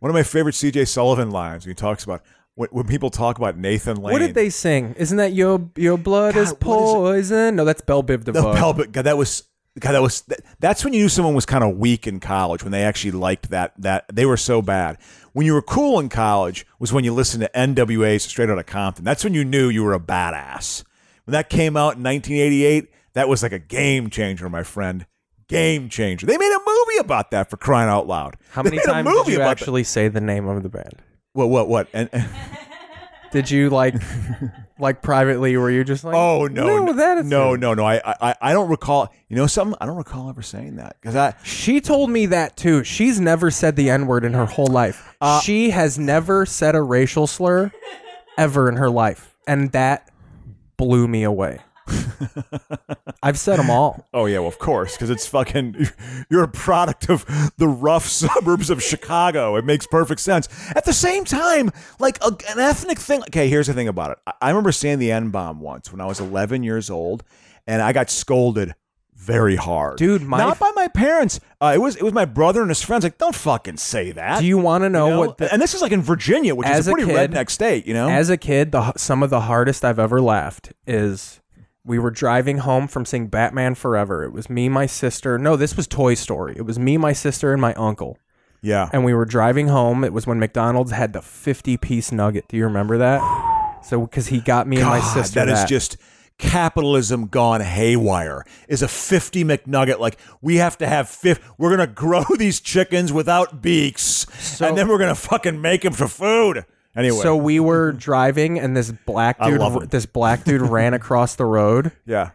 One of my favorite CJ Sullivan lines when he talks about when, when people talk about Nathan Lane. What did they sing? Isn't that your your blood God, is what is it? poison? no, that's Belle Biv the DeVoe. Bell, but God, that was God, that was that, that's when you knew someone was kind of weak in college when they actually liked that that they were so bad. When you were cool in college was when you listened to NWA's Straight Outta Compton. That's when you knew you were a badass. When that came out in 1988, that was like a game changer, my friend. Game changer. They made a movie about that for crying out loud. How They many made a times movie did you about actually say the name of the band? that. What? What? What? And, and- Did you like like privately? Were you just like, oh no, no, that is no, no, no. I, I- I, I don't recall. You know something? I don't recall ever saying that because I. She told me that too. She's never said the N word in her whole life. she has never said a racial slur ever in her life. And that blew me away. I've said them all. Oh yeah, well of course, because it's fucking. You're a product of the rough suburbs of Chicago. It makes perfect sense. At the same time, like a, an ethnic thing. Okay, here's the thing about it. I, I remember saying the N bomb once when I was 11 years old, and I got scolded very hard, Dude, my- not by my parents. Uh, it was it was my brother and his friends. Like, don't fucking say that. Do you want to know, You know? what? The, and this is like in Virginia, which is As a a pretty kid- redneck state. You know, as a kid, the some of the hardest I've ever laughed is we were driving home from seeing Batman Forever. It was me, my sister. No, this was Toy Story. It was me, my sister, and my uncle. yeah. and we were driving home. It was when McDonald's had the 50 piece nugget. Do you remember that? So, because he got me and my God, sister. that is just capitalism gone haywire. Is a fifty McNugget like we have to have fifth? We're gonna grow these chickens without beaks, and then we're gonna fucking make them for food. Anyway, So we were driving, and this black I love him. dude, this black dude ran across the road, yeah,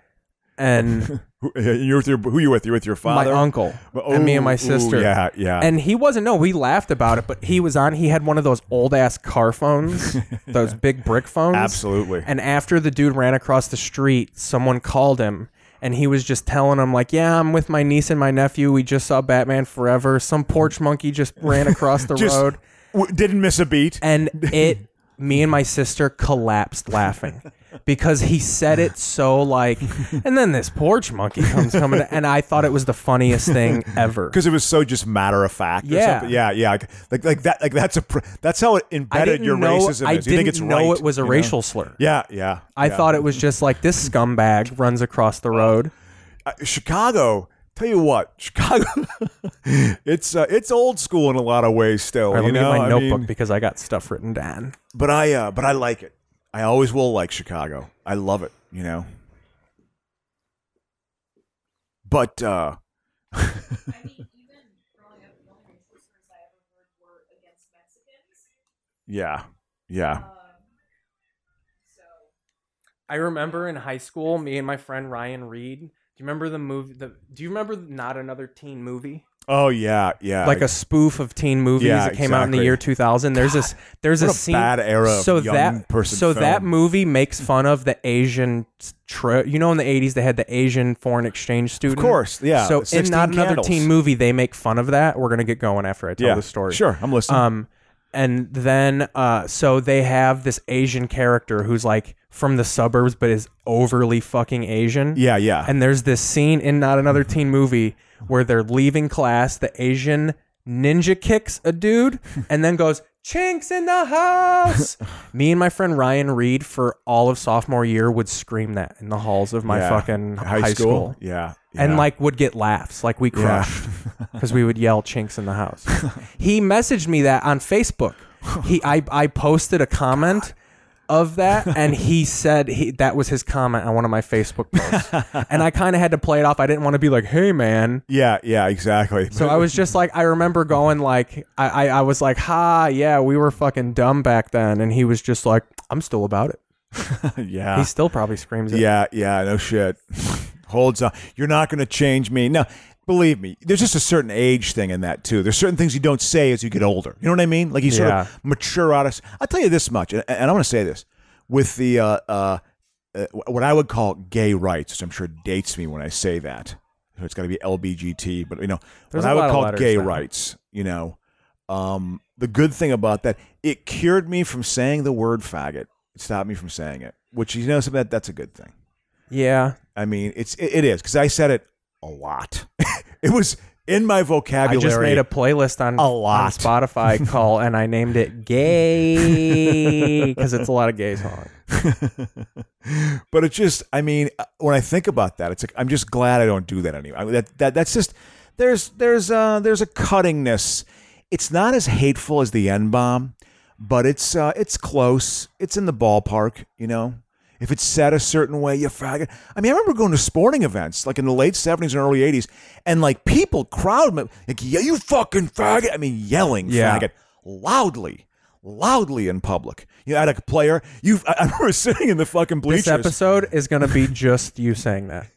and Who- you're with your who you with? You're with your my father, uncle, Oh, and me and my ooh, sister. yeah, yeah. And he wasn't. No, we laughed about it, but he was on. He had one of those old ass car phones, those big brick phones. Absolutely. And after the dude ran across the street, someone called him and he was just telling him like, "Yeah, I'm with my niece and my nephew. We just saw Batman Forever. Some porch monkey just ran across the Just- road." W- didn't miss a beat. And it me and my sister collapsed laughing because he said it so like and then this porch monkey comes coming and I thought it was the funniest thing ever. because it was so just matter of fact. or Yeah. something. yeah, yeah. Like- Like like that. Like that's a. Pr- that's how it I embedded didn't your know, racism. I is. You didn't think it's know right, it was a you know? racial slur. Yeah, yeah. I yeah. thought it was just like this scumbag runs across the road. uh, Chicago. Tell you what, Chicago, it's uh, it's old school in a lot of ways still. All right, you let me know, get my I notebook mean, because I got stuff written down. but I uh, but I like it. I always will like Chicago. I love it. You know, but uh, I mean, even growing up, the only racial slurs I ever heard were against Mexicans. yeah, yeah. Um, so I remember in high school, me and my friend Ryan Reed. Do you remember the movie? The, do you remember not another teen movie? Oh yeah, yeah. Like a spoof of teen movies Yeah, that came out in the exactly. year 2000. There's this. There's what a a scene. bad era of So young that person so that film. movie makes fun of the Asian. Tra- you know, in the 80s they had the Asian foreign exchange student. course, yeah, So in 16 not another Candles. teen movie, they make fun of that. We're gonna get going after I tell yeah. the story. Sure, I'm listening. Um, and then uh, so they have this Asian character who's like from the suburbs but is overly fucking Asian. yeah, yeah. And there's this scene in not another teen movie where they're leaving class. The Asian ninja kicks a dude and then goes chinks in the house. Me and my friend Ryan Reed for all of sophomore year would scream that in the halls of my Yeah. fucking high, school. Yeah, And yeah. like would get laughs, like we crushed because we would yell chinks in the house. he messaged me that on Facebook. He I, I posted a comment of that and he said he, that was his comment on one of my Facebook posts. and I kind of had to play it off. I didn't want to be like, "Hey man." yeah, yeah, exactly. So I was just like I remember going like I, I I was like, "Ha, yeah, we were fucking dumb back then." And he was just like, "I'm still about it." yeah, He still probably screams it. Ah. Yeah, yeah, no shit. Holds on. You're not going to change me. No, believe me. There's just a certain age thing in that too. There's certain things you don't say as you get older. You know what I mean? Like you sort Yeah. of mature out of. I'll tell you this much, and, and I'm going to say this with the uh, uh, uh, what I would call gay rights, which I'm sure dates me when I say that. So it's got to be LBGT, but you know, There's what I a lot would of call letters gay now. rights. You know, um, the good thing about that, it cured me from saying the word faggot. It stopped me from saying it, which you know, something that that's a good thing. Yeah. I mean, it's it, it is because I said it a lot. it was in my I vocabulary. just made a playlist on, A on lot. Spotify call and I named it Gay because it's a lot of gay songs. but it just, I mean, uh, when I think about that, it's like I'm just glad I don't do that anymore. I mean, that that that's just there's there's uh there's a cuttingness. It's not as hateful as the N bomb, but it's uh it's close. It's in the ballpark, you know. If it's said a certain way, you faggot. I mean, I remember going to sporting events like in the late '70s and early '80s, and like people crowd me, like, "Yeah, you fucking faggot!" I mean, yelling Yeah. faggot loudly, loudly in public. You know, at a player, you. I I remember sitting in the fucking bleachers. This episode is going to be just you saying that.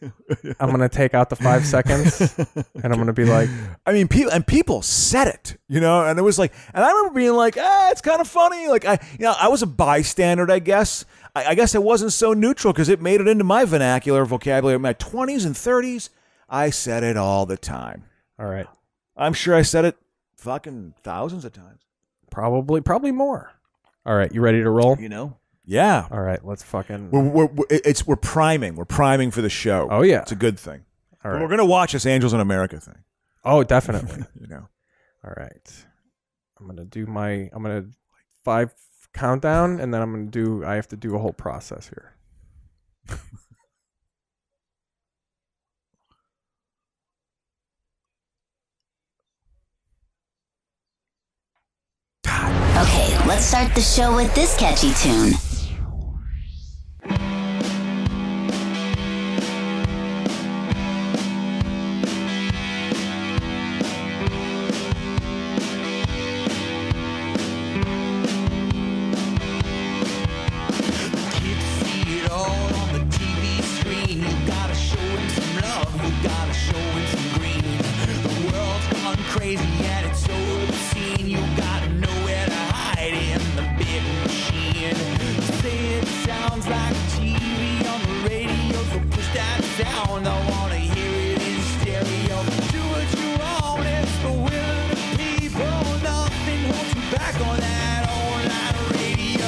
I'm going to take out the five seconds and I'm going to be like, I mean, people and people said it, you know, and it was like, and I remember being like, ah, it's kind of funny. Like I, you know, I was a bystander, I guess. I, I guess I wasn't so neutral because it made it into my vernacular vocabulary. In my twenties and thirties, I said it all the time. all right, I'm sure I said it fucking thousands of times. probably, probably more. All right, you ready to roll? You know? Yeah. All right, let's fucking. We're, we're, we're- it's we're priming. We're priming for the show. Oh, yeah. it's a good thing. All But right. We're gonna watch this Angels in America thing. oh, definitely. You know. All right. I'm gonna do my I'm gonna five countdown and then I'm gonna do I have to do a whole process here. Okay, let's start the show with this catchy tune. Kids see it all on the TV screen. You gotta show him some love, you gotta show him some green. The world's gone crazy and it's so obscene. You gotta know where to hide in the big machine. Say it sounds like TV on the radio, so push that down. I wanna hear it in stereo. Do what you want, it's the will of the people. Nothing holds you back on that online radio.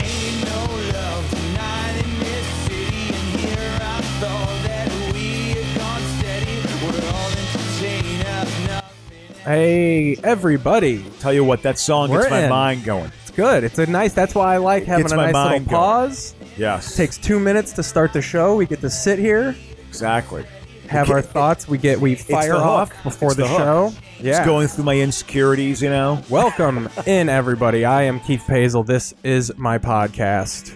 Ain't no love tonight in this city, and here I thought that we had gone steady. We're all entertained of nothing. Hey everybody. Tell you what, that song We're gets my in. mind going. It's good. It's a nice that's why I like having gets a my nice little mind going. pause. Yes, Takes two minutes to start the show. We get to sit here, exactly. have our thoughts, we get we fire the off hook. before It's the, the hook. show. Just Yeah. going through my insecurities, you know. Welcome in everybody. I am Keith Pazel. This is my podcast.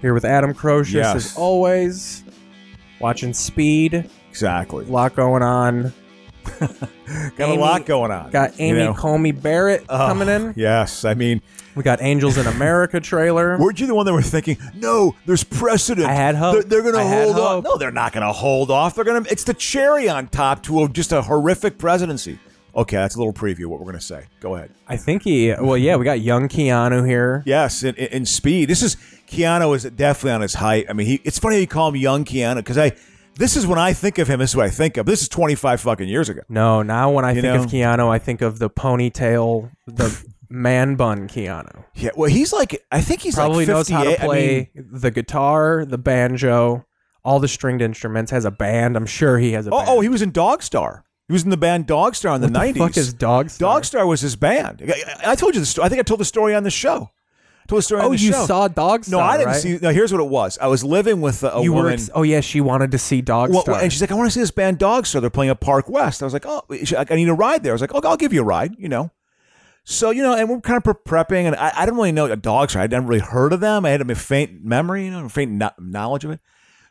Here with Adam Crocius Yes. as always. Watching Speed. Exactly. A lot going on. Got Amy- a lot going on. Got you Amy know? Comey Barrett Oh, coming in. Yes, I mean, We got Angels in America trailer. weren't you the one that were thinking? No, there's precedent. I had hope. They're, they're I going to had hold hope. off. No, they're not going to hold off. They're going to. It's the cherry on top to a, just a horrific presidency. Okay, that's a little preview of what we're going to say. Go ahead. I think he. Well, yeah, we got young Keanu here. Yes, in, in, in speed. This is Keanu is definitely on his height. I mean, he. It's funny you call him young Keanu because I. This is when I think of him. This is what I think of. This is 25 fucking years ago. No, now when I You think know- of Keanu, I think of the ponytail, the man bun Keanu. Yeah. Well, he's like. I think he's Probably like knows how to 58. I mean, play the guitar, the banjo, all the stringed instruments. Has a band. I'm sure he has a. Oh, band. oh, he was in Dog Star. He was in the band Dog Star in the What the nineties. fuck is Dog Star? Dog Star was his band. I- I, I told you the story. I think I told the story on the show. I told the story. Oh, on the you show. saw Dog Star? No, I didn't right? see. No, here's what it was. I was living with a, a you were. woman. ex- oh yeah, she wanted to see Dog Well, Star. and she's like, I want to see this band Dog Star. They're playing at Park West. I was like, oh, she- like, I need a ride there. I was like, oh, I'll give you a ride, you know. So, you know, and we're kind of pre- prepping, and I, I didn't really know a Dog Star. I'd never really heard of them. I had a faint memory, you know, a faint no- knowledge of it.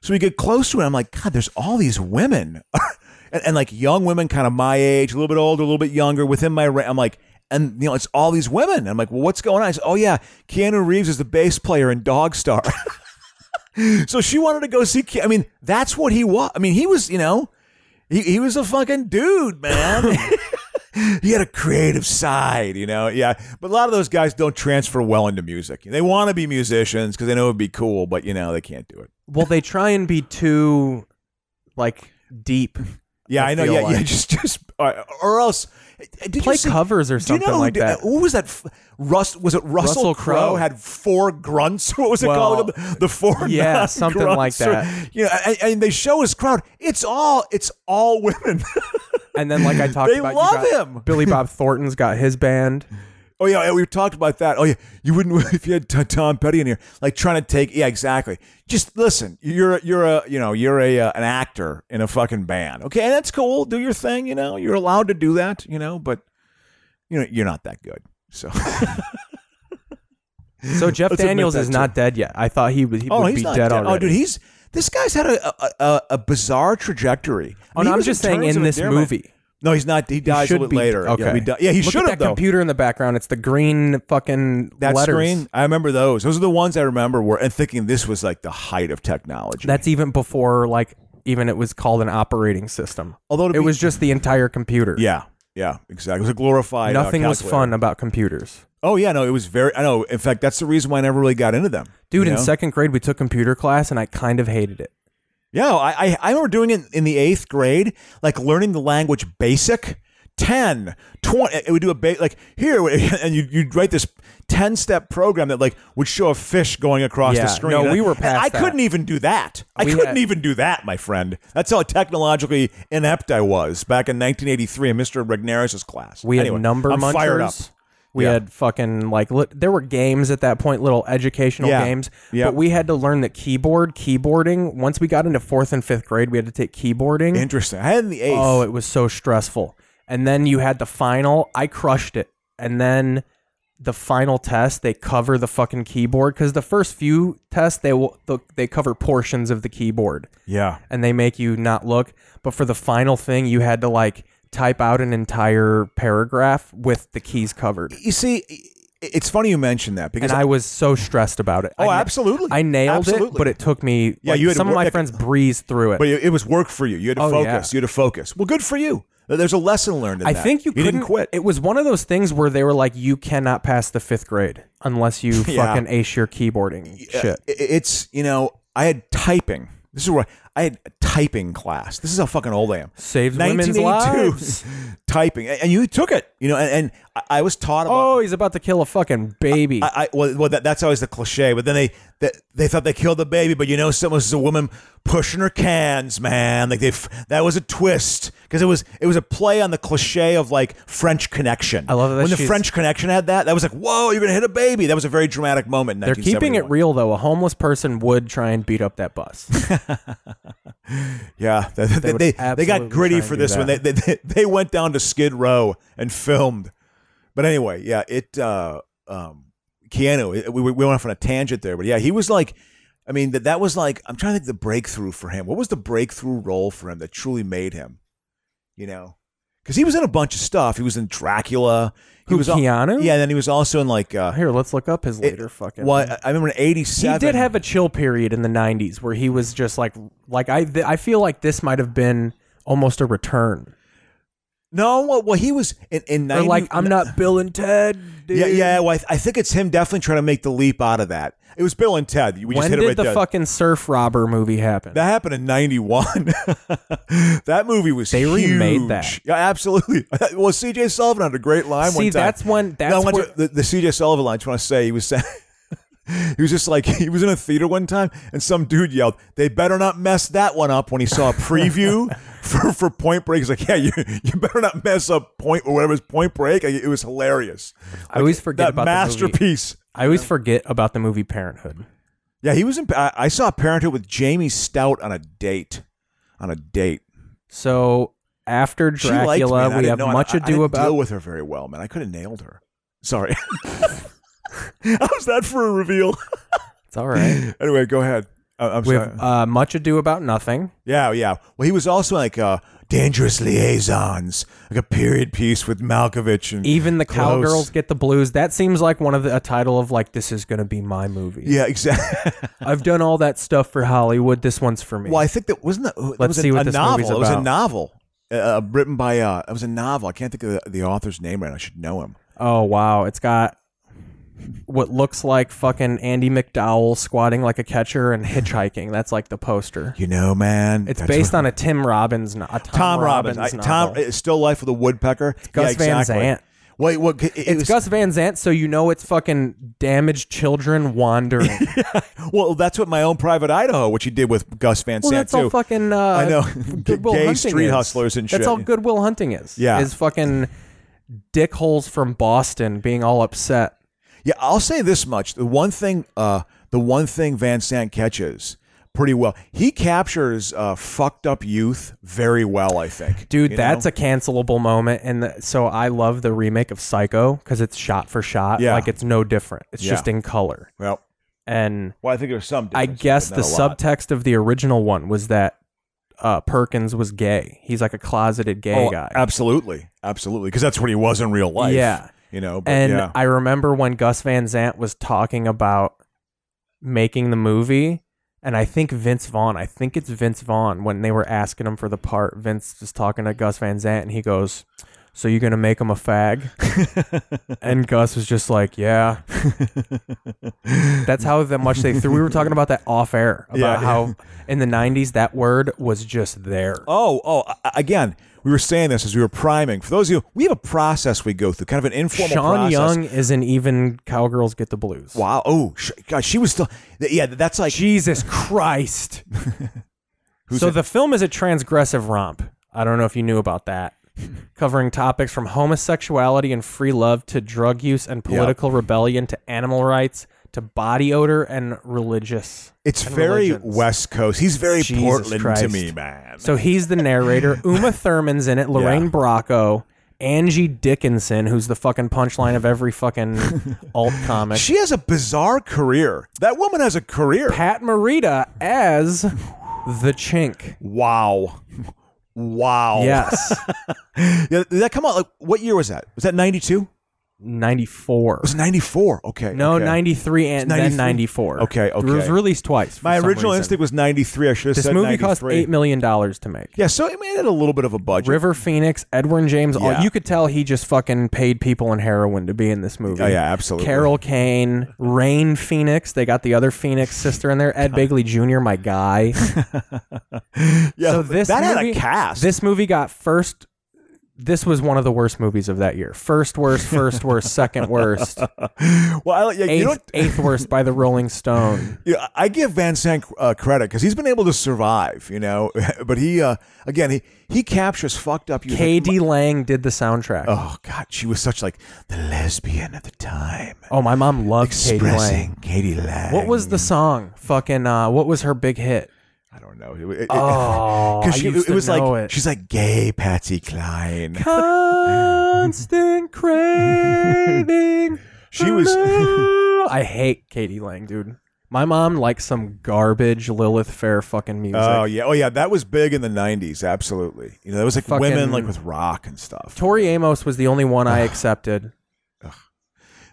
So we get close to it. I'm like, God, there's all these women. and, and like young women, kind of my age, a little bit older, a little bit younger, within my range. I'm like, and, you know, it's all these women. I'm like, well, what's going on? I said, oh, yeah, Keanu Reeves is the bass player in Dog Star. So she wanted to go see. Ke- I mean, that's what he was. I mean, he was, you know, he, he was a fucking dude, man. he had a creative side, you know. Yeah, but a lot of those guys don't transfer well into music. They want to be musicians because they know it'd be cool, but you know they can't do it. Well, they try and be too like deep Yeah, I, know. feel Yeah, like. yeah. Just, just, or, or else. Did Play you see, covers or do you know something who like did- that. Who was that? f- Rust was it Russell, Russell Crowe? Crowe. had four grunts. What was it Well, called? The four yeah, something like non-grunts, or- that. you know, and, and they show his crowd. It's all it's all women. And then, like I talked They about, love you got- him. Billy Bob Thornton's got his band. Oh yeah, yeah, we talked about that. Oh yeah, you wouldn't if you had T- Tom Petty in here, like trying to take. Yeah, exactly. Just listen. You're a- you're a you know you're a uh, an actor in a fucking band. Okay, and that's cool. Do your thing. You know, you're allowed to do that. You know, but you know you're not that good. So So Jeff Let's admit Daniels that is not dead yet. I thought he was. He oh, would he's be not dead, Oh, already. dude, he's this guy's had a a, a, a bizarre trajectory. Oh, I mean, no, he I'm was just saying Terms in of this Endearment. movie. No, he's not. He dies a should little be- later. Okay. Yeah, he, di- yeah, he Look should at have that though. computer in the background. It's the green fucking that letters. screen. I remember those. Those are the ones I remember. Were and thinking this was like the height of technology. That's even before like even it was called an operating system. Although to it be- was just the entire computer. Yeah, yeah, exactly. It was a glorified. uh, Nothing was calculator. fun about computers. Oh yeah, no, it was very. I know. In fact, that's the reason why I never really got into them, Dude, you in know? second grade we took computer class and I kind of hated it. Yeah, I, I I remember doing it in the eighth grade, like learning the language basic. 10, 20, it would do a ba- like here, and you, you'd write this 10 step program that like would show a fish going across Yeah, the screen. no, And we were and past I that. couldn't even do that. I We couldn't had- even do that, my friend. That's how technologically inept I was back in 1983 in Mr. Regnaris' class. We had Anyway, number I'm munchers. fired up. We Yeah. had fucking like lit there were games at that point, little educational Yeah. games. Yeah. But we had to learn the keyboard, keyboarding. Once we got into fourth and fifth grade, we had to take keyboarding. Interesting. I had it in the eighth. Oh, it was so stressful. And then you had the final. I crushed it. And then the final test, they cover the fucking keyboard because the first few tests they will the, they cover portions of the keyboard yeah. and they make you not look. But for the final thing, you had to like type out an entire paragraph with the keys covered. You see, i- it's funny you mention that because And I was so stressed about it. Oh, I na- absolutely. I nailed it, Absolutely. but it took me. Yeah, like, you had to some of work my at- friends breezed through it. But it, it was work for you. You had to Oh, focus. yeah. You had to focus. Well, good for you. There's a lesson learned in I that. think you, couldn't didn't quit. It was one of those things where they were like, you cannot pass the fifth grade unless you Yeah. fucking ace your keyboarding Yeah, shit. i- It's you know I had typing. This is where I had a typing class. This is how fucking old I am. Saves women's 1982. lives. typing, A- and you took it. You know, and, and I- I was taught about. Oh, he's about to kill a fucking baby. I, I well, well that, that's always the cliche. But then they, they they thought they killed the baby, but you know, someone was a woman pushing her cans, man. Like they f- that was a twist because it was it was a play on the cliche of like French Connection. I love that when the she's- French Connection had that. That was like, whoa, you're gonna hit a baby. That was a very dramatic moment. In They're keeping it 1971. real though. A homeless person would try and beat up that bus. Yeah, they they, would they, absolutely got gritty try and for do this one. They, that. they they they went down to Skid Row and filmed. But anyway, yeah, it uh um Keanu, it- we we went off on a tangent there, but yeah, he was like I mean that that was like I'm trying to think the breakthrough for him. What was the breakthrough role for him that truly made him, you know? Cuz he was in a bunch of stuff. He was in Dracula. He Who, was al- Keanu? yeah, and then he was also in like uh Here, let's look up his it- later fucking. well, I, I remember in he 87. did have a chill period in the '90s where he was just like, like I, th- I feel like this might have been almost a return. No, well, well, he was in in 90, Or like, I'm not Bill and Ted. Dude. Yeah, yeah. Well, I, th- I think it's him definitely trying to make the leap out of that. It was Bill and Ted. We just when hit did it right the there. fucking surf robber movie happen? that happened in '91. that movie was They remade huge. that. Yeah, absolutely. well, C.J. Sullivan had a great line. one See, time. that's when- that's no, I want where- to- the, the C.J. Sullivan line. I just want to say he was saying. He was just like he was in a theater one time, and some dude yelled, "They better not mess that one up." When he saw a preview for, for Point Break, he's like, "Yeah, you, you better not mess up Point or whatever it was Point Break." Like, it was hilarious. I always that forget about the movie. masterpiece. I always forget about the movie Parenthood. Yeah, he was in. I, I saw Parenthood with Jamie Stout on a date. On a date, So after she liked me. and I Dracula, we didn't have know, and much I- I ado didn't about. Deal with her very well, man. I could have nailed her. Sorry. How's that for a reveal? it's all right. anyway, go ahead. I, am We sorry. have uh, much ado about nothing. yeah, yeah. Well, he was also like uh, Dangerous Liaisons, like a period piece with Malkovich and Even the Gross. cowgirls get the blues. That seems like one of the a title of like this is gonna be my movie. Yeah, exactly. I've done all that stuff for Hollywood. This one's for me. Well, I think that wasn't that. that Let's was a- see what a this novel. movie's It was a about. novel uh, written by. Uh, it was a novel. I can't think of the, the author's name right. now. I should know him. Oh wow, it's got what looks like fucking Andy McDowell squatting like a catcher and hitchhiking. That's like the poster. You know, man. It's that's based what- on a Tim Robbins, no- a Tom, Tom Robbins. I- Tom novel. it's Still Life with a Woodpecker. Gus Van Zant. Wait, what? It, it it's was- Gus Van Zant, so you know it's fucking damaged children wandering. Well, that's what my own private Idaho, which he did with Gus Van well, Sant that's too. all fucking. Uh, I know. Goodwill Gay Hunting street is. hustlers and shit. That's all Goodwill Hunting is. Yeah. is fucking dickholes from Boston being all upset. Yeah, I'll say this much: the one thing, uh, the one thing Van Sant catches pretty well. He captures uh, fucked up youth very well, I think. Dude, You that's know? a cancelable moment, and the, so I love the remake of Psycho because it's shot for shot, Yeah. like it's no different. It's Yeah. just in color, well. and Well, I think there's some. I differences, guess but the not a lot. subtext of the original one was that uh, Perkins was gay. He's like a closeted gay Oh, guy. Absolutely, absolutely, because that's what he was in real life. Yeah. you know. But And yeah. I remember when Gus Van Zant was talking about making the movie, and I think Vince Vaughn, I think it's Vince Vaughn, when they were asking him for the part, Vince was talking to Gus Van Zant, and he goes, So you're going to make him a fag? and Gus was just like, Yeah. That's how that much they threw. We were talking about that off air, about Yeah. how in the 90s that word was just there. Oh, oh, a- a- again, we were saying this as we were priming. For those of you, we have a process we go through, kind of an informal Sean process. Young is in even Cowgirls Get the Blues. Wow. Oh, sh- God, she was still. th- Yeah, that's like. Jesus Christ. so said- the film is a transgressive romp. I don't know if you knew about that. Covering topics from homosexuality and free love to drug use and political rebellion to animal rights to body odor and religious. it's and very religions. West Coast. He's very Jesus Portland to Christ. me, man. So he's the narrator. Uma Thurman's in it. Lorraine Bracco. Angie Dickinson, who's the fucking punchline of every fucking alt comic. she has a bizarre career. That woman has a career. Pat Morita as the chink. wow. Wow. Yes. Yeah, Did that come out? Like, what year was that? Was that 92? It 94. was 94. Okay. No, okay. 93 and It's then 94. Okay, It was okay. released twice. for My some original reason. instinct was 93. I should have This said movie 93. cost $8 million to make. Yeah, so it made it a little bit of a budget. River Phoenix, Edwin James, Yeah. all, you could tell he just fucking paid people in heroin to be in this movie. Oh, yeah, absolutely. Carol Kane, Rain Phoenix, they got the other Phoenix sister in there. Ed Begley Jr., my guy. Yeah, so this that movie- had a cast. This movie got first. This was one of the worst movies of that year. First worst, first worst, second worst, well, I, yeah, you eighth, don't. eighth worst by the Rolling Stone. Yeah, I give Van Sant uh, credit because he's been able to survive, you know. But he, uh, again, he he captures fucked up. You KD Lang did the soundtrack. Oh, oh God, she was such like the lesbian at the time, my mom loved KD Oh, Lang. expressing Katie Lang. What was the song? Fucking uh, what was her big hit? I don't know. It- it- it- Oh, 'cause I she- used it to was know like it. she's like gay Patsy Cline. Constant craving. She was- I hate Katie Lang, dude. My mom likes some garbage Lilith Fair fucking music. Oh yeah, oh yeah, that was big in the '90s. Absolutely, you know, that was like Fucking- women like with rock and stuff. Tori Amos was the only one I accepted.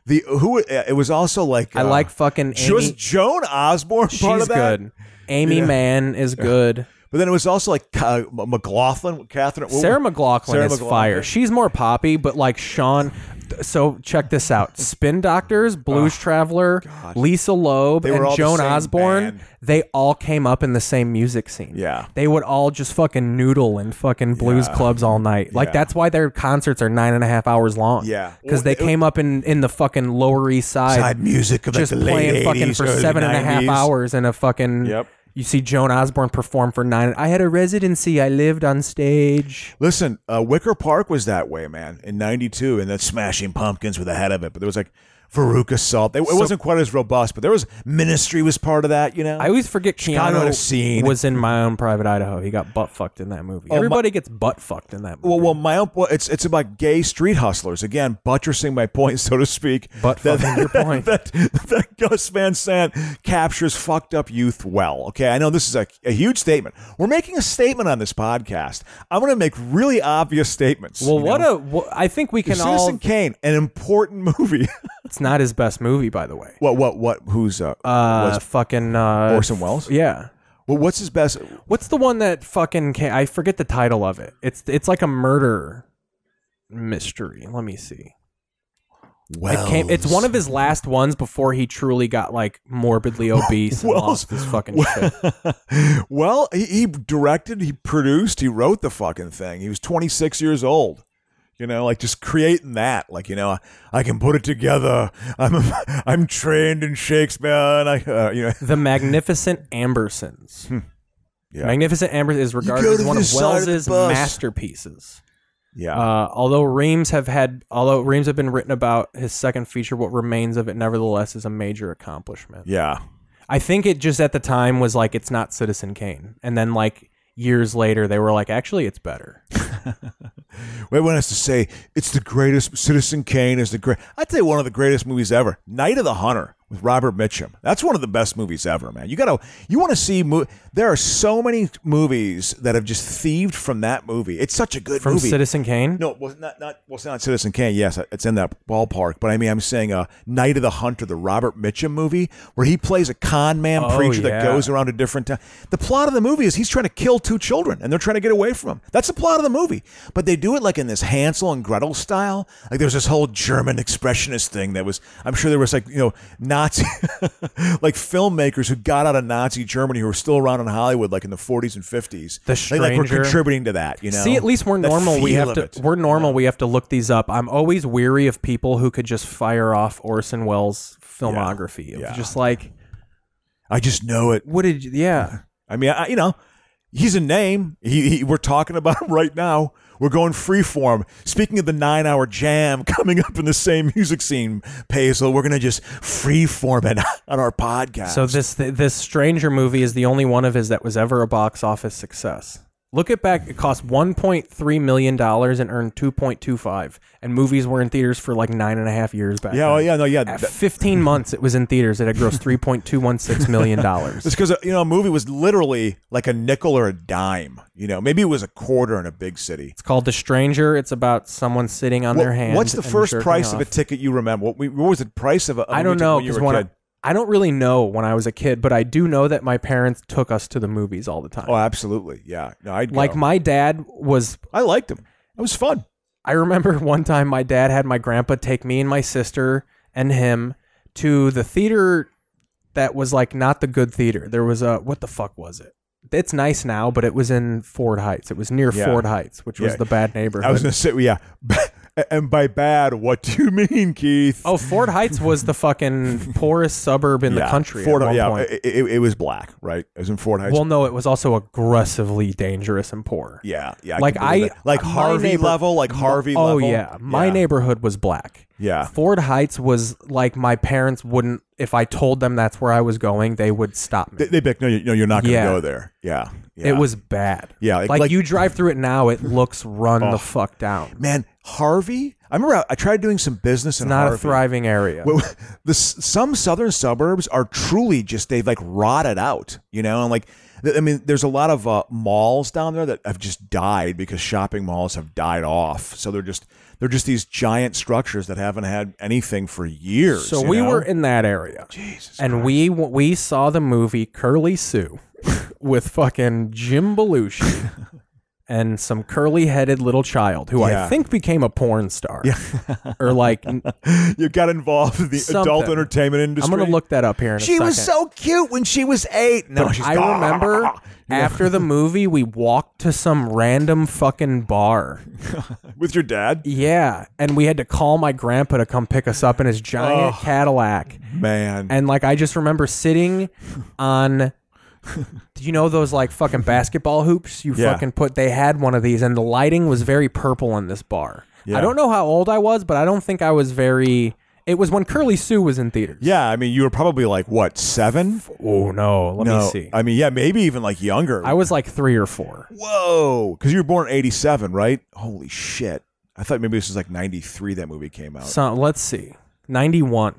the who uh, it was also like I uh, like fucking She was Amy. Joan Osborne part She's of that? good. Amy Yeah. Mann is good. But then it was also like uh, M- McLaughlin, Catherine. what Sarah was- McLaughlin Sarah is McLachlan. fire. She's more poppy, but like Sean. So check this out: Spin Doctors, Blues Traveler, Lisa Loeb, They were all and the Joan same Osborne. band. They all came up in the same music scene. Yeah. they would all just fucking noodle in fucking blues clubs all night. Like Yeah. that's why their concerts are nine and a half hours long. Yeah. because they Well, it- came up in in the fucking Lower East Side, side music of like just the late 80s, playing fucking for early seven and a half 90s. hours in a fucking. Yep. You see Joan Osborne perform for nine. I had a residency. I lived on stage. Listen, uh, Wicker Park was that way, man, in '92, and then Smashing Pumpkins were the head of it. But there was like Veruca Salt. They, it wasn't quite as robust, but there was Ministry was part of that, you know. I always forget Chicago Keanu had a scene. Oh, was in my own private Idaho. He got butt fucked in that movie. Everybody gets butt fucked in that movie. well, well, my own, well, it's it's about gay street hustlers again, buttressing my point, so to speak. Butt fucking your point. that, that Gus Van Sant captures fucked up youth well. Okay, I know this is a, a huge statement. We're making a statement on this podcast. I'm going to make really obvious statements. Well, you what know? a wha- I think we can all. Citizen Kane, an important movie. It's not his best movie, by the way. what? What? What? Who's uh? Uh, what's, fucking uh, Orson Welles? Yeah. well, what's his best? What's the one that fucking came, I forget the title of it. It's it's like a murder mystery. Let me see. Wells. It came, it's one of his last ones before he truly got like morbidly obese and lost his fucking shit. well, he, he directed, he produced, he wrote the fucking thing. He was 26 years old. You know, like just creating that. Like, you know, I can put it together. I'm I'm trained in Shakespeare and I uh, you know, The Magnificent Ambersons. Hmm. Yeah. Magnificent Ambersons is regarded go as to one of this side of the Wells's bus. masterpieces. yeah. Uh, although Reams have had, although Reams have been written about his second feature, what remains of it, nevertheless, is a major accomplishment. yeah. I think it just at the time was like it's not Citizen Kane, and then like years later they were like, actually, it's better. Everyone has to say it's the greatest. Citizen Kane is the great. I'd say one of the greatest movies ever. Night of the Hunter with Robert Mitchum. That's one of the best movies ever, man. You gotta, you want to see. Mo- there are so many movies that have just thieved from that movie. It's such a good From movie. Citizen Kane, no, well, not not well, it's not Citizen Kane. Yes, it's in that ballpark. But I mean, I'm saying, uh, Night of the Hunter, the Robert Mitchum movie, where he plays a con man Oh, preacher yeah. that goes around to different town. The plot of the movie is he's trying to kill two children, and they're trying to get away from him. That's the plot of the movie. But they do it like in this Hansel and Gretel style. Like there's this whole German expressionist thing that was. I'm sure there was like you know Nazi, like filmmakers who got out of Nazi Germany who were still around in Hollywood, like in the 40s and 50s. The they like were Stranger. contributing to that. You know, See, at least we're That normal. We feel have of to. it. We're normal. We have to look these up. I'm always weary of people who could just fire off Orson Welles' filmography. Of Yeah. Just like, I just know it. what did? You, yeah, I mean, I, you know, he's a name. He, he we're talking about him right now. We're going free form. Speaking of the nine hour jam coming up in the same music scene, Paisel, we're gonna just free form it on our podcast. So this this Stranger movie is the only one of his that was ever a box office success. Look at back; it cost 1.3 million dollars and earned 2.25. And movies were in theaters for like nine and a half years back. yeah, then. well, yeah, no, yeah. At That- 15 months, it was in theaters. It had grossed 3.216 million dollars. It's because you know a movie was literally like a nickel or a dime. You know, maybe it was a quarter in a big city. It's called The Stranger. It's about someone sitting on What- their hand. what's the and first jerking price of off. a ticket you remember? What, we- what was the price of a? of a I movie don't ticket know when you because were a when I, kid? I don't really know when I was a kid, but I do know that my parents took us to the movies all the time. oh, absolutely, yeah. No, I'd like go. my dad was I liked him. It was fun. I remember one time my dad had my grandpa take me and my sister and him to the theater that was like not the good theater. There was a what the fuck was it? It's nice now, but it was in Ford Heights. It was near Yeah. Ford Heights, which was Yeah. the bad neighborhood. I was gonna say, yeah. And by bad, what do you mean, Keith? oh, Ford Heights was the fucking poorest suburb in the Yeah, country Ford, at one yeah, point. It, it, it was black, right? It was in Fort Heights. well, no, it was also aggressively dangerous and poor. yeah, yeah. like can believe I- that. like my Harvey neighbor- level, like Harvey oh, level. yeah. My neighborhood was black. Yeah. Ford Heights was like my parents wouldn't if I told them that's where I was going, they would stop me. They, they be like, no, you, no, you're not gonna Yeah. go there. Yeah, yeah. It was bad. Yeah, Like, like- Oh. like- you drive through it now, it looks run the fuck down. man Harvey. I remember I, I tried doing some business in It's not Harvey. a thriving area. Well, the s- some southern suburbs are truly just they've like rotted out, you know, and like th- I mean, there's a lot of uh, malls down there that have just died because shopping malls have died off. So they're just they're just these giant structures that haven't had anything for years. so you we know? were in that area. Jesus. And we we saw the movie Curly Sue with fucking Jim Belushi and some curly-headed little child who I Yeah. think became a porn star. or like n- you got involved in the adult Something. entertainment I'm industry. going to look that up here in a She second. was so cute when she was eight. No, But she's I remember after the movie, we walked to some random fucking bar. with your dad, Yeah, and we had to call my grandpa to come pick us up in his Oh. giant Cadillac. man. And like, I just remember sitting on, do you know those like fucking basketball hoops you Yeah. fucking put? They had one of these, and the lighting was very purple in this bar. Yeah. I don't know how old I was, but I don't think I was very. It was when Curly Sue was in theaters. yeah, I mean, you were probably like what seven? Oh no, let no, me see. I, I mean, yeah, maybe even like younger. was like three or four. Whoa. Because you were born in 87, right? Holy shit. I thought maybe this was like 93 that movie came out. So let's see, ninety one.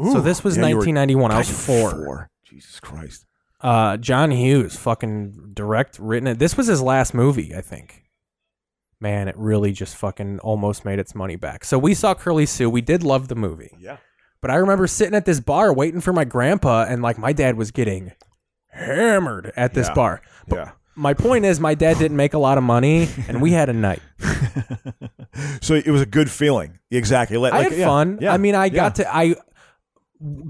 so Ooh. this was Yeah, you were- 1991. I was God, four. Jesus Christ. Uh, John Hughes fucking direct written it. This was his last movie, I think. Man, it really just fucking almost made its money back. So we saw Curly Sue. We did love the movie. Yeah. But I remember sitting at this bar waiting for my grandpa, and like my dad was getting hammered at this Yeah. bar. But Yeah. my point is, my dad didn't make a lot of money, and we had a night. So it was a good feeling. Exactly. Like, I had yeah, fun. yeah, I mean, I yeah. got to I.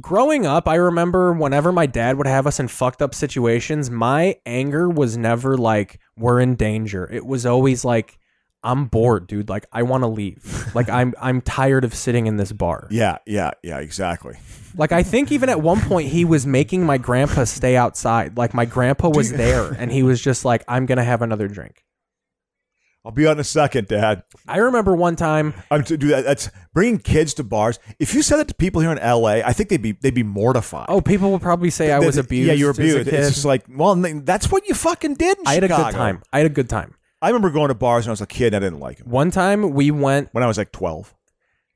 Growing up, I remember whenever my dad would have us in fucked up situations, my anger was never like we're in danger. It was always like I'm bored, dude. Like I want to leave. Like I'm I'm tired of sitting in this bar. Yeah, yeah, yeah, exactly. Like I think even at one point he was making my grandpa stay outside. Like my grandpa was there and he was just like I'm going to have another drink. I'll be on in a second, Dad. I remember one time I'm to do that. That's bringing kids to bars. If you said that to people here in LA, I think they'd be they'd be mortified. oh people will probably say I That- was that- abused. Yeah, you were as a abused. It's kid. just like, well, n- that's what you fucking did. In I had a good Chicago. time. I had a good time. I remember going to bars when I was a kid. and I didn't like them One time we went. when I was like 12,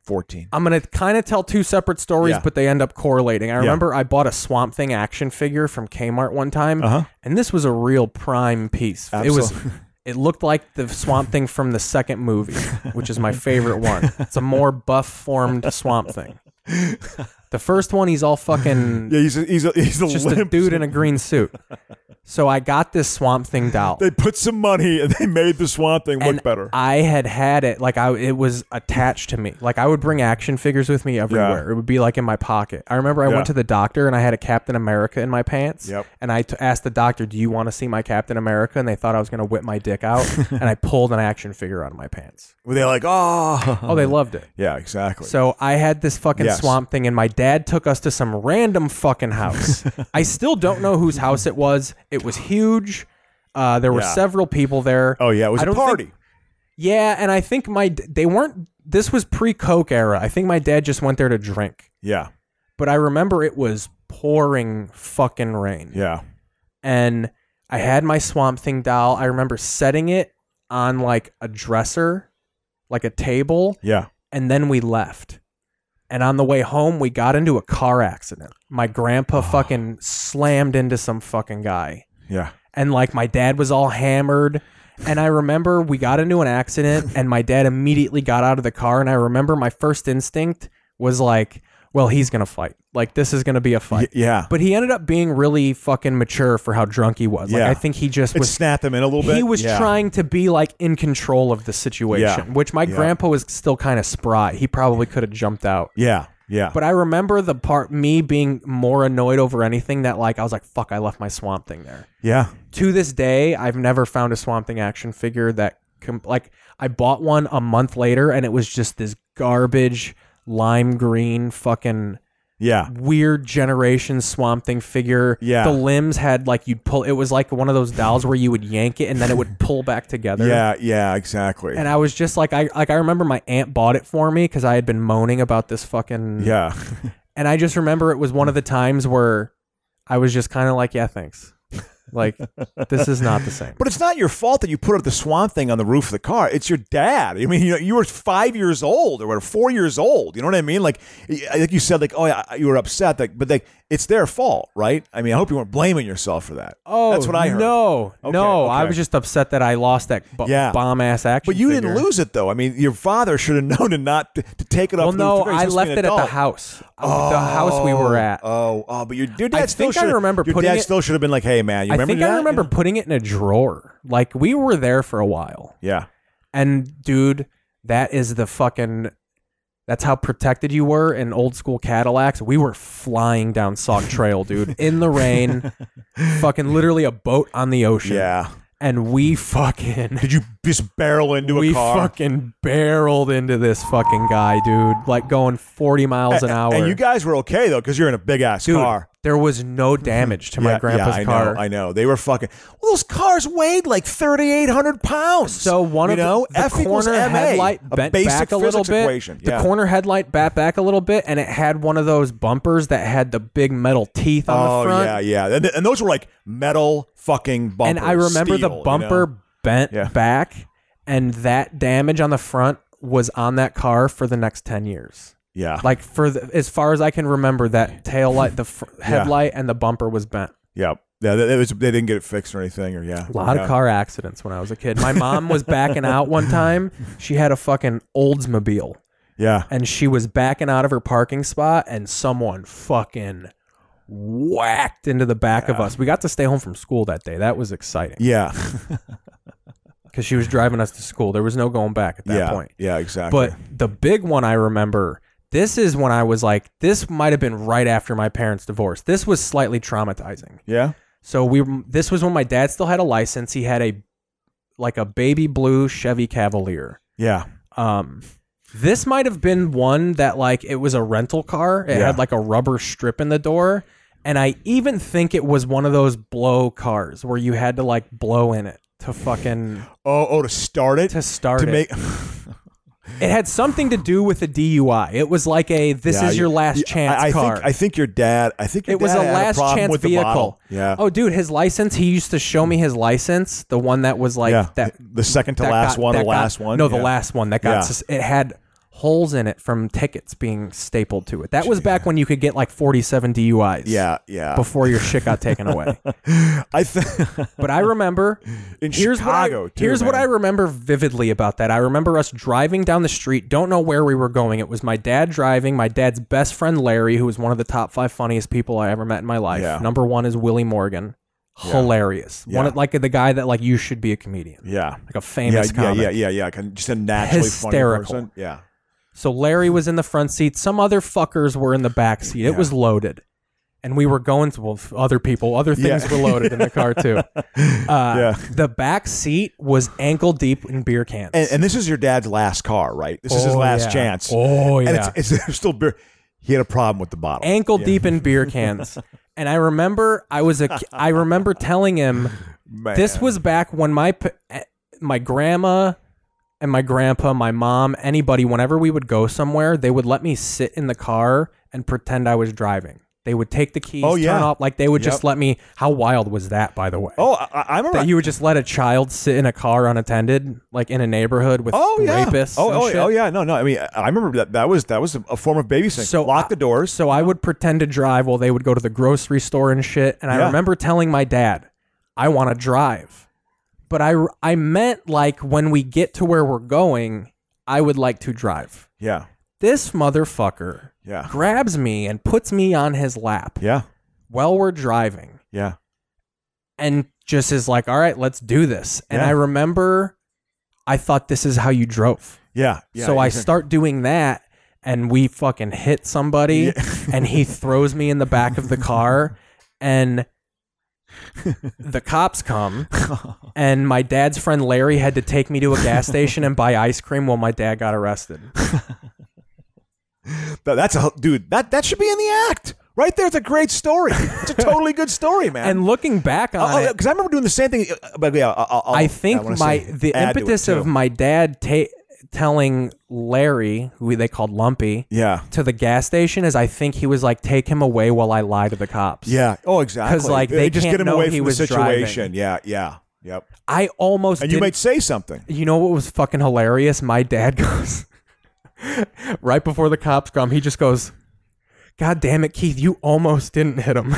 14. I'm gonna kind of tell two separate stories, Yeah. but they end up correlating. I remember I bought a Swamp Thing action figure from Kmart one time, Uh-huh. and this was a real prime piece. It was. Absolutely. It looked like the Swamp Thing from the second movie, which is my favorite one. It's a more buff formed Swamp Thing. The first one, he's all fucking Yeah, he's a, he's a, he's a just a limp. dude in a green suit. So I got this Swamp Thing doll. They put some money and they made the Swamp Thing and look better. I had had it like I it was attached to me. Like I would bring action figures with me everywhere. It would be like in my pocket. I remember I Yeah. went to the doctor and I had a Captain America in my pants. Yep. And I t- asked the doctor, "Do you want to see my Captain America?" And they thought I was going to whip my dick out. and I pulled an action figure out of my pants. Were they like, oh, Oh, they loved it. yeah, exactly. So I had this fucking Yes. swamp thing, and my dad took us to some random fucking house. I still don't know whose house it was. It was huge. Uh, there were Yeah. several people there. oh yeah, it was I a don't think- party. yeah, and I think my d- they weren't. This was pre Coke era. I think my dad just went there to drink, yeah, but I remember it was pouring fucking rain, yeah, and I had my Swamp Thing doll. I remember setting it on like a dresser, like a table, yeah. and then we left. And on the way home, we got into a car accident. My grandpa fucking slammed into some fucking guy Yeah. and like my dad was all hammered and i remember we got into an accident and my dad immediately got out of the car and i remember my first instinct was like well he's gonna fight like this is gonna be a Y- fight yeah. but he ended up being really fucking mature for how drunk he was like Yeah. i think he just it was snapped them in a little bit. he was Yeah. trying to be like in control of the situation Yeah. which my Yeah. grandpa was still kind of spry he probably could have jumped out Yeah, yeah. but I remember the part me being more annoyed over anything that like I was like fuck I left my swamp thing there yeah, to this day, I've never found a Swamp Thing action figure that com- like I bought one a month later and it was just this garbage lime green fucking yeah. weird generation Swamp Thing figure. Yeah. the limbs had like you'd pull. It was like one of those dolls where you would yank it and then it would pull back together. Yeah, yeah, exactly. And I was just like, I like I remember my aunt bought it for me because I had been moaning about this fucking. yeah. And I just remember it was one of the times where I was just kind of like, yeah, thanks. Like this is not the same. But it's not your fault that you put up the swan thing on the roof of the car. It's your dad. I mean, you, know, you were five years old or whatever, four years old. You know what I mean? Like, I think you said, like, oh, yeah, you were upset. Like, but like, it's their fault, right? I mean, I hope you weren't blaming yourself for that. Oh, that's what I heard. No, Okay, no, I okay. was just upset that I lost that b- Yeah. bomb ass action. But you didn't figure. lose it though. I mean, your father should have known to not to, to take it Well, off. the roof no, of the car. He's I supposed to left be an it at the adult. house, Uh, the house we were at. Oh, oh, but your, your dad I still think I should have- remember your putting dad it- still should have been like, hey man, you I remember think that? I remember putting it in a drawer. Like we were there for a while, Yeah. and dude, that is the fucking. That's how protected you were in old school Cadillacs. We were flying down Sauk Trail, dude, in the rain, fucking literally a boat on the ocean. Yeah. and we fucking Did you just barrel into we a car? fucking barreled into this fucking guy, dude. Like going 40 miles an hour. And you guys were okay though, because you're in a big ass dude, car. Mm-hmm. there was no damage to my yeah, grandpa's yeah, I car. Know, I know. They were fucking. Well, those cars weighed like 3,800 pounds. so one you of know, the, the F equals corner MA, headlight a bent basic back a little physics bit. Equation. The yeah. corner headlight bent back a little bit, and it had one of those bumpers that had the big metal teeth on Oh the front. yeah, yeah. And, and those were like metal fucking bumpers. and I steel, remember you the know? bumper bent Yeah. back, and that damage on the front was on that car for the next 10 years. Yeah. like for the, as far as I can remember, that tail light, the fr- headlight, and the bumper was bent. yeah. Yeah. That, that was, they didn't get it fixed or anything. Or yeah. A lot Yeah. of car accidents when I was a kid. My mom was backing out one time. She had a fucking Oldsmobile, Yeah. and she was backing out of her parking spot, and someone fucking whacked into the back of us. We got to stay home from school that day. That was exciting Yeah. because she was driving us to school. There was no going back at that yeah. point. Yeah, exactly. But the big one I remember, this is when I was like, this might have been right after my parents' divorce. This was slightly traumatizing. yeah. So we this was when my dad still had a license. He had a like a baby blue Chevy Cavalier. Yeah. Um this might have been one that like it was a rental car. It Yeah. had like a rubber strip in the door. And I even think it was one of those blow cars where you had to like blow in it to fucking Oh, oh, to start it. to start to it. make It had something to do with a DUI. It was like a this Yeah, is you- your last you- chance I, I car. Think, I think your dad. I think your it was dad a had last problem chance with the vehicle. bottle. yeah. Oh, dude, his license. He used to show me his license, the one that was like yeah. that. the second to that last got- one. The that got- last one. No, the yeah. last one that got. Yeah. sus- it had holes in it from tickets being stapled to it. That was back when you could get like forty-seven DUIs. Yeah. Yeah. Before your shit got taken away. I think But I remember In here's Chicago, What I, too, here's what man. I remember vividly about that. I remember us driving down the street. Don't know where we were going. It was my dad driving. My dad's best friend Larry, who was one of the top five funniest people I ever met in my life. Yeah. Number one is Willie Morgan. Hilarious. One Yeah. of, like the guy that like you should be a comedian. yeah. Like a Yeah, famous yeah, comic. yeah, yeah, yeah. Can- Just a naturally Hysterical. funny person. Yeah, So Larry was in the front seat. Some other fuckers were in the back seat. It Yeah. was loaded. And we were going to well, other people. Other things Yeah. were loaded in the car too. Uh, Yeah. The back seat was ankle deep in beer cans. and, and this is your dad's last car, right? This is his Oh, last yeah. chance. Oh yeah, and it's, it's there's still beer. He had a problem with the bottle. ankle deep in beer cans. and I remember I was a ki- I remember telling him Man. this was back when my p- eh, my grandma and my grandpa, my mom, anybody, whenever we would go somewhere, they would let me sit in the car and pretend I was driving. They would take the keys, Oh, yeah. turn off, like they would just Yep. let me. How wild was that, by the way? Oh, I, I- I'm that around. you would just let a child sit in a car unattended, like in a neighborhood with Oh yeah. rapists. oh, and oh, shit. oh yeah. No, no. I mean, I- I remember that. That was that was a form of babysitting. So lock I- the doors. So I would pretend to drive while they would go to the grocery store and shit. And I Yeah. remember telling my dad, I want to drive. But I, I meant like when we get to where we're going, I would like to drive. Yeah, This motherfucker yeah, grabs me and puts me on his lap yeah, while we're driving yeah. and just is like, all right, let's do this. And Yeah. I remember I thought this is how you drove. Yeah. yeah so I exactly. start doing that, and we fucking hit somebody, and he throws me in the back of the car, and the cops come, and my dad's friend Larry had to take me to a gas station and buy ice cream while my dad got arrested. Th- That's a dude. That that should be in the act right there. It's a great story. It's a totally good story, man. Uh, And looking Oh, back on it, because I remember doing the same thing. uh, But yeah, I'll, I'll- I I think wanna my say- the add to it, impetus of too. my dad ta- telling Larry, who they called Lumpy, yeah, to the gas station is I think he was like, take him away while I lie to the cops. yeah. Oh, exactly. like, they just can't get him know away he from was the driving. situation. Yeah, yeah, yep. I almost And you didn't- might say something. You know what was fucking hilarious? My dad goes right before the cops come. He just goes, "God damn it, Keith! You almost didn't hit him.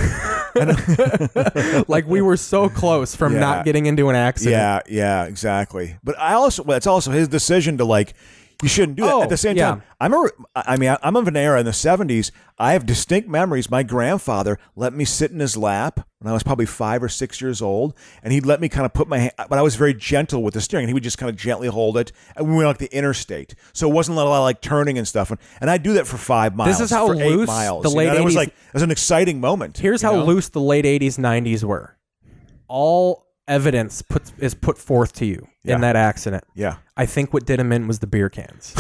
like we were so close from Yeah. not getting into an accident." Yeah, yeah, exactly. But I also well, it's also his decision to like. You shouldn't do that. Oh, At the same yeah. time, I remember. I I mean, I- I'm of an era in the '70s. I have distinct memories. My grandfather let me sit in his lap when I was probably five or six years old, and he'd let me kind of put my hand. But I was very gentle with the steering, and he would just kind of gently hold it. And we went like the interstate, so it wasn't a lot of like turning and stuff. And, and I do that for five miles. is how for eight loose miles. the you know, late and It was 80s like it was an exciting moment. Here's you how know? loose the late '80s, '90s were. All evidence puts is put forth to you Yeah. in that accident. Yeah, I think what did him in was the beer cans.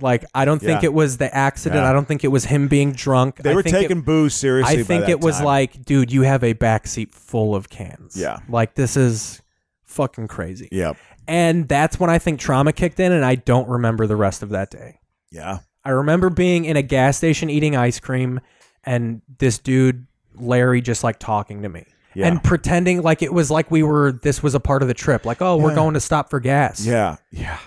like I don't think Yeah. it was the accident. Yeah. I don't think it was him being drunk. they I were think it- taking booze seriously. by I think that it was time. like, dude, you have a backseat full of cans. Yeah. Like this is fucking crazy. yeah, And that's when I think trauma kicked in and I don't remember the rest of that day. yeah. I remember being in a gas station eating ice cream and this dude Larry just like talking to me. Yeah. And pretending like it was like we were this was a part of the trip. Like, oh, we're Yeah. going to stop for gas. Yeah, yeah,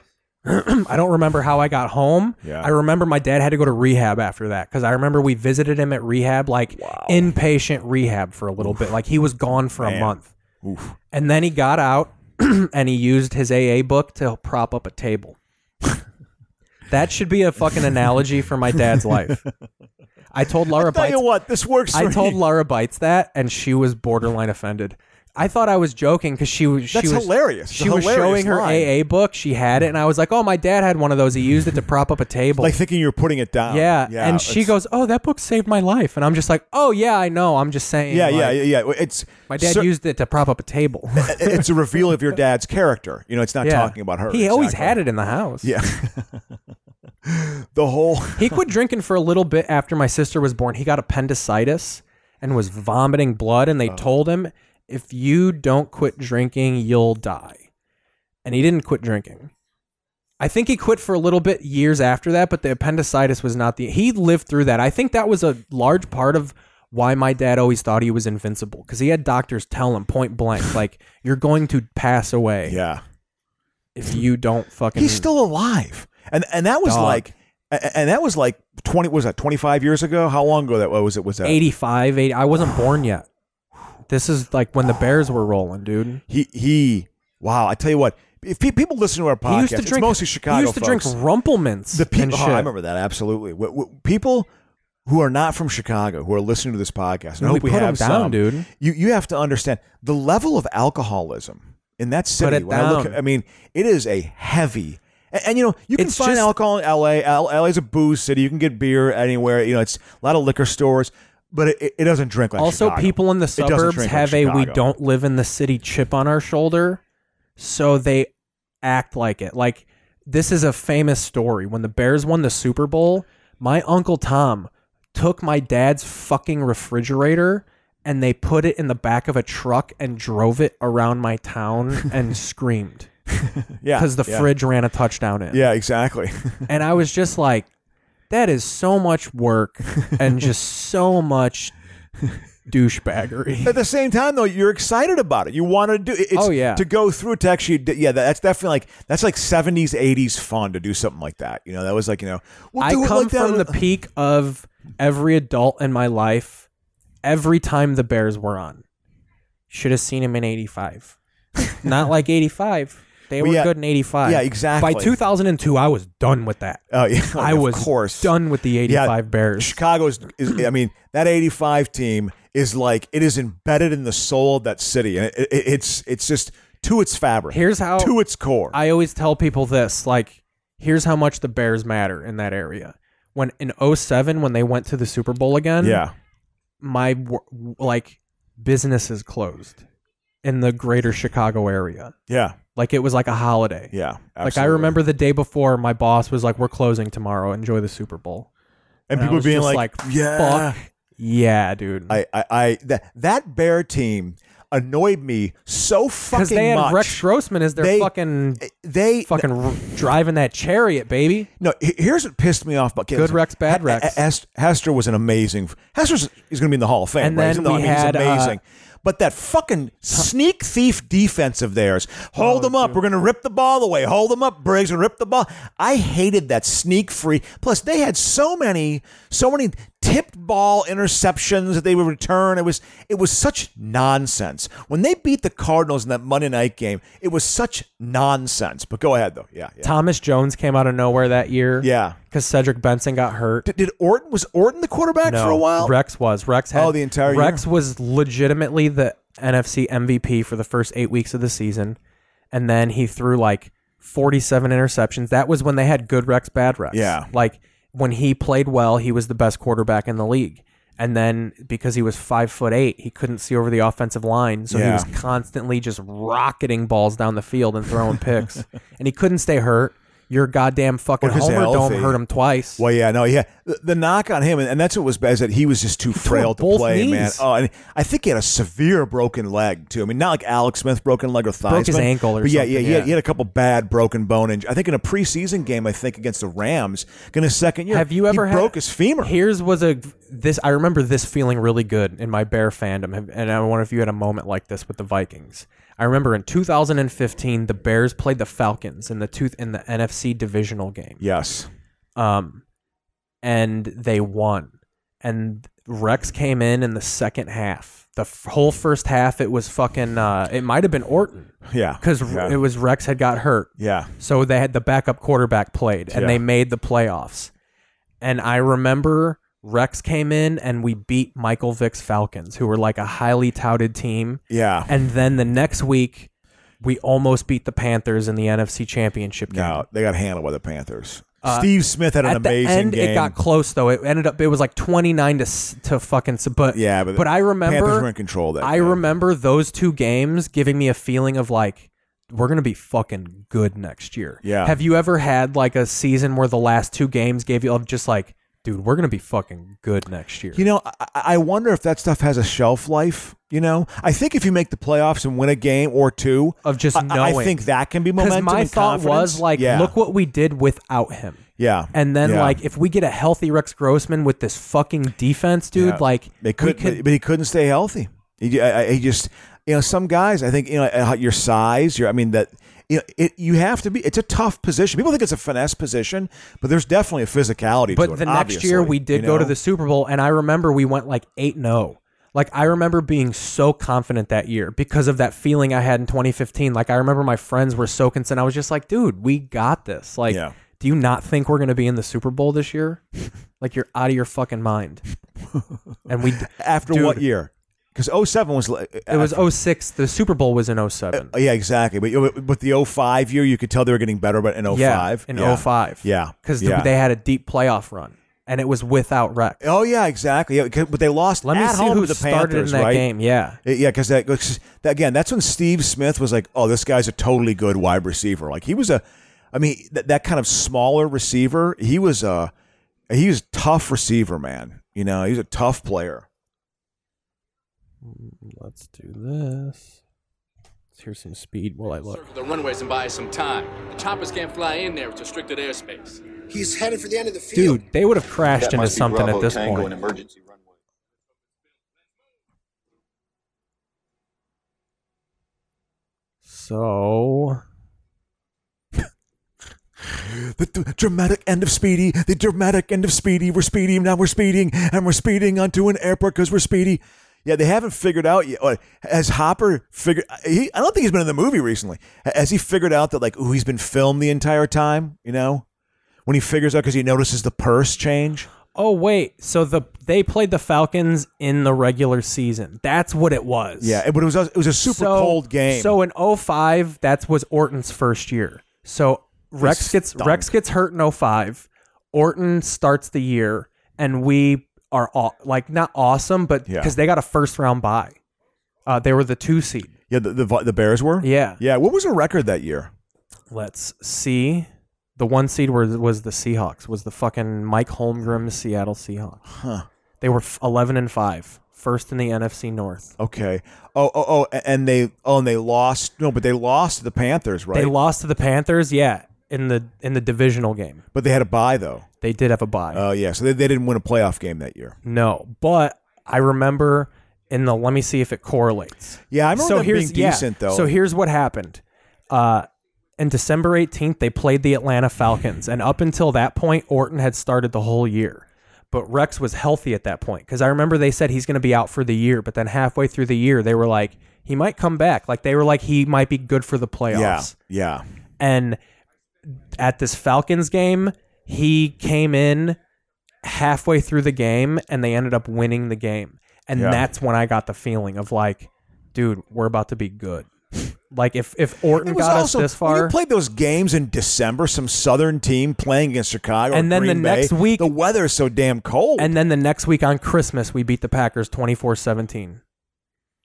I don't remember how I got home. Yeah. I remember my dad had to go to rehab after that because I remember we visited him at rehab, like inpatient rehab for a little bit. Like he was gone for a Man. month. Oof. And then he got out and he used his AA book to prop up a table. that should be a fucking analogy for my dad's life. I told Laura Tell Bites. you what, this works. I for told me. Laura Bites that, and she was borderline offended. I thought I was joking because she was. She That's was, hilarious. It's She a was hilarious showing her line. AA book. She had it, and I was like, "Oh, my dad had one of those. He used it to prop up a table." like thinking you're putting it down. yeah. and she it's- goes, "Oh, that book saved my life," and I'm just like, "Oh yeah, I know. I'm just saying." Yeah, like, yeah, yeah, yeah. It's My dad cer- used it to prop up a table. it's a reveal of your dad's character. You know, it's not yeah. talking about her. He always exactly. had it in the house. Yeah. the whole He quit drinking for a little bit after my sister was born. He got appendicitis and was vomiting blood, and they told him, if you don't quit drinking, you'll die. And he didn't quit drinking. I think he quit for a little bit years after that, but the appendicitis was not the. He lived through that. I think that was a large part of why my dad always thought he was invincible because he had doctors tell him point blank, like, you're going to pass away yeah. if you don't fucking. He's still alive, and and that was Dog. like, a- and that was like twenty. Was that twenty five years ago? How long ago that what was? It was that 85, 80. I wasn't born yet. This is like when the Bears were rolling, dude. he he. Wow, I tell you what. If pe- people listen to our podcast, He used to it's drink mostly Chicago. He used to folks. drink Rumplemints. The and people, shit. I remember that absolutely. W- w- people who are not from Chicago who are listening to this podcast, and I We hope we put 'em have down, some, dude. You you have to understand the level of alcoholism in that city. it when I look, down. at- I mean, it is a heavy. And, and, you know, you can It's find just- alcohol in LA. L- LA is a booze city. You can get beer anywhere. You know, it's a lot of liquor stores, but it- it, it doesn't drink like Also, Chicago. people in the It doesn't suburbs drink like have a we Chicago. don't live in the city chip on our shoulder, so they act like it. Like this is a famous story. When the Bears won the Super Bowl, my uncle Tom took my dad's fucking refrigerator and they put it in the back of a truck and drove it around my town and screamed Yeah, because the yeah. fridge ran a touchdown in. Yeah, exactly. and I was just like, that is so much work and just so much douchebaggery. At the same time, though, you're excited about it. You want to do it. It's, Oh, yeah. To go through it to actually, d- yeah, that's definitely like that's like 70s, 80s fun to do something like that. You know, that was like you know, we'll I do it come like that. from the peak of every adult in my life. Every time the Bears were on, should have seen him in '85. Not like '85. They Well, were yeah. good in '85. Yeah, exactly. By 2002, I was done with that. Oh, yeah, I of was course. done with the Yeah, '85 Bears. Chicago is, is, I mean, that 85 team is like it is embedded in the soul of that city, and it, it, it's it's just to its fabric. Here's how to its core. I always tell people this like, here's how much the Bears matter in that area. When in 07, when they went to the Super Bowl again, yeah, my wor- like businesses closed in the greater Chicago area. yeah, Like it was like a holiday. yeah. Like I absolutely. remember the day before, my boss was like, "We're closing tomorrow. Enjoy the Super Bowl." and I people was being just like, like, yeah, fuck. Yeah, dude. I, I, I that that bear team annoyed me so fucking Because they had much. Rex Grossman as their They- fucking they fucking r- driving that chariot, baby. no. he- Here's what pissed me off about Good Rex, bad Rex. Hest, Hester was an amazing. Hester's he's going to be in the Hall of Fame. And right? then He's in the- we I mean, had, uh, he's amazing. but that fucking sneak thief defense of theirs. Hold Oh, them up. We're going to rip the ball away. Hold them up, Briggs, and rip the ball. I hated that sneak free. Plus, they had so many, so many tipped ball interceptions that they would return. It was, it was such nonsense. When they beat the Cardinals in that Monday night game, it was such nonsense. But go ahead though. Yeah, yeah. Thomas Jones came out of nowhere that year. Yeah. because Cedric Benson got hurt. Did, did Orton was Orton the quarterback for a while? Rex was. Rex had Oh, the entire year? Rex was legitimately the NFC MVP for the first eight weeks of the season, and then he threw like forty-seven interceptions. That was when they had good Rex, bad Rex. Yeah. like when he played well, he was the best quarterback in the league. And then because he was five foot eight, he couldn't see over the offensive line, so he Yeah. was constantly just rocketing balls down the field and throwing picks, and he couldn't stay hurt. Your goddamn fucking Because they're homer dome healthy. hurt him twice. Well, yeah, no, yeah. The, the knock on him, and, and that's what was bad, is that he was just too frail to both play, man. knees. Oh, and I think he had a severe broken leg too. I mean, not like Alex Smith broken leg or thighs, Broke his but- ankle or but yeah, something, yeah, he had, yeah. he had a couple bad broken bone injuries. I think in a preseason game, I think against the Rams, in his second year, Have you ever he had, broke his femur? Here's was a this. I remember this feeling really good in my bear fandom, Have- and I wonder if you had a moment like this with the Vikings. I remember in 2015, the Bears played the Falcons in the tooth in the NFC divisional game, yes, um, and they won. And Rex came in in the second half. The f- whole first half, it was fucking. Uh, it might have been Orton yeah, because yeah. it was Rex had got hurt. yeah, So they had the backup quarterback played and Yeah. they made the playoffs. And I remember Rex came in and we beat Michael Vick's Falcons, who were like a highly touted team. Yeah. And then the next week, we almost beat the Panthers in the NFC Championship game. No, they got handled by the Panthers. Steve Smith had an Uh, At the amazing end, game. it got close though. It ended up it was like twenty nine to s- to fucking. s- But yeah, but, I remember Panthers were in control that. I game. remember those two games giving me a feeling of like we're gonna be fucking good next year. Yeah. Have you ever had like a season where the last two games gave you of just like, dude, we're gonna be fucking good next year? You know, I, I wonder if that stuff has a shelf life. You know, I think if you make the playoffs and win a game or two, Of just I- I, knowing. think that can be Because momentum. my and thought confidence. was like, yeah. look what we did without him. yeah, And then Yeah. like, if we get a healthy Rex Grossman with this fucking defense, dude, Yeah. like they we could, could but, but he couldn't stay healthy. He, ju- I, I- he just, you know, some guys. I think you know uh, your size. Your, I mean that. You know, it you have to be. It's a tough position. People think it's a finesse position, but there's definitely a physicality. to But it, the next year obviously, we you did go to know? the Super Bowl, and I remember we went like eight 0 Like I remember being so confident that year because of that feeling I had in 2015. Like I remember my friends were so concerned. I was just like, dude, we got this. Like, Yeah. do you not think we're gonna be in the Super Bowl this year? like you're out of your fucking mind. and we after Dude. what year? Because 07 was uh, it was 06. The Super Bowl was in 07. yeah exactly. But but the 05 year, you could tell they were getting better. But in 05, yeah, in yeah. 05. Yeah. because Yeah. they had a deep playoff run, and it was without Rex. Oh yeah, exactly. Yeah, 'cause- but they lost Let me at see home who to the started Panthers, in that right? game. Yeah. Yeah, because that, 'cause that- again, that's when Steve Smith was like, "Oh, this guy's a totally good wide receiver." Like he was a, I mean, that that kind of smaller receiver. He was a, he was a tough receiver, man. You know, he was a tough player. Let's do this. Let's hear some speed while I look. Circle the runways and buy us some time. The choppers can't fly in there. It's restricted airspace. He's headed for the end of the field. Dude, they would have crashed That into must be something Bravo at this Tango point. and emergency runway. so The, the dramatic end of Speedy. The dramatic end of Speedy. We're speeding now. We're speeding and we're speeding onto an airport because we're speedy. Yeah, they haven't figured out yet. uh, Has Hopper figured? He, I don't think he's been in the movie recently. Has he figured out that like, ooh, he's been filmed the entire time? You know, when he figures out because he notices the purse change. Oh wait, so the they played the Falcons in the regular season. That's what it was. Yeah, but it was a, it was a super So- cold game. So in 05, that was Orton's first year. So Rex gets stunk. Rex gets hurt in 05. Orton starts the year and we are all, like not awesome, but Yeah. because they got a first round bye. Uh, they were the 2 seed. yeah, the, the the Bears were. Yeah. yeah. What was the record that year? Let's see. The one seed was was the Seahawks. Was the fucking Mike Holmgren Seattle Seahawks? Huh. They were f- eleven and five, first in the NFC North. Okay. Oh, oh, oh, a- and they oh, and they lost. No, but they lost to the Panthers, right? They lost to the Panthers. Yeah, in the in the divisional game, but they had a bye though. they did have a bye. Oh yeah, so they, they didn't win a playoff game that year. no, but I remember in the. Let me see if it correlates. Yeah, I remember so them here's being yeah, decent though. So here's what happened. Uh, in December 18th, they played the Atlanta Falcons, and up until that point, Orton had started the whole year. But Rex was healthy at that point because I remember they said he's going to be out for the year, but then halfway through the year, they were like, he might come back. Like they were like, he might be good for the playoffs. yeah, yeah, And at this Falcons game, he came in halfway through the game and they ended up winning the game. And Yeah. that's when I got the feeling of like, dude, we're about to be good. like if if Orton It was got also- us this when far, We played those games in December. Some Southern team playing against Chicago, or And then the Green Bay. next week- the weather is so damn cold. and then the next week on Christmas, we beat the Packers 24-17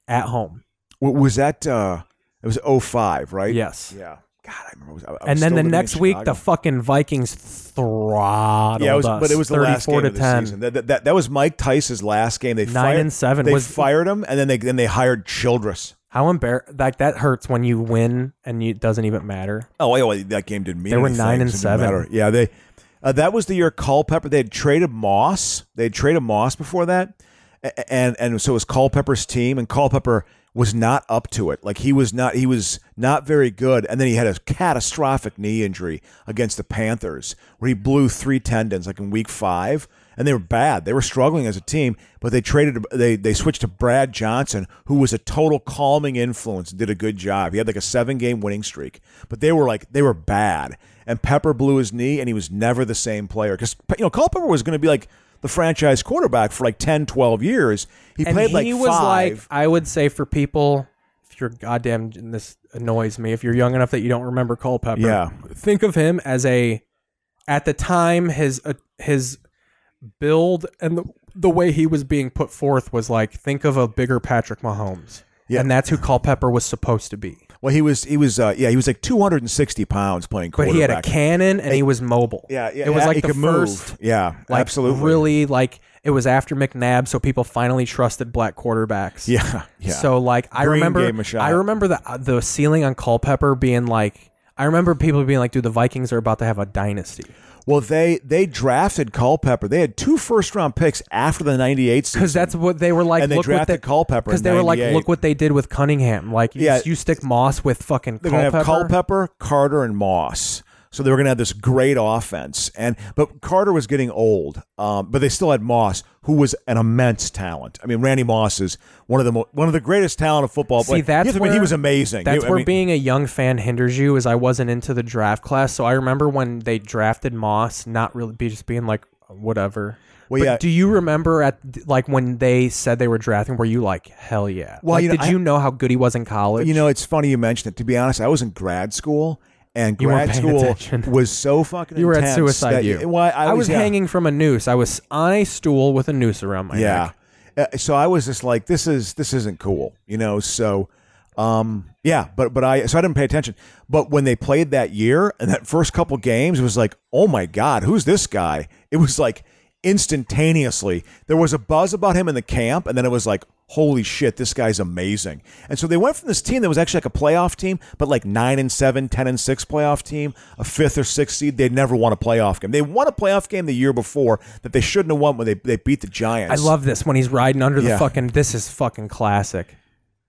at home. W- was that uh, it was 05, right? Yes. Yeah. God, I remember. I was- I was and then still the living in next week, Chicago. the fucking Vikings throttled yeah, it was, us, but it was the last game to of the season. That, that, that was Mike Tice's last game. They Nine fired, and seven. They Was- fired him, and then they then they hired Childress. How embarrassing! Like that hurts when you win and you, it doesn't even matter. Oh, yeah, well, that game didn't mean They were anything, nine and so it didn't seven. matter. Yeah, they. Uh, that was the year Culpepper. They had traded Moss. They had traded Moss before that, A- and and so it was Culpepper's team, and Culpepper was not up to it. Like he was not. He was not very good. And then he had a catastrophic knee injury against the Panthers, where he blew three tendons, like in week five. And they were bad. They were struggling as a team, but they traded. They they switched to Brad Johnson, who was a total calming influence and did a good job. He had like a seven game winning streak, but they were like they were bad. And Pepper blew his knee, and he was never the same player because you know Culpepper was going to be like the franchise quarterback for like 10, 12 years. He and played he like was five. like I would say for people if you're goddamn and this annoys me if you're young enough that you don't remember Culpepper. Yeah. Think of him as a at the time his uh, his build and the the way he was being put forth was like think of a bigger Patrick Mahomes. Yeah. And that's who Culpepper was supposed to be. well, he was he was uh, yeah he was like 260 pounds playing But quarterback. he had a cannon and he was mobile. Yeah, yeah, It was yeah, like he the could move. first Yeah, like absolutely. really like it was after McNabb, so people finally trusted black quarterbacks. Yeah, yeah. So like I Green remember, gave him a shot. I remember the uh, the ceiling on Culpepper being like, I remember people being like, dude, the Vikings are about to have a dynasty Well, they they drafted Culpepper. They had two first round picks after the '98 season. because that's what they were like. And they look what drafted Culpepper in because they were like, 98. look what they did with Cunningham. Like, you, Yeah. you stick Moss with fucking they're going to Culpepper. have Culpepper, Carter, and Moss. So they were going to have this great offense, and but Carter was getting old. Um, but they still had Moss, who was an immense talent. I mean, Randy Moss is one of the mo- one of the greatest talent of football. See, that's I where, mean, he was amazing. That's He- I where mean, being a young fan hinders you. Is I wasn't into the draft class, so I remember when they drafted Moss, not really be just being like whatever. Well, But yeah. Do you remember at like when they said they were drafting? Were you like hell yeah? Well, Like, you know, did I- you know how good he was in college? You know, it's funny you mentioned it. To be honest, I was in grad school, and You weren't grad paying school attention. was so fucking. you were at intense Suicide that- U. Well, I, was yeah. hanging from a noose. I was on a stool with a noose around my neck. Yeah. Uh, so I was just like, this is this isn't cool, you know. So, um, yeah, but but I so I didn't pay attention. But when they played that year and that first couple games, it was like, oh my god, who's this guy? It was like instantaneously there was a buzz about him in the camp, and then it was like. Holy shit, this guy's amazing. And so they went from this team that was actually like a playoff team, but like 9 and 7, 10 and 6 playoff team, a fifth or sixth seed. They'd never won a playoff game. They won a playoff game the year before that they shouldn't have won when they, they beat the I Giants. love this when he's riding under the Yeah. fucking. This is fucking classic.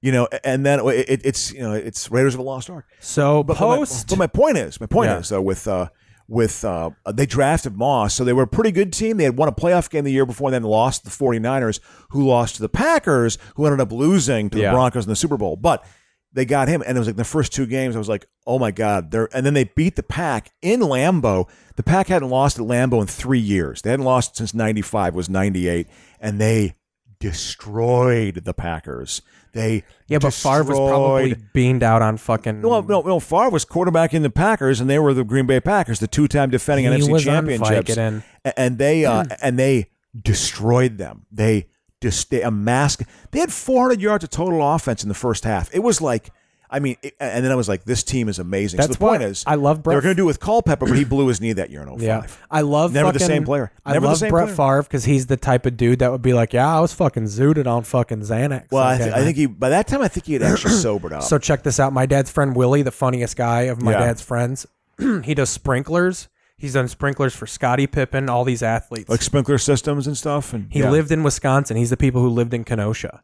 you know, and then it, it- it's you know it's Raiders of the Lost Ark. So But post, but my, but my point is, my point Yeah. is though with uh, with uh, they drafted Moss, so they were a pretty good team. They had won a playoff game the year before, and then lost to the 49ers, who lost to the Packers, who ended up losing to Yeah. the Broncos in the Super Bowl. But they got him, and it was like the first two games, I was like, oh my god, they're and then they beat the Pack in Lambeau. The Pack hadn't lost at Lambeau in three years. They hadn't lost since '95 was '98, and they destroyed the Packers. They yeah, but Favre was probably destroyed- beamed out on fucking. no, no, no. Favre was quarterbacking the Packers, and they were the Green Bay Packers, the two-time defending He NFC was on Mm. championships, Vicodin. A- and they uh, and they destroyed them. They just they amassed. They had 400 yards of total offense in the first half. It was like, I mean, it- and then I was like, this team is amazing. so That's the point why is, I love They were Brett- going to do it with Culpepper, but he blew his knee that year in 05. Yeah, I love Never the fucking- same player. I Never the love same Brett player. Favre because he's the type of dude that would be like, "Yeah, I was fucking zooted on fucking Xanax." Well, I, Okay, th- I man. think he by that time I think he had actually sobered up. So check this out. My dad's friend Willie, the funniest guy of my Yeah. dad's friends, he does sprinklers. He's done sprinklers for Scottie Pippen, all these athletes. like sprinkler systems and stuff, and he yeah. lived in Wisconsin. He's the people who lived in Kenosha.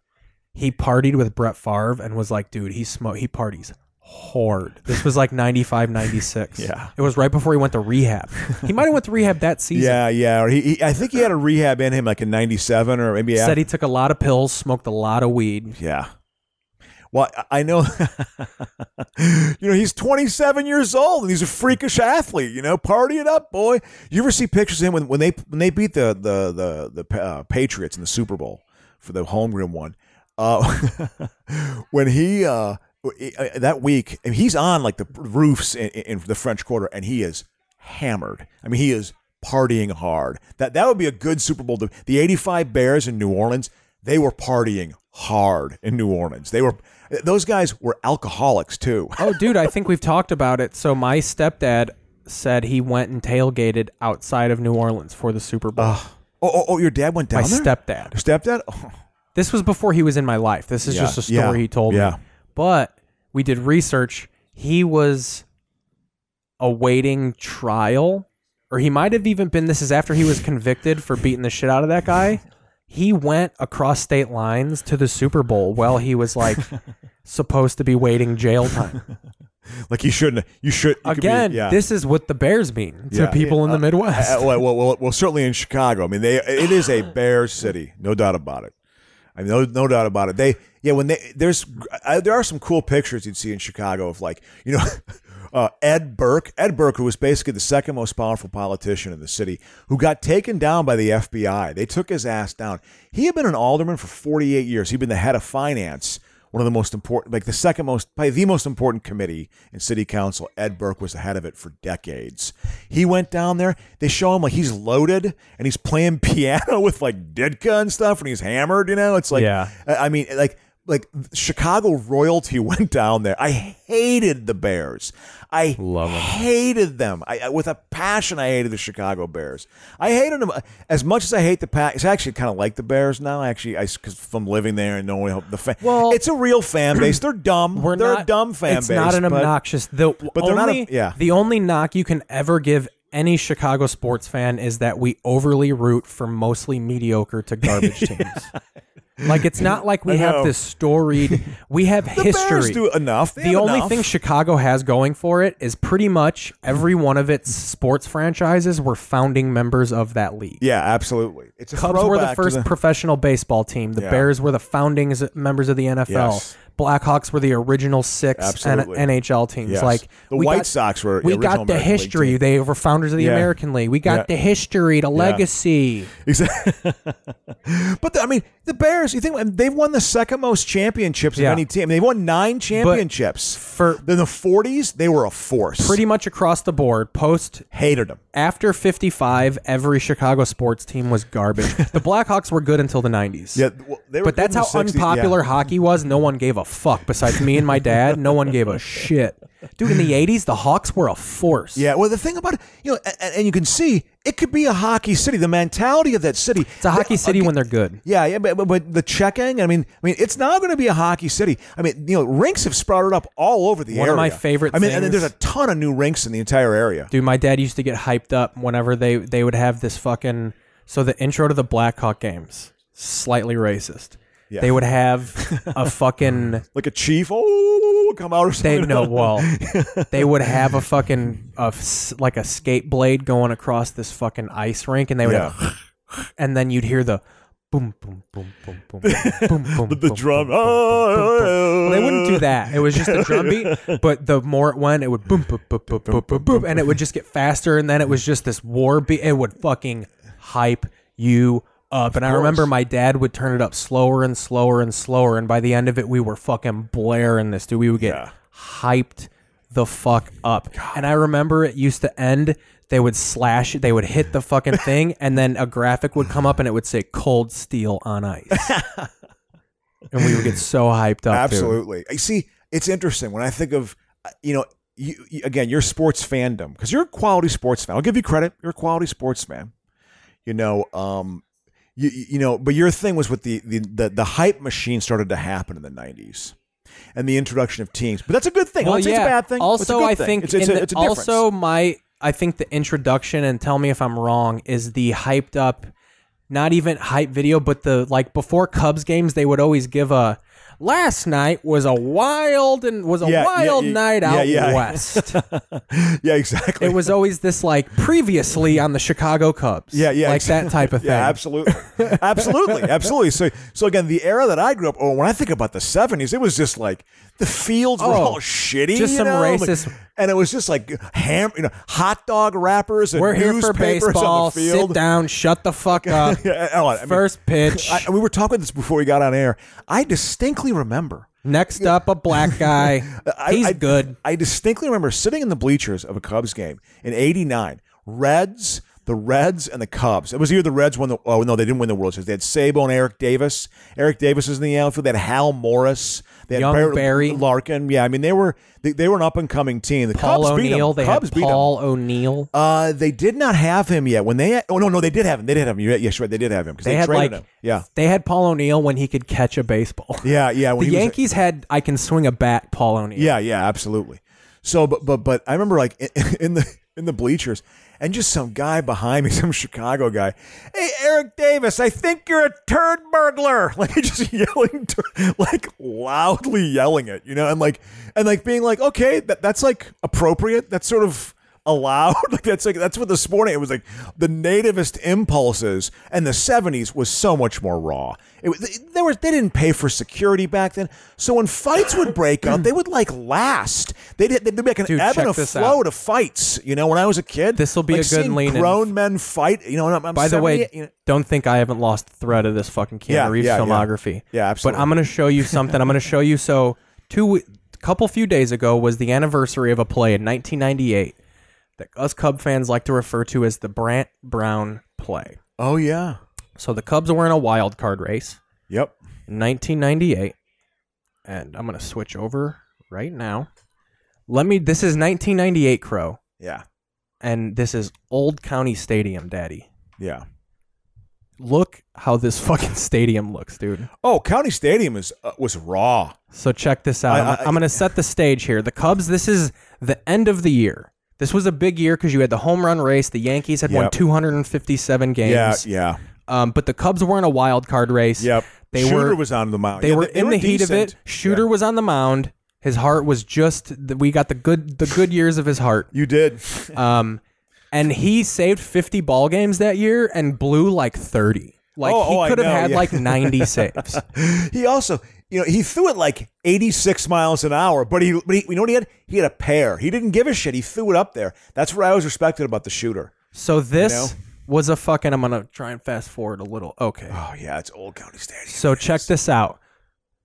He partied with Brett Favre and was like, dude, he smo- he parties hard. This was like 95, 96. Yeah. It was right before he went to rehab. He might have went to rehab that season. Yeah, yeah. Or he, he, I think he had a rehab in him, like in '97 or maybe after. Said he took a lot of pills, smoked a lot of weed. Yeah. Well, I- I know, you know, he's 27 years old and he's a freakish athlete. You know, party it up, boy. You ever see pictures of him when, when they when they beat the the the the uh, Patriots in the Super Bowl for the homegrown one? Uh, when he uh, uh, that week, and he's on like the roofs in, in the French Quarter, and he is hammered. I mean, he is partying hard. That that would be a good Super Bowl. The- The '85 Bears in New Orleans, they were partying hard in New Orleans. They were those guys were alcoholics too. Oh, dude, I think we've talked about it. So my stepdad said he went and tailgated outside of New Orleans for the Super Bowl. Oh, oh, oh your dad went my down there. stepdad. Your stepdad. Oh, This was before he was in my life. This is Yeah, just a story yeah, he told yeah. me. But we did research. He was awaiting trial, or he might have even been. This is after he was convicted for beating the shit out of that guy. He went across state lines to the Super Bowl while he was like supposed to be waiting jail time. like you shouldn't. You should you could be- Again, yeah. this is what the Bears mean to Yeah. people in the Uh, Midwest. Uh, well, well, well, well, certainly in Chicago. I mean, they it is a bear city, no doubt about it. I mean, no, no doubt about uh, it. They yeah, when they there's I, there are some cool pictures you'd see in Chicago of like you know. uh, Ed Burke. Ed Burke, who was basically the second most powerful politician in the city, who got taken down by the FBI. They took his ass down. He had been an alderman for 48 years. He'd been the head of finance, one of the most important, like the second most, probably the most important committee in city council. Ed Burke was the head of it for decades. He went down there. They show him like he's loaded and he's playing piano with like Ditka and stuff, and he's hammered. You know, it's like, Yeah. I I mean, like like Chicago royalty went down there. I hated the Bears. I Love 'em. hated them. I, I- with a passion. I hated the Chicago Bears. I hated them as much as I hate the Packers. I actually kind of like the Bears now. Actually, I cause from living there and knowing how the fan. Well- it's a real fan base. They're dumb. We're they're not, a dumb fan it's base. not an but- obnoxious. The but they're only, not a- yeah. The only knock you can ever give any Chicago sports fan is that we overly root for mostly mediocre to garbage teams. Like it's not like we I have know. this storied. We have The history. Bears do enough. They the have only enough. thing Chicago has going for it is pretty much every one of its sports franchises were founding members of that league. yeah, absolutely. It's a Cubs were throwback to the first professional baseball team. The Yeah. Bears were the founding s- members of the NFL. Yes. Blackhawks were the original six N- Absolutely. NHL teams. Yes. Like The we White got- Sox were We the got original the American League history. team. They were founders of the Yeah. American League. We got Yeah. the history, the legacy. Exactly. but the, I mean, the Bears. You think they've won the second most championships Yeah. of any team? They've won nine championships. for- in the forties, they were a force. Pretty much across the board, post hated them. after 55, every Chicago sports team was garbage. the Blackhawks were good until the 90s. Yeah, well, they were But good that's in how the 60s, unpopular yeah. hockey was. No one gave a fuck besides me and my dad. No one gave a shit. Dude, in the 80s, the Hawks were a force. Yeah, well, the thing about it, you know, and, and you can see it could be a hockey city. The mentality of that city. It's a hockey city when they're good. Yeah, yeah, but, but, but the checking. I mean, I mean, it's now going to be a hockey city. I mean, you know, rinks have sprouted up all over the One area. of my favorite I mean, and then things- there's a ton of new rinks in the entire area. Dude, my dad used to get hyped up whenever they, they would have this fucking. So the intro to the Blackhawk games, slightly racist. Yeah. They would have a fucking. Like a chief, oh, come out or They something. no well, they would have a fucking a s like a skate blade going across this fucking ice rink, and they would, Yeah. have, and then you'd hear the boom boom boom boom boom boom boom. the boom, drum. boom, boom, boom, boom, boom. Well, they wouldn't do that. It was just the drum beat, but the more it went, it would boom boom boom boom boom boom, boom and it would just get faster, and then it was just this war beat. It would fucking hype you. Up and I remember my dad would turn it up slower and slower and slower, and by the end of it, we were fucking blaring this dude. We would get hyped the fuck up. And I remember it used to end. They would slash. They would hit the fucking thing, and then a graphic would come up, and it would say "Cold Steel on Ice," and we would get so hyped up. dude. Absolutely. I see. It's interesting when I think of uh, you know you, you- again your sports fandom because you're a quality sports fan. I'll give you credit. You're a quality sports fan. You know, um, you, you you know, but your thing was with the, the the the hype machine started to happen in the '90s, and the introduction of teams. But that's a good thing. Well, I'll say yeah. it's a bad thing. Also, It's a good I thing. think it's, it's in a, the- it's a difference. also my I think the introduction and tell me if I'm wrong is the hyped up, not even hype video, but the like before Cubs games they would always give a. Last night was a wild and was a Yeah, yeah, wild yeah, night yeah, out yeah. west. yeah, exactly. it was always this like previously on the Chicago Cubs. Yeah, yeah, like that type of thing. Yeah, absolutely, absolutely, absolutely. So, so again, the era that I grew up. Oh, when I think about the seventies, it was just like the fields were Oh, all shitty, just you some know? Like, racist- and it was just like ham, you know, hot dog wrappers and We're here for newspapers baseball. on the field. Sit down. Shut the fuck up. Yeah, oh, I- I mean- First pitch. I, we were talking this before we got on air. I distinctly remember. Next up, a black guy. I, He's I- good. I distinctly remember sitting in the bleachers of a Cubs game in '89. Reds, the Reds, and the Cubs. It was either the Reds won the. Oh no, they didn't win the World Series. They had Sabo and Eric Davis. Eric Davis is in the outfield. They had Hal Morris. They had Young Bar- Barry. Larkin. Yeah, I mean they were they, they were an up and coming team. The Paul Cubs beat 'em. O'Neill. They Cubs had beat 'em. Paul O'Neill. Uh, they did not have him yet. When they oh no no they did have him. They did have him. You're right. Yes, you're right. They did have him because They they, had traded like him. Yeah. They had Paul O'Neill when he could catch a baseball. Yeah, yeah. The When he was a- Yankees had I can swing a bat. Paul O'Neill. Yeah, yeah, absolutely. So, but but but I remember like in, in the in the bleachers, and just some guy behind me, some Chicago guy. Hey, Eric Davis, I think you're a turd burglar. Like just yelling, tur- like loudly yelling it, you know, and like and like being like, okay, that, that's like appropriate. That's sort of allowed? Like that's like that's what this morning it was like the nativist impulses and the 70s was so much more raw. It, was- there was they didn't pay for security back then. So when fights would break out, they would like last. They did they'd be like an Dude, ebb and check a this flow out. to fights. You know, when I was a kid, This'll be like a good seeing lean-in. Grown men fight. You know, and I'm, I'm By the 78, way, you know- don't think I haven't lost the thread of this fucking Keanu Yeah, Reeves yeah, yeah. filmography. Yeah, absolutely. But I'm going to show you something. I'm going to show you. So, two, couple few days ago was the anniversary of a play in 1998 that us Cub fans like to refer to as the Brant Brown play. oh yeah, So the Cubs were in a wild card race yep. in 1998, and I'm going to switch over right now. Let me. This is 1998 Crow, Yeah. and this is Old County Stadium, Daddy. Yeah. Look how this fucking stadium looks, dude. Oh, County Stadium is uh, was raw. So check this I- out. I, I- am going to set the stage here. The Cubs, this is the end of the year. This was a big year because you had the home run race. The Yankees had won Yep. 257 games. Yeah, yeah, Um, but the Cubs were in a wild card race. yep. They Shooter were was on the mound. they Yeah, were in the heat of it. decent. Shooter was on the mound. His heart was just we got the good the good years of his heart. You did. Um, and he saved 50 ball games that year and blew like 30. Like Oh, he oh, I could have know, had yeah. like 90 saves. he also, you know, he threw it like 86 miles an hour, but he, but he, you know what he had? He had a pair. He didn't give a shit. He threw it up there. That's what I always respected about the shooter. So this know? was a fucking. I'm gonna try and fast forward a little. Okay. Oh yeah, it's Old County Stadium. So check this out.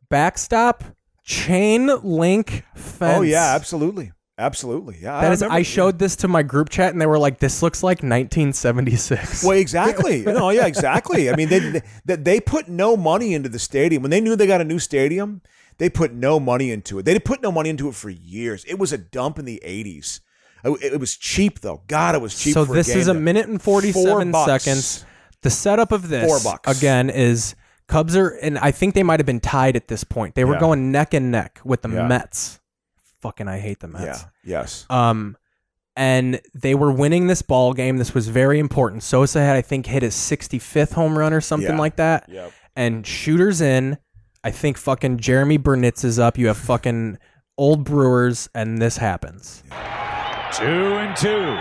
Backstop chain link fence. Oh yeah, absolutely, absolutely. Yeah, That is. remember- I showed this to my group chat and they were like, "This looks like 1976." Well, exactly. no, yeah, exactly. I mean, they, they that they put no money into the stadium when they knew they got a new stadium. They put no money into it. They didn't put no money into it for years. It was a dump in the '80s. It, it was cheap though. God, it was cheap. so for this game is a to- minute and Four 47 bucks. seconds. The setup of this Four bucks. again is Cubs are, and I think they might have been tied at this point. They were Yeah. going neck and neck with the Yeah. Mets. Fucking, I hate the Mets. Yeah. Yes. Um, and they were winning this ball game. This was very important. Sosa had, I think, hit his 65th home run or something Yeah. like that. Yep. And shooters in. I think fucking Jeremy Burnitz is up. You have fucking old Brewers, and this happens. Two and two.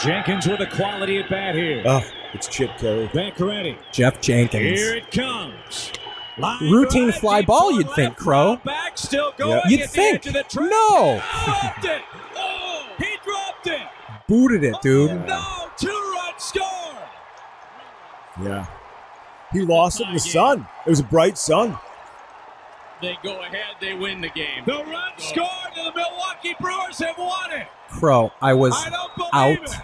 Jenkins with a quality at bat here. Oh, it's Chip Carey. Back ready. Jeff Jenkins. Here it comes. Line Routine drive fly deep ball, to you'd left, think, Crow. Back still going. You'd at the think. edge of the track. No. Dropped it. Oh, he dropped it. Booted it, dude. No, two run score. Yeah. He lost it in the sun. It was a bright sun. They go ahead, they win the game. The run scored, and the Milwaukee Brewers have won it. Crow, I was I don't believe out it.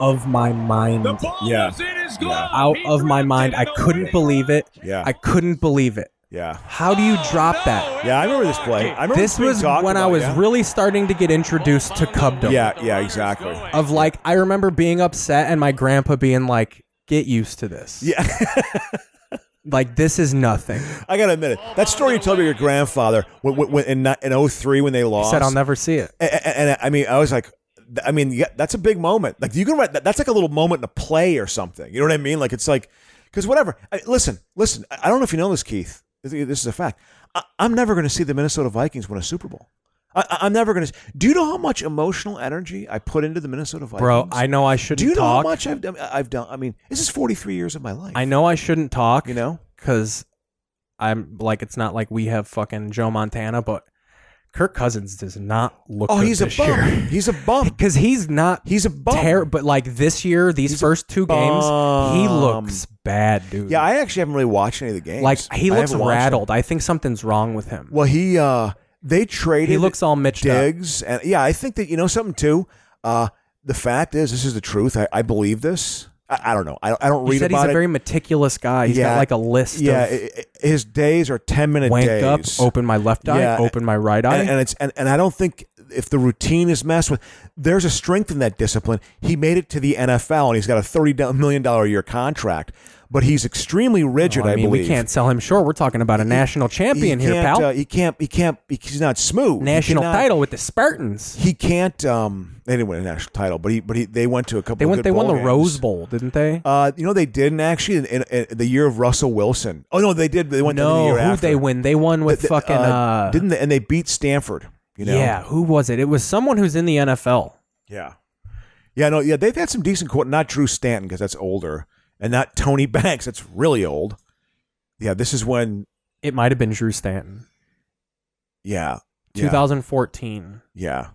of my mind. The ball Yeah. was in his glove. Out He of my dropped mind. it, I and the couldn't winning believe run it. Yeah. I couldn't believe it. Yeah. How do you Oh, drop that? Yeah, I remember this play. I remember this being was talked when I about, was yeah. really starting to get introduced to Cubdom. Yeah, yeah, exactly. Of like, I remember being upset and my grandpa being like, "Get used to this. Yeah. Like this is nothing." I gotta admit it. That story you told me your grandfather when, when, when- in ni- in 03 when they lost. Said I'll never see it. and, and, and I mean, I was like, th- I mean, yeah, that's a big moment. Like you can write that, that's like a little moment in a play or something. You know what I mean? Like it's like because whatever. I, listen, listen. I I don't know if you know this, Keith. This this is a fact. I, I'm never going to see the Minnesota Vikings win a Super Bowl. I, I- I'm never going to. Do you know how much emotional energy I put into the Minnesota Vikings, Bro, I know I shouldn't Do you know talk. how much I've done? I've done. I mean, this is 43 years of my life. I know I shouldn't talk, You know. cuz I'm like it's not like we have fucking Joe Montana, but Kirk Cousins does not look Oh, good he's a this bum. year. He's a bum. Cuz he's not He's a bum. ter- but like this year, these He's a first two games, he bum. looks bad, dude. Yeah, I actually haven't really watched any of the games. like he I looks haven't watched them. rattled. I think something's wrong with him. Well, he uh they traded. He looks all mitched up. Diggs and yeah, I think that you know something too. Uh, the fact is, this is the truth. I, I believe this. I, I don't know. I, I don't read He said about he's a it. very meticulous guy. He's Yeah. got like a list yeah, of i- i- his days are ten minute wank days. up, open my left eye, Yeah. open my right eye. And, and it's and, and I don't think if the routine is messed with, there's a strength in that discipline. He made it to the NFL and he's got a thirty million dollar a year contract, but he's extremely rigid. Well, I mean, believe we can't sell him short. We're talking about a national champion he here, can't, pal. uh, he can't. He can't. he- He's not smooth. He national cannot- title with the Spartans. he can't um they didn't win a national title but he but he they went to a couple They of went. good They won bowl the games. Rose Bowl, didn't they? uh you know they didn't actually in, in, in the year of Russell Wilson oh no they did they went to the no, year who after. they win? They won with Th- th- fucking. Uh, didn't they, and they beat Stanford you know Yeah, who was it? It was someone who's in the NFL. yeah Yeah, no, yeah, they've had some decent court. Not Drew Stanton because that's older, and not Tony Banks. That's really old. Yeah, this is when. It might have been Drew Stanton, Yeah, yeah, 2014. Yeah,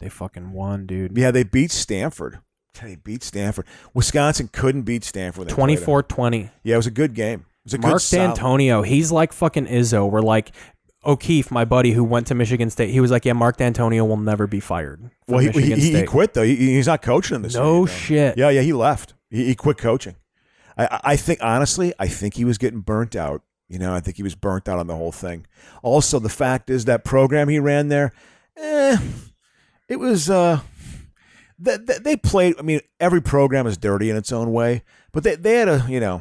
They fucking won, dude. yeah. They beat Stanford. They beat Stanford. Wisconsin couldn't beat Stanford. when they played 'em. 24-20. Yeah, it was a good game. It was a Mark good solid- D'Antonio, he's like fucking Izzo. We're like O'Keefe, my buddy who went to Michigan State. He was like, yeah, Mark D'Antonio will never be fired. from Well, he, he, Michigan he- he State. quit though. He, he's not coaching in this. No league, though. shit. Yeah, yeah. He left. He, he quit coaching. I- I, I think honestly, I think he was getting burnt out. You know, I think he was burnt out on the whole thing. Also, the fact is that program he ran there, eh, it was. Uh, they, they played. I mean, every program is dirty in its own way, but they they had a you know,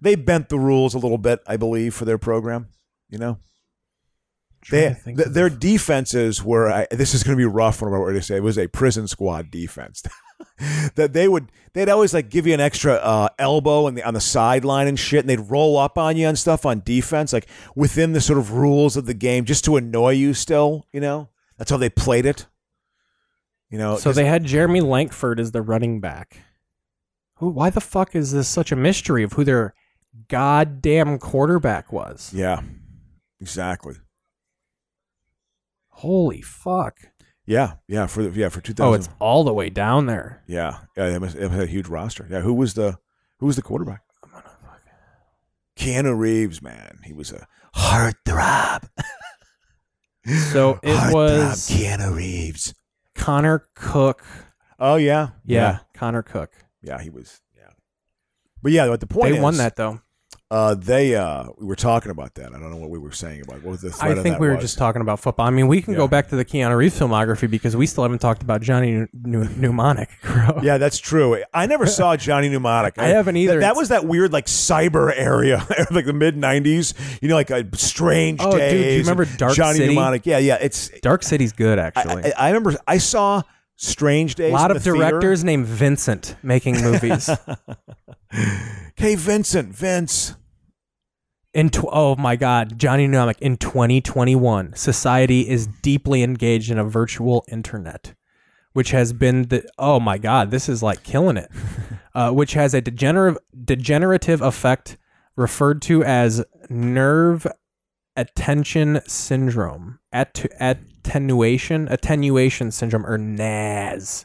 they bent the rules a little bit, I believe, for their program. You know, Trying they, to think th- of- their defenses were. I, this is going to be rough. What I'm about to say it was a prison squad defense. that they would, they'd always like give you an extra uh, elbow and the, on the sideline and shit, and they'd roll up on you and stuff on defense, like within the sort of rules of the game, just to annoy you. Still, you know, that's how they played it. You know, So Oh, just- they had Jeremy Lankford as the running back. Who? Why the fuck is this such a mystery of who their goddamn quarterback was? yeah, exactly. Holy fuck! Yeah, yeah, for the, yeah for two thousand. Oh, it's all the way down there. yeah, yeah. It was, it was a huge roster. Yeah, who was the who was the quarterback? Keanu Reeves, man, he was a heartthrob. So it heartthrob was Keanu Reeves. Connor Cook. Oh yeah, Yeah, Connor Cook. yeah, yeah, He was. Yeah, but yeah, but the point They is, won that though. Uh, they uh, we were talking about that. I don't know what we were saying about what was the thread I of think that we were was. just talking about football. I mean, we can Yeah. go back to the Keanu Reeves filmography because we still haven't talked about Johnny N- N- Mnemonic. Grow. Yeah, that's true. I never saw Johnny Mnemonic. I haven't either. That, that was that weird like cyber area, like the mid '90s. You know, like a strange Oh, dude, do you days. and remember Dark Johnny City? Mnemonic? Yeah, yeah. It's Dark City's good actually. I, I, I remember I saw Strange Days. a lot in of the theater. directors named Vincent making movies. Hey, Vincent, Vince. In tw- oh my God, Johnny Mnemonic in 2021, society is deeply engaged in a virtual internet, which has been the oh my God, this is like killing it, uh, which has a degenerative degenerative effect referred to as nerve attention syndrome, at- attenuation attenuation syndrome or NAS.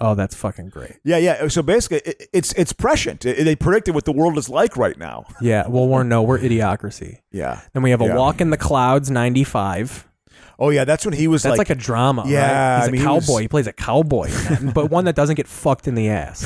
oh, that's fucking great. Yeah, yeah. So basically, it, it's it's prescient. It- they predicted what the world is like right now. Yeah, well, we're no, we're idiocracy. Yeah. Then we have a Yeah. walk in the clouds 95. Oh yeah, that's when he was That's like, like, a drama. right? Yeah, He's a I mean, he cowboy. He, was- plays a cowboy, but one that doesn't get fucked in the ass.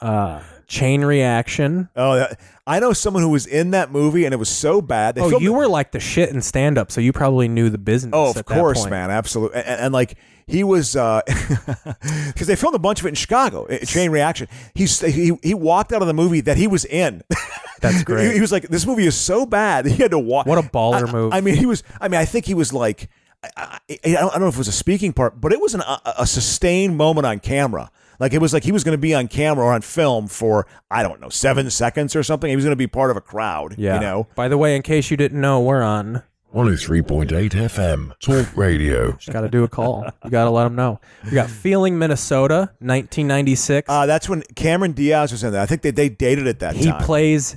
uh, chain reaction. oh, that, I know someone who was in that movie, and it was so bad. They oh, filmed you it- were like the shit in stand up, so you probably knew the business. Oh, of at that course, point. man, absolutely. And, and like he was, because they filmed a bunch of it in Chicago. uh, Chain Reaction. He s- he he walked out of the movie that he was in. That's He, he great. was like, "This movie is so bad." He had to walk. What a baller I, move. I mean, he was. I mean, I think he was like, I, I, I I don't, I don't know if it was a speaking part, but it was an, a, a sustained moment on camera. Like it was like he was going to be on camera or on film for I don't know seven seconds or something. He was going to be part of a crowd. yeah. you know. By the way, in case you didn't know, we're on. 103.8 FM, Talk Radio. Just got to do a call. You got to let them know. We got Feeling Minnesota, 1996. Uh, that's when Cameron Diaz was in there. I think they, they dated at that he time. plays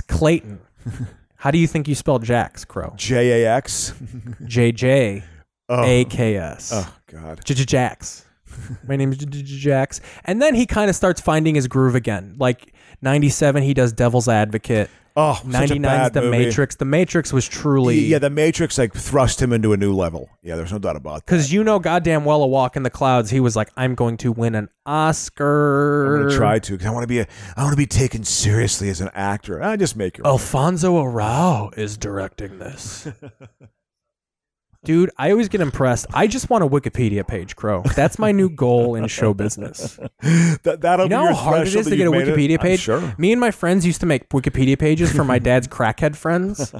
Clayton. How do you think you spell Jax, Crow? J A X. J J Oh. A K S. Oh God. J J Jax. My name is J J J- Jax. And then he kind of starts finding his groove again. Like 97, he does Devil's Advocate. Oh, 99 is The Matrix. The Matrix was truly. Yeah, The Matrix like thrust him into a new level. Yeah, there's no doubt about that. because you know goddamn well a walk in the clouds he was like i'm going to win an I'm oscar gonna try to because I want to be a I want to be taken seriously as an actor. I just make Oh. your. alfonso arau is directing this dude i always get impressed i just want a wikipedia page crow that's my new goal in show business That, that'll You be know your how hard it threshold is that to get a you've made it? Wikipedia I'm page? Sure. Me and my friends used to make Wikipedia pages for my dad's crackhead friends.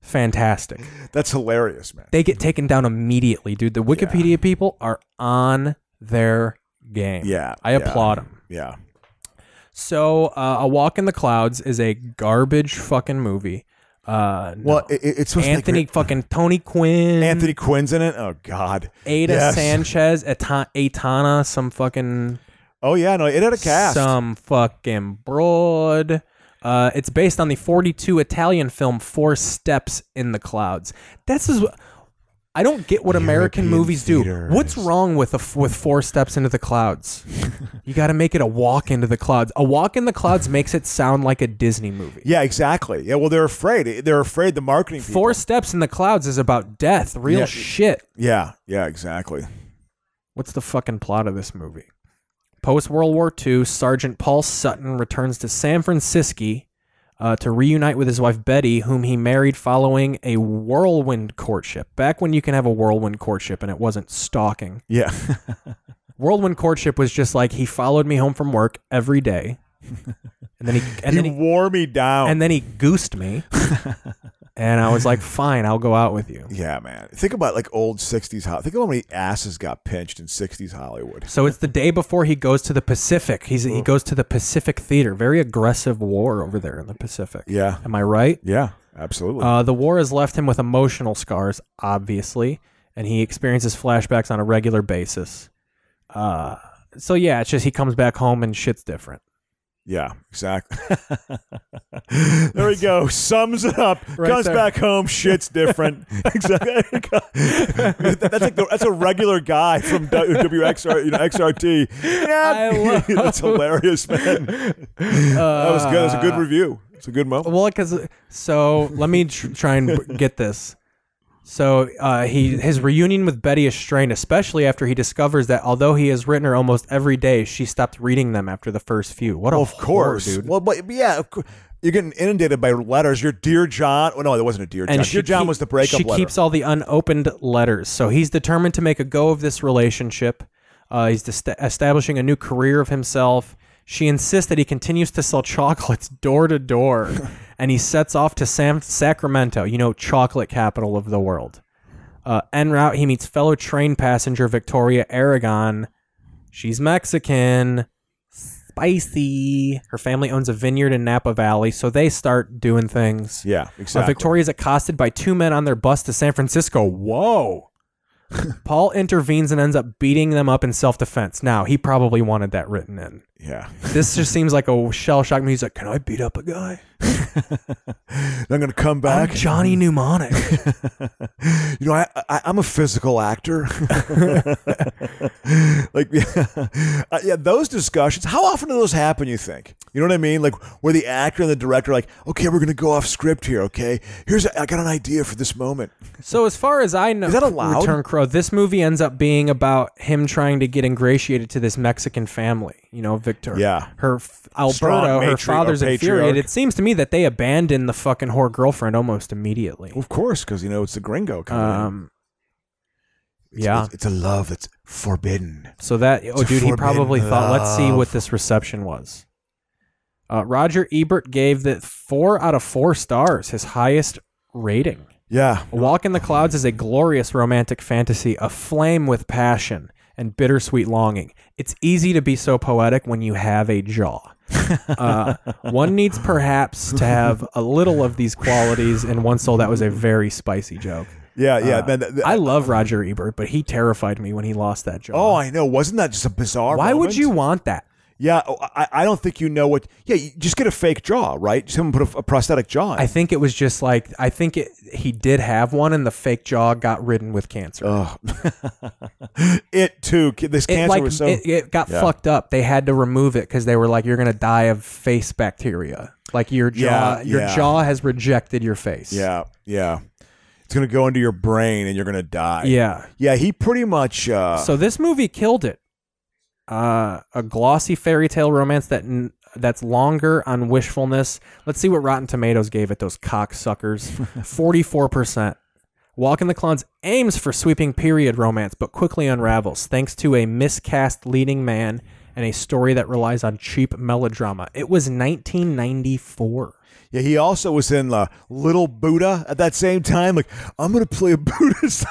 Fantastic. That's hilarious, man. They get taken down immediately, dude. The Wikipedia people are on their game. Yeah, I yeah. applaud them. yeah. So, uh, A Walk in the Clouds is a garbage fucking movie. Uh, no. Well, it- it- it's supposed to Anthony be like- fucking Tony Quinn, Anthony Quinn's in it. Oh God, Ada Yes. Sanchez, Ata- Atana, some fucking Oh yeah, no, it had a cast. some fucking broad. Uh, it's based on the 42 Italian film Four Steps in the Clouds. This is wh- I don't get what American European movies theater do. What's is- wrong with a f with Four Steps into the Clouds? you got to make it a walk into the clouds. A walk in the clouds makes it sound like a Disney movie. yeah, exactly. Yeah, well, they're afraid. They're afraid the marketing. people- Four Steps in the Clouds is about death, real Yeah. shit. Yeah, yeah, exactly. What's the fucking plot of this movie? Post World War II, Sergeant Paul Sutton returns to San Francisco uh, to reunite with his wife Betty, whom he married following a whirlwind courtship. Back when you can have a whirlwind courtship and it wasn't stalking. Yeah, Whirlwind courtship was just like he followed me home from work every day, and then he and he then he, wore me down. and then he goosed me, and I was like, "Fine, I'll go out with you." yeah, man. Think about like old '60s Hollywood. Think about how many asses got pinched in '60s Hollywood. So it's the day before he goes to the Pacific. He's he goes to the Pacific Theater. Very aggressive war over there in the Pacific. Yeah. Am I right? Yeah, absolutely. Uh, the war has left him with emotional scars, obviously, and he experiences flashbacks on a regular basis. Uh, so yeah, it's just he comes back home and shit's different. yeah, exactly. there we go. Sums it up. Right Comes there. back home. Shit's different. exactly. that's like the, that's a regular guy from W- WXR, you know, XRT. Yeah, I love- Uh, that's hilarious, man. that was good. That was a good review. It's a good moment. Well, because so let me tr- try and b- get this. So uh, he his reunion with Betty is strained, especially after he discovers that although he has written her almost every day, she stopped reading them after the first few. What a Of course, whore, dude! Well, but but yeah, of course. You're getting inundated by letters. Your dear John. Oh no, that wasn't a dear John. and dear she John keep- was the breakup She letter. keeps all the unopened letters, so he's determined to make a go of this relationship. Uh, he's dest- establishing a new career of himself. She insists that he continues to sell chocolates door to door, and he sets off to Sam- Sacramento, you know, chocolate capital of the world. Uh, en route, he meets fellow train passenger Victoria Aragon. She's Mexican, spicy. Her family owns a vineyard in Napa Valley, so they start doing things. yeah, Uh, exactly. Victoria is accosted by two men on their bus to San Francisco. Whoa. Paul intervenes and ends up beating them up in self defense. Now, he probably wanted that written in. yeah. This just seems like a shell shock. He's like, Can I beat up a guy? I'm gonna come I'm back. Johnny Mnemonic. you know, I, I I'm a physical actor. like, yeah, Uh, yeah, those discussions. How often do those happen? You think? You know what I mean? Like, where the actor and the director are like, okay, we're gonna go off script here. Okay, here's I got an idea for this moment. so, as far as I know, Is that allowed? Return Crow, this movie ends up being about him trying to get ingratiated to this Mexican family. You know, Victor. Yeah. Her f- Strong Alberto, her matriarch- father's patriarch. infuriated. It seems to me that they abandoned the fucking whore girlfriend almost immediately. Of course, because you know it's the gringo coming. in. Um, It's- yeah. it's, it's a love that's forbidden. So that oh, It's a dude, he probably forbidden thought, let's see love. what this reception was. Uh, Roger Ebert gave that four out of four stars, his highest rating. Yeah, A Walk in the Clouds is a glorious romantic fantasy, aflame with passion and bittersweet longing. It's easy to be so poetic when you have a jaw. Uh, one needs perhaps to have a little of these qualities in one soul. That was a very spicy joke. yeah, yeah. Uh, Then- then- I love Roger Ebert, but he terrified me when he lost that jaw. oh, I know. Wasn't that just a bizarre? Why would moment? you want that? Yeah, oh, I, I don't think you know what. Yeah, you just get a fake jaw, right? Someone put a, a prosthetic jaw. In. I think it was just like I think it, he did have one, and the fake jaw got ridden with cancer. it too. ki- This it Oh, cancer like was so. it, it got Yeah. fucked up. They had to remove it because they were like, "You're gonna die of face bacteria. Like your jaw, Yeah, your yeah. jaw has rejected your face." yeah, yeah. It's gonna go into your brain, and you're gonna die. yeah. yeah. He pretty much. Uh, So this movie killed it. Uh, a glossy fairy tale romance that n- that's longer on wishfulness. Let's see what Rotten Tomatoes gave it. Those cocksuckers, forty-four percent. Walk in the Clowns aims for sweeping period romance, but quickly unravels thanks to a miscast leading man and a story that relies on cheap melodrama. It was 1994. yeah, he also was in uh, Little Buddha at that same time. Like, I'm gonna play a Buddhist.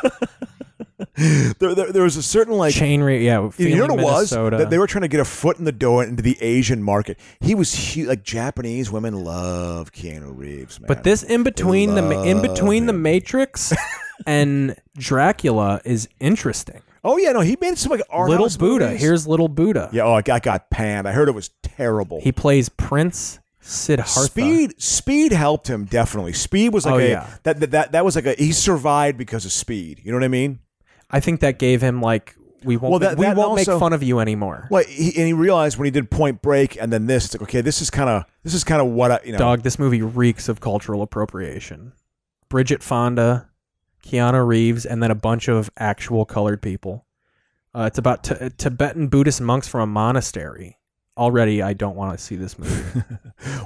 there, there, there was a certain like Chain re- you yeah. know what Feeling it was Minnesota. that they were trying to get a foot in the door into the Asian market. He was huge. Like Japanese women love Keanu Reeves, man. But this in between the in between the Love Matrix and Dracula is interesting. oh yeah, no, he made some like art Little house Buddha. movies. Here's Little Buddha. yeah. Oh, I got, got panned. I heard it was terrible. He plays Prince Siddhartha. Speed, speed helped him definitely. Speed was like Oh, a yeah. that, that that that was like a he survived because of speed. You know what I mean? I think that gave him like we won't Well, that- we that won't also- make fun of you anymore. Well, he, and he realized when he did Point Break and then this, it's like okay, this is kind of this is kind of what I you know. Dog, this movie reeks of cultural appropriation. Bridget Fonda, Keanu Reeves, and then a bunch of actual colored people. Uh, it's about t- Tibetan Buddhist monks from a monastery. Already, I don't want to see this movie.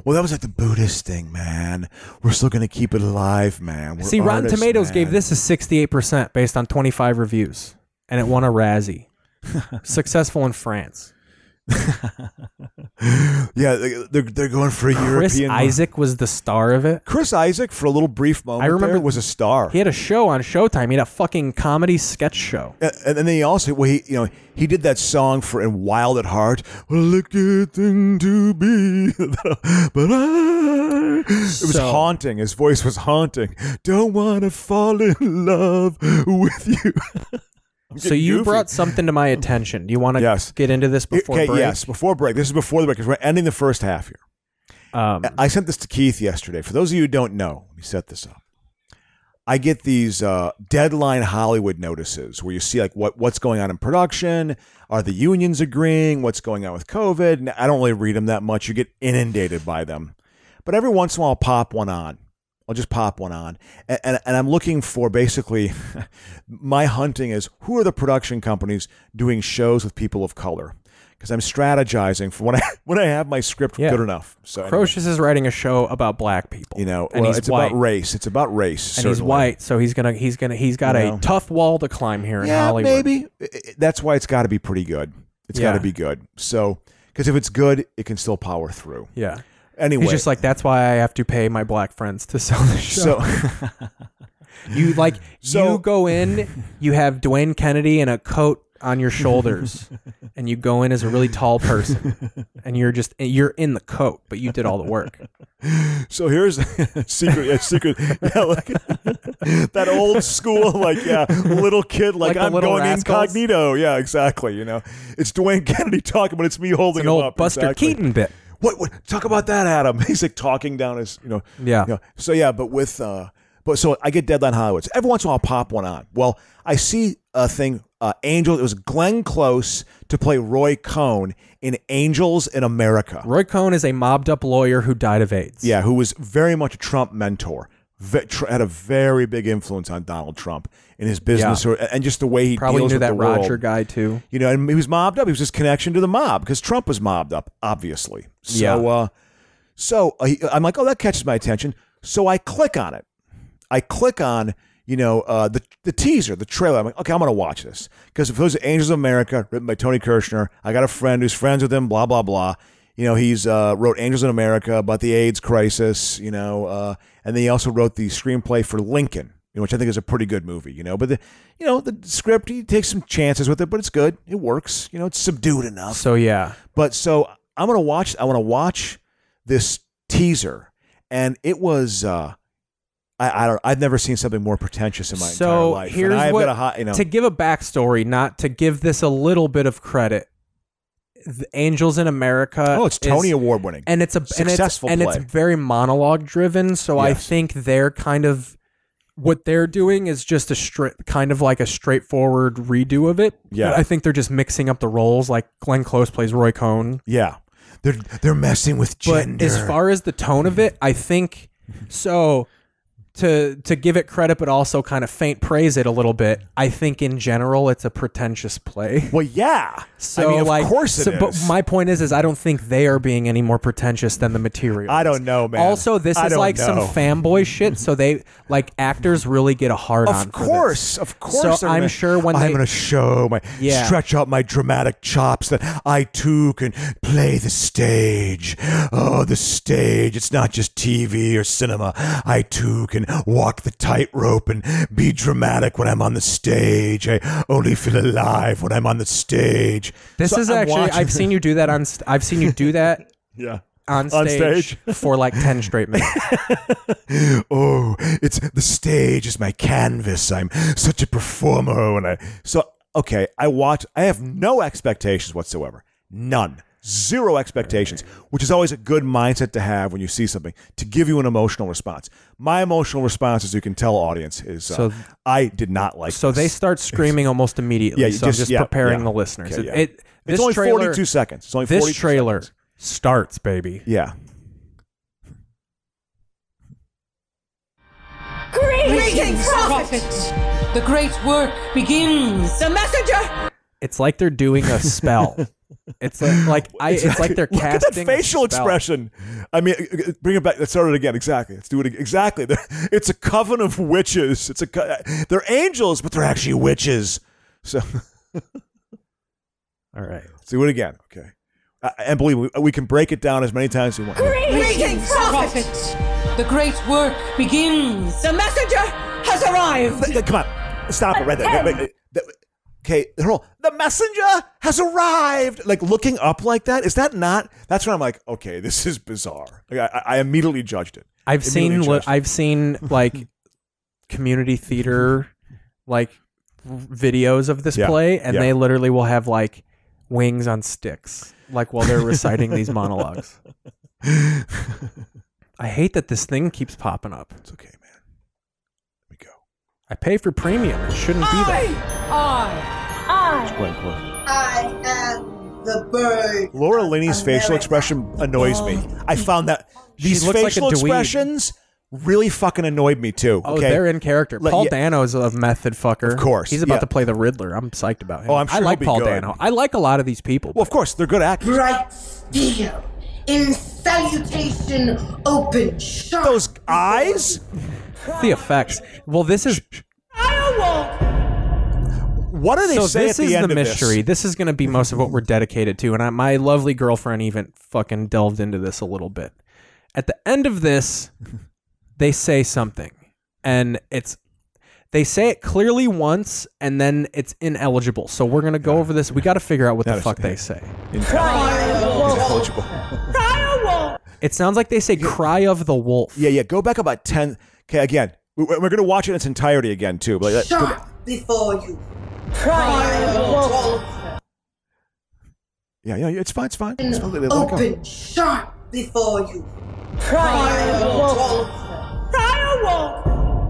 Well, that was like the Buddhist thing, man. We're still gonna keep it alive, man. We're see, Rotten artists, Tomatoes gave man. this a 68% based on 25 reviews, and it won a Razzie. Successful in France. Yeah, they- they're they're going for a Chris European. Isaac was the star of it. Chris Isaac for a little brief moment. I remember- there, was a star. He had a show on Showtime. He had a fucking comedy sketch show. A- and then he also, well, he, you know, he did that song for "In Wild at Heart," "Well, a good thing to be," but I, it was So- haunting. His voice was haunting. Don't wanna fall in love with you. I'm So getting you goofy. brought something to my attention. Do you want to Yes. get into this before okay, break? yes, before break. This is before the break because we're ending the first half here. Um, I sent this to Keith yesterday. For those of you who don't know, let me set this up. I get these uh, deadline Hollywood notices where you see like what what's going on in production, are the unions agreeing, what's going on with COVID. And I don't really read them that much. You get inundated by them, but every once in a while, I'll pop one on. I'll just pop one on, and, and, and I'm looking for basically my hunting is who are the production companies doing shows with people of color because I'm strategizing for when I when I have my script Yeah. good enough. So anyway. Crocius is writing a show about black people. You know, and well, he's it's white. about race. It's about race. and he's certainly. white, so he's gonna he's gonna he's got You a know. tough wall to climb here in Yeah, Hollywood. maybe. I- I- That's why it's got to be pretty good. It's got Yeah. to be good. So, because if it's good, it can still power through. Yeah. Anyway, He's just like that's why I have to pay my black friends to sell the show. so. you like So- you go in, you have Dwayne Kennedy and a coat on your shoulders, and you go in as a really tall person, and you're just you're in the coat, but you did all the work. So here's secret, yeah, secret, yeah, like that old school, like yeah, little kid, like, Like the I'm Little going Rascals? incognito, yeah, exactly. You know, it's Dwayne Kennedy talking, but it's me holding An him old up. Buster exactly. Keaton bit. what, what talk about that adam he's like talking down his you know Yeah. you know. so yeah but with uh but so i get deadline hollywoods every once in a while i'll pop one on well i see a thing uh angel it was glenn close to play roy cohn in angels in america Roy Cohn is a mobbed up lawyer who died of AIDS. yeah who was very much a trump mentor Ve- tr- had a very big influence on donald trump in his business Yeah. or, and just the way he Probably deals knew with that the world. Roger guy too. You know, and he was mobbed up. He was his connection to the mob because Trump was mobbed up, obviously. So, Yeah. uh, so uh, he- I'm like, oh, that catches my attention. So I click on it. I click on, you know, uh, the the teaser, the trailer. I'm like, okay, I'm gonna watch this because if it was Angels of America, written by Tony Kirshner, I got a friend who's friends with him. Blah blah blah. You know, he's uh, wrote Angels in America about the AIDS crisis. You know, uh, and then he also wrote the screenplay for Lincoln, you know, which I think is a pretty good movie. You know, but the you know the script, he takes some chances with it, but it's good. It works. You know, it's subdued enough. So yeah, But so I'm gonna watch. I want to watch this teaser, and it was. Uh, I, I don't. I've never seen something more pretentious in my entire so life. And here's I've what got a hot, you know. to give a backstory, not to give this a little bit of credit. The Angels in America. oh, it's Tony is, Award winning. and it's a Successful and it's, play. and it's very monologue driven. So I Yes. think they're kind of what they're doing is just a straight kind of like a straightforward redo of it. Yeah. But I think they're just mixing up the roles. Like Glenn Close plays Roy Cohn. yeah, they're they're messing with but gender. as far as the tone of it, I think so. To to give it credit, but also kind of faint praise it a little bit. I think in general, it's a pretentious play. well, yeah. So I mean, of like, course it is. so- But my point is, is I don't think they are being any more pretentious than the material. I don't know, man. Also, this I is don't like some know. fanboy shit. So they like actors really get a hard on. Of for this. course, of course. So they're I'm gonna- sure when I'm they- going to show my Yeah. stretch out my dramatic chops that I too can play the stage. Oh, the stage! It's not just TV or cinema. I too can can walk the tightrope and be dramatic when I'm on the stage. I only feel alive when I'm on the stage. This So is I'm actually watching- I've seen you do that on st- I've seen you do that yeah. on stage, On stage. for like 10 straight minutes. oh, it's the stage is my canvas. I'm such a performer, and I so okay. I watch. I have no expectations whatsoever. None. Zero expectations, which is always a good mindset to have when you see something to give you an emotional response. My emotional response, as you can tell, audience, is uh, So- I did not like. So they this. start screaming almost immediately. Yeah, you so I'm just- just yeah, preparing yeah. the listeners. Okay, yeah. It, it- It's this only trailer, 42 seconds. It's only 42 This trailer seconds. starts, baby. Yeah. Greetings, prophets! The great work begins. The messenger. It's like they're doing a spell. it's like, like I. It's, like they're Look at casting that a facial spell. expression. I mean, uh, bring it back. Let's start it again. Exactly. Let's do it ag- exactly. It's a coven of witches. It's a co- uh, they're angels, but they're actually witches. So let's All right. do it again. Okay. Uh, and believe me, we can break it down as many times as we want. Greetings, prophets! The great work begins. The messenger has arrived. Th- th- Come on, stop it right there. Wait, wait, th- Okay, hold on. The messenger has arrived. Like looking up like that. Is that not? That's when I'm like, okay, this is bizarre. Like, I, I immediately judged it. I've seen. Immediately Li- judged it. I've seen like community theater, like videos of this Yeah, play, and yeah. they literally will have like wings on sticks, like while they're reciting these monologues. I hate that this thing keeps popping up. It's okay, man. Let me go. I pay for premium. It shouldn't be that. I, I am the bird. Laura Linney's facial expression annoys me. I found that these Oh. looks like a facial dweeb. expressions really fucking annoyed me too. Oh, okay? they're in character. Let- Paul yeah. Dano's a method fucker. Of course, He's about yeah. to play the Riddler. I'm psyched about him. Oh, I'm sure I he'll like be Paul good. Dano. I like a lot of these people. Well, of course, they're good actors. Bright steel in salutation open sharp. Those eyes? the effects. Well, this is What do they so. say This at is the end the of mystery. This? is going to be most of what we're dedicated to. And I, my lovely girlfriend even fucking delved into this a little bit. At the end of this, they say something, and it's they say it clearly once, and then it's ineligible. So we're gonna go over this. We got to figure out what the is- fuck they say. this? Intelligible. It sounds like they say "cry of the wolf." Yeah, yeah. Go back about ten. Okay, again, we- we're going to watch it in its entirety again too. But like, go back- Sharp before you. yeah, yeah, it's fine, it's fine. It's fine. Let it go. Open sharp before you.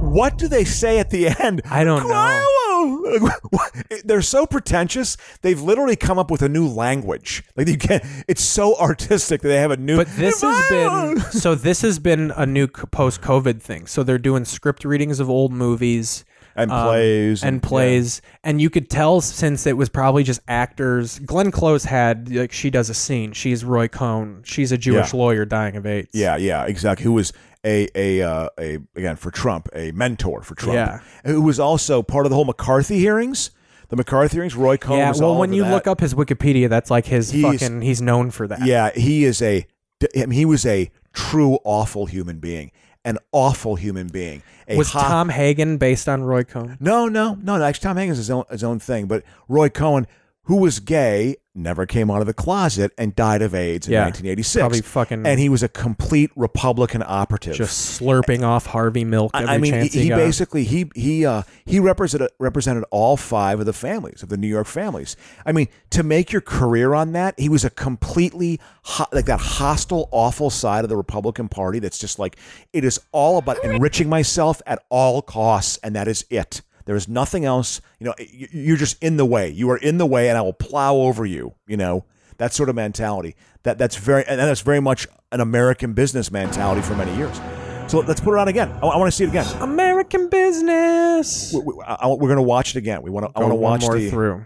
What do they say at the end? I don't know. know. They're so pretentious. They've literally come up with a new language. Like you can't. It's so artistic that they have a new. But this has been so. This has been a new post COVID thing. So they're doing script readings of old movies And um, plays and, and- plays, and you could tell since it was probably just actors. Glenn Close had like she does a scene. She's Roy Cohn. She's a Jewish Yeah. lawyer dying of AIDS. Yeah, yeah, exactly. Who was a a uh, a again for Trump, a mentor for Trump. Yeah. who was also part of the whole McCarthy hearings. The McCarthy hearings. Roy Cohn. yeah. was Well, all when over you that. look up his Wikipedia, that's like his He's- fucking. He's known for that. Yeah, he is a. I mean, he was a true awful human being. An awful human being. A Was hot- Tom Hagen based on Roy Cohn? No, no, no. no. Actually, Tom Hanks is his own, his own thing. But Roy Cohen, who was gay, never came out of the closet and died of AIDS in Yeah. 1986. Probably fucking- And he was a complete Republican operative. Just slurping off Harvey Milk every I, I mean, he, chance he, he got. basically he he uh, he represented represented all five of the families of the New York families. I mean, to make your career on that, he was a completely ho- like that hostile, awful side of the Republican Party. That's just like it is all about enriching myself at all costs, and that is it. There is nothing else. You know, y- you're just in the way. You are in the way, and I will plow over you. You know. That sort of mentality. That that's very and that's very much an American business mentality for many years. So let's put it on again. I, I want to see it again American business. we, we, I, we're going to watch it again. We want to. I want to Go one watch more the through.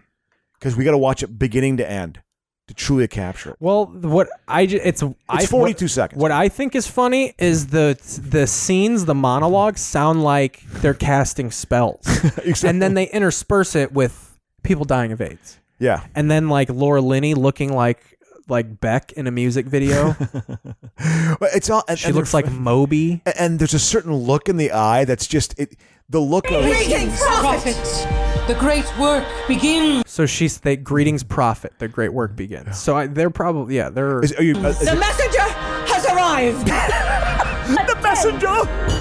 because we got to watch it beginning to end to truly capture it. Well, th- what I ju- it's it's I, 42 what- seconds. What I think is funny is the the scenes, the monologues sound like they're casting spells, and then they interperse it with people dying of AIDS, Yeah, and then like Laura Linney looking like like Beck in a music video. But it's all. And, she and looks they're- like Moby. And there's a certain look in the eye that's just it. The look of Prophets, the great work begins. So she's they greetings prophet. Their great work begins. So I, they're probably yeah they're is, are you uh, is it- messenger has arrived. the messenger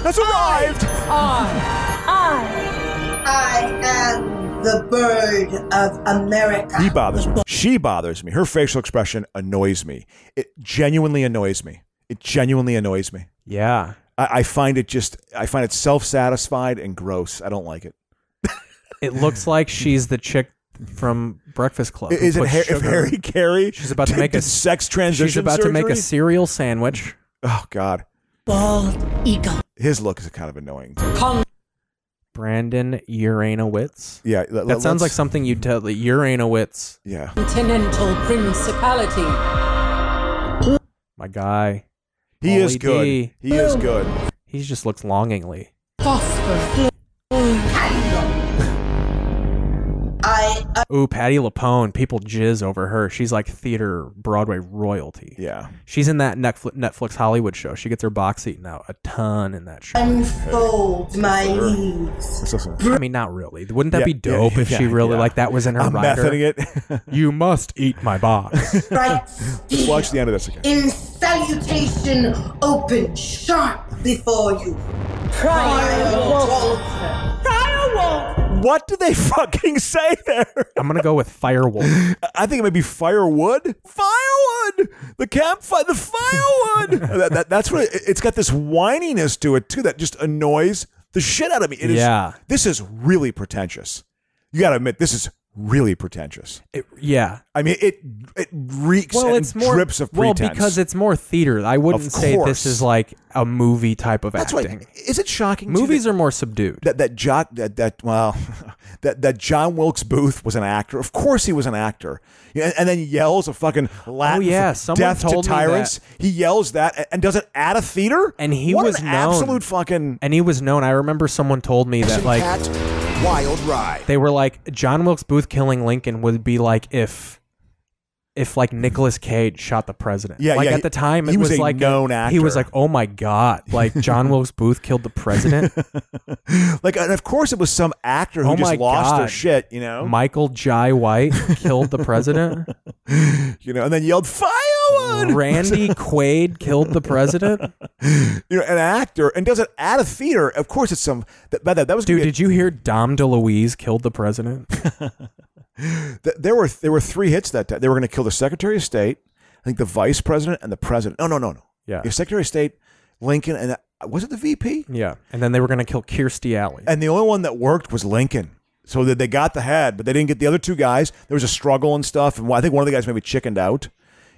has arrived. I am the bird of America. He bothers me. She bothers me. Her facial expression annoys me. It genuinely annoys me. It genuinely annoys me. yeah. I, I find it just. I find it self-satisfied and gross. I don't like it. It looks like she's the chick from Breakfast Club. who Is it puts Har- if sugar- Harry Carey? She's about to make a- did sex transition. She's about to make a surgery? cereal sandwich. Oh God, Bald eagle. his look is kind of annoying. Brandon Uranowitz. Yeah, let- That let- sounds like let's- something you'd tell like, Uranowitz. Yeah, Continental principality. My guy. he is Pauly good. D. He is good. He just looks longingly. Phosphor. I Uh, am Ooh, Patty Lapone. People jizz over her. She's like theater Broadway royalty. Yeah, She's in that Netflix, Netflix Hollywood show. She gets her box eaten out a ton in that show. unfold my leaves. let's listen. I mean, not really. Wouldn't that Yeah, be dope yeah, if she yeah, really yeah. like that was in her I'm rider? methoding it. You must eat my box. Bright Just watch the steel end of this again. In salutation open sharp before you. What do they fucking say there? I'm gonna go with Firewolf. I think it might be firewood. Firewood, the campfire, the firewood. that, that, that's what it, it's got this whininess to it too that just annoys the shit out of me. It is- Yeah. this is really pretentious. You got to admit, this is really pretentious. It- yeah. I mean, it it reeks Well, and it's more drips of well pretense. because it's more theater. I wouldn't Of say course. this is like a movie type of that's acting. why. Is it shocking? too Movies that- are more subdued. that that John that that well that that John Wilkes Booth was an actor. Of course, he was an actor. Yeah, And then yells a fucking Latin Oh, yeah, for someone death told to me that. tyrants. He yells that a- and does it at a theater. And he What was an known. absolute fucking. and he was known. I remember someone told me that like Cat, wild ride. they were like John Wilkes Booth killing Lincoln would be like if if like Nicolas Cage shot the president. Yeah, like yeah, at he- the time it he was was, a like known He was like, actor. "Oh my god, like John Wilkes Booth killed the president." Like, and of course, it was some actor who Oh my just lost their God. shit, you know, Michael Jai White killed the president. you know, and then yelled firewood. Randy Quaid killed the president. you know, an actor and does it at a theater. Of course, it's some that that, that was gonna Dude, be a- did you hear Dom DeLuise killed the president? Th- there were there were three hits that day. They were going to kill the Secretary of State, I think the Vice President and the President. No, no, no, no. Yeah. the Secretary of State, Lincoln, and uh, was it the VP? Yeah. And then they were going to kill Kirstie Alley. And the only one that worked was Lincoln. So that they got the head, but they didn't get the other two guys. There was a struggle and stuff, and I think one of the guys maybe chickened out,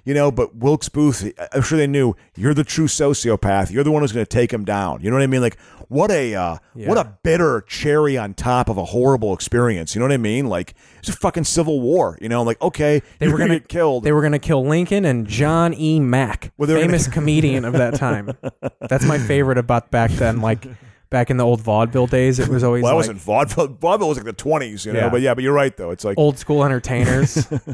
you know. But Wilkes Booth, I- I'm sure they knew you're the true sociopath. You're the one who's going to take him down. You know what I mean? Like what a uh, what Yeah. a bitter cherry on top of a horrible experience. You know what I mean? Like it's a fucking civil war. You know, like okay, They you're were gonna gonna get killed. They were going to kill Lincoln and John E. Mack, Well, they were famous comedian of that time. That's my favorite about back then. Like back in the old vaudeville days, it was always well, that like wasn't vaudeville. Vaudeville was like the 20s, you know. Yeah. But yeah, but you're right though. It's like old school entertainers.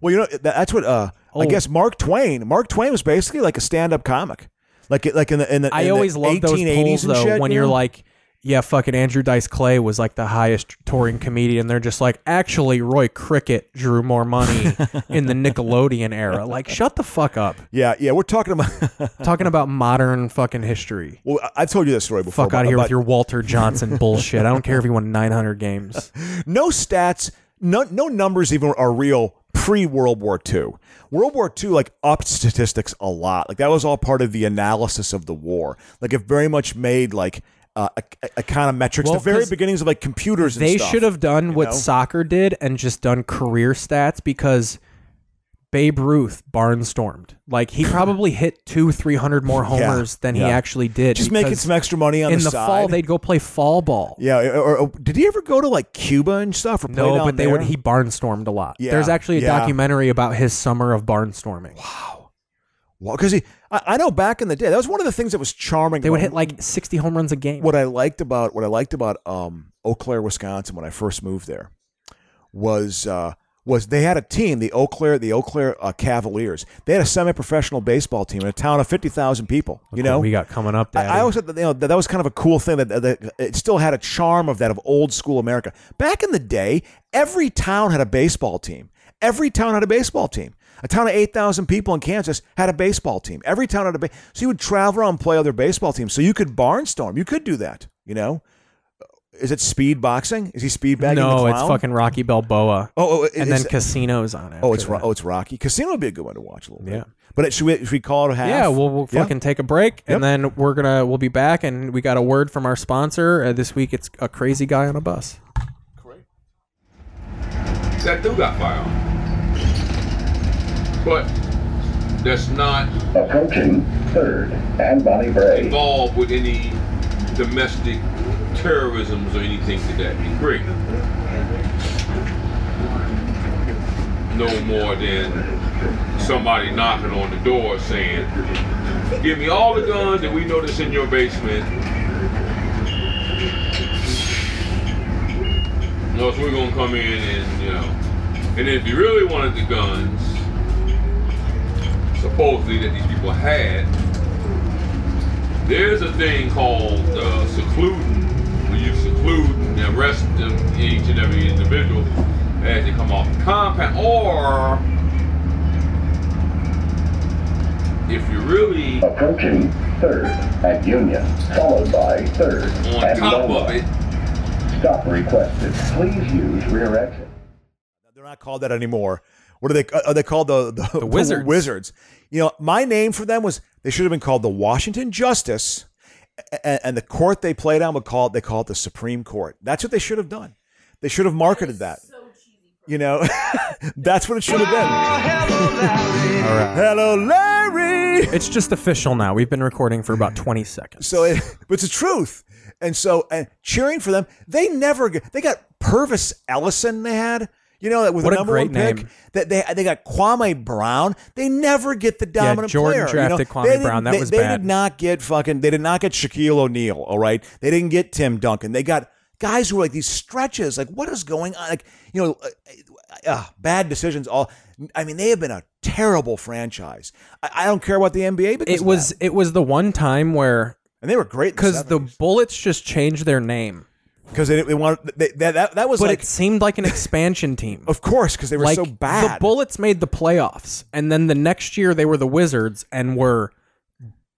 Well, you know that, that's what uh, I Old. guess Mark Twain. Mark Twain was basically like a stand-up comic, like like in the in the. in I the always love those 1880s polls and though shit, when you you're know? like, yeah, fucking Andrew Dice Clay was like the highest touring comedian. They're just like, actually, Roy Cricket drew more money in the Nickelodeon era. Like, shut the fuck up. yeah, yeah. We're talking about. Talking about modern fucking history. well, I- I've told you this story before. Fuck out about- of here about with your Walter Johnson bullshit. I don't care if you won 900 games. no stats, no no numbers even are real pre World War II. World War II like upped statistics a lot. Like that was all part of the analysis of the war. Like it very much made like uh, e- e- econometrics, Well, the very 'cause beginnings of like computers. And They stuff, should have done you what know? soccer did and just done career stats because Babe Ruth barnstormed. Like he probably hit two, three hundred more homers than he yeah. actually did. just making because some extra money on in the, the, side. fall they'd go play fall ball. Yeah, or, or did he ever go to like Cuba and stuff? Or play No, down but they there? would. He barnstormed a lot. Yeah, There's actually a yeah. documentary about his summer of barnstorming. Well, because he, I, I know back in the day, that was one of the things that was charming. They would about- hit like 60 home runs a game. what I liked about what I liked about um, Eau Claire, Wisconsin, when I first moved there, was uh, was they had a team, the Eau Claire, the Eau Claire uh, Cavaliers. They had a semi-professional baseball team in a town of fifty thousand people. you know, we got coming up. I, I always thought that, you know, that that was kind of a cool thing that, that it still had a charm of that of old school America. Back in the day, every town had a baseball team. Every town had a baseball team. A town of 8,000 people in Kansas had a baseball team. Every town had a ba- so you would travel around and play other baseball teams. So you could barnstorm. You could do that. You know, is it speed boxing? Is he speed bagging? the no, it's clown? fucking Rocky Balboa. Oh, oh, it- and then it's- casinos on it. Oh, it's after Ro- that. oh, it's Rocky. Casino would be a good one to watch a little bit. Yeah. but it, should, we, should we call it a half? Yeah, we'll, we'll oh, Yeah. fucking take a break and then we're gonna we'll be back and we got a word from our sponsor uh, this week. It's a crazy guy on a bus. That do got filed. But that's not Approaching third and Bonnie Bray. involved with any domestic terrorisms or anything to that degree. No more than somebody knocking on the door saying, Give me all the guns that we know that's in your basement. Or else we're gonna come in and you know and if you really wanted the guns, supposedly that these people had, there's a thing called uh, secluding, where you seclude and arrest them, each and every individual as they come off the compound. Or if you really Approaching third at Union, followed by third on and top Lola. of it, Stop requested. Please use rear exit. They're not called that anymore. What are they? uh, Are they called the the, the Wizards. Wizards. You know, my name for them was they should have been called the Washington Justice, and, and the court they played on would call it. They call it the Supreme Court. That's what they should have done. They should have marketed that. You know, that's what it should have been. All right. Hello, Larry. It's just official now. We've been recording for about twenty seconds. So, it, but it's the truth. And so, and cheering for them, they never get, they got Purvis Ellison. They had, you know, that with What the a number great one pick. name. That they they got Kwame Brown. They never get the dominant player. Jordan you know? drafted Kwame They didn't- Brown. That they- was they bad. did not get fucking. They did not get Shaquille O'Neal. All right, they didn't get Tim Duncan. They got guys who were like these stretches. Like what is going on? Like you know, uh, uh, bad decisions. All I mean, they have been a terrible franchise. I, I don't care about the NBA because it was it was the one time where and they were great because the Bullets just changed their name because they, they wanted they, that, that that was but like it seemed like an expansion team. Of course, because they were like, so bad. The Bullets made the playoffs, and then the next year they were the Wizards and were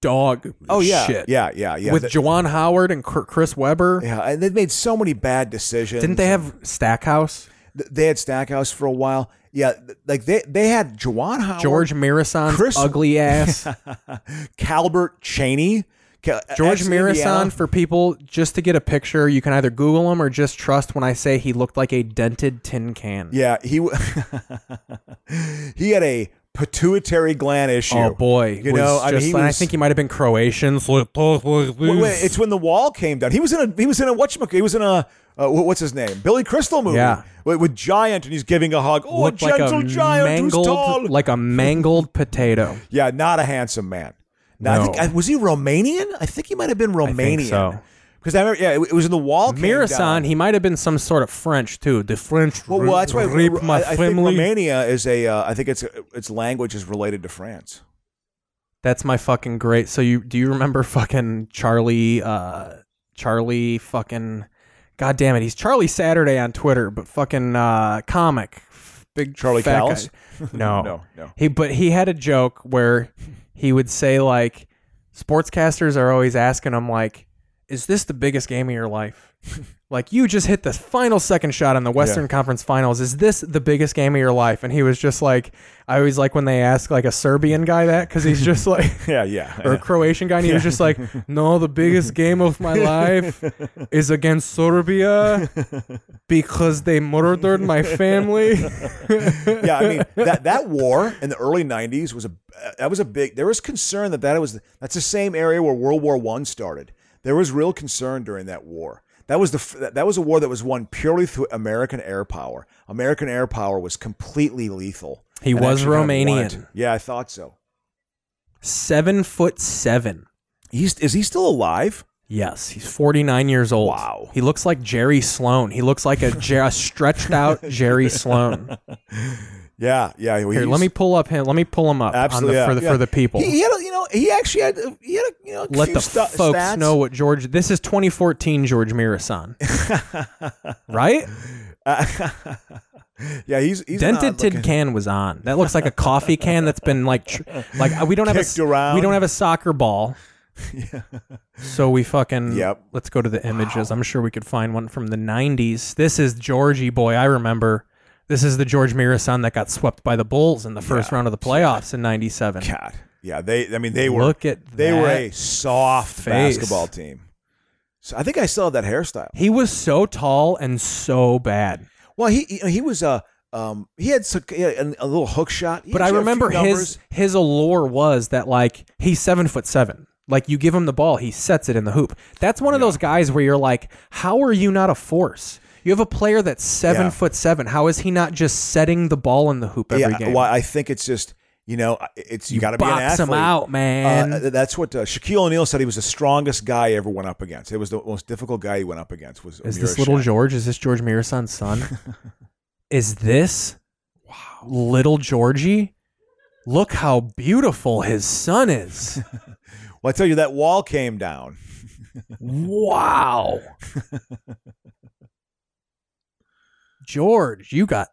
dog. Oh, yeah. shit. Yeah, yeah, yeah. With The- Jawan Howard and Cr- Chris Webber, yeah, and they made so many bad decisions. didn't they have Stackhouse, Th- They had Stackhouse for a while. Yeah, th- like they they had Jawan Howard, George Marasan, Chris- ugly ass, Calbert Cheney, Ca- George ex- Indiana. Marasan? For people, just to get a picture, you can either Google him or just trust when I say he looked like a dented tin can. Yeah, he w- he had a pituitary gland issue. Oh boy, you was know, I mean, just- he and I was- think he might have been Croatian. Wait, wait, it's when the wall came down. He was in a he was in a what he was in a uh, wh- what's his name Billy Crystal movie Yeah. with, with giant and he's giving a hug. Oh, a looked gentle giant who's mangled, tall. like a mangled potato. yeah, not a handsome man. No, I think, No. I- was he Romanian? I think he might have been Romanian. so. Because I remember, yeah, it, it was in the wall. came down. Mirasan, he might have been some sort of French too. The French Well, well, that's why rape I, my I think family. Romania is a. Uh, I think it's its language is related to France. that's my fucking great. So you do you remember fucking Charlie? Uh, Charlie fucking. God damn it, he's Charlie Saturday on Twitter, but fucking uh, comic, F- big Charlie fat Callis? guy. No, No, no. He but he had a joke where he would say like, sportscasters are always asking him like, is this the biggest game of your life? like you just hit the final second shot in the Western Conference Finals. Is this the biggest game of your life? And he was just like, I always like when they ask like a Serbian guy that because he's just like, Yeah, yeah. or a Croatian guy, and he was just like, "No, the biggest game of my life is against Serbia because they murdered my family." yeah, I mean that that war in the early '90s was a that was a big. There was concern that that was that's the same area where World War One started. There was real concern during that war. That was the f- that- that was a war that was won purely through American air power. American air power was completely lethal. He and was actually kind of won it. Romanian. yeah, I thought so. Seven foot seven. He's is he still alive? Yes, he's 49 years old. Wow. He looks like Jerry Sloan. He looks like a, Jer- a stretched out Jerry Sloan. Yeah, yeah. well, Here, he's- let me pull up him. Let me pull him up on the- Absolutely, yeah, for the yeah. for the people. He, he had, a, you know, he actually had, a- he had, a, you know, a Let few the stu- folks stats. know what George. This is 2014 George Mirasan, right? Yeah, he's, he's Dented not tin looking- can was on. That looks like a coffee can that's been like tr- like uh, we don't have a Kicked s- around. we don't have a soccer ball. So we fucking Yep. Let's go to the images. I'm sure we could find one from the 90s. This is Georgie boy. I remember. This is the George Mirasan that got swept by the Bulls in the first round of the playoffs in '97. God, yeah. They, I mean, they were. Look at they were that a soft face. basketball team. So I think I still have that hairstyle. He was so tall and so bad. Well, he he- he was a um he had, so- he had a, a little hook shot, He But I actually had a remember few his numbers. his allure was that like he's seven foot seven. Like you give him the ball, he sets it in the hoop. That's one of those guys where you're like, how are you not a force? You have a player that's seven Yeah. foot seven. How is he not just setting the ball in the hoop every yeah. game? Well, I think it's just you know it's you, got to be an box athlete. him out, man. Uh, that's what uh, Shaquille O'Neal said. He was the strongest guy he ever went up against. It was the most difficult guy he went up against. Was is Amir this little Ashan. George? Is this George Mirasan's son? is this little Georgie? Look how beautiful his son is. Well, I tell you that wall came down. Wow. George, you got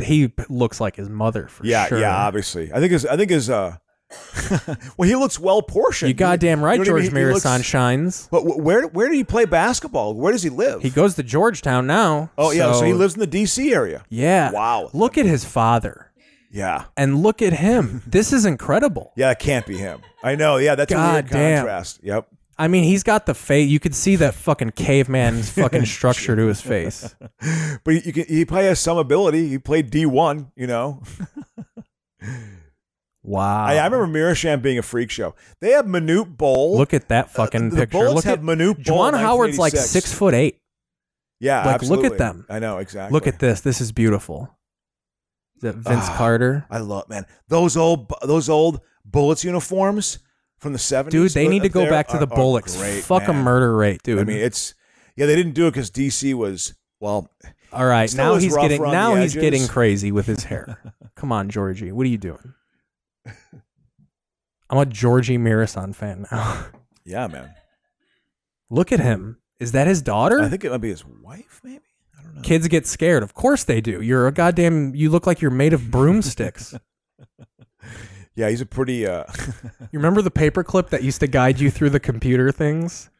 he p- looks like his mother for Yeah, sure. yeah. Obviously, I think his I think his uh. well, he looks well portioned. You goddamn right, You know what I George mean? He looks- Mirasan shines. But wh- where where did he play basketball? Where does he live? He goes to Georgetown now. oh yeah, so he lives in the D.C. area. Yeah. Wow. Look at his father. Yeah. And look at him. this is incredible. Yeah, it can't be him. I know. Yeah, that's a weird God damn. contrast. Yep. I mean, he's got the face. You could see that fucking caveman's fucking structure to his face. But you can, he probably has some ability. He played D one. You know, Wow. I, I remember Mirasham being a freak show. They have Manute Bowl. look at that fucking Uh, the picture. Bullets look have at Manute Bol Juwan in Howard's like 1986. six foot eight. yeah, like, look at absolutely. them. I know exactly. Look at this. This is beautiful. Is that Vince Ah. Carter? I love man those old bu- those old bullets uniforms from the seventies. Dude, they need to go back to the Bullocks. Fuck a murder rate, dude. I mean, it's yeah, they didn't do it because DC was well. All right, still now is he's rough getting around now the he's getting edges. crazy with his hair. Come on, Georgie, what are you doing? I'm a Georgie Mirasan fan now. Yeah, man. Look at him. Is that his daughter? I think it might be his wife, maybe. I don't know. Kids get scared. Of course they do. You're a goddamn. You look like you're made of broomsticks. Yeah, he's a pretty. uh You remember the paperclip that used to guide you through the computer things?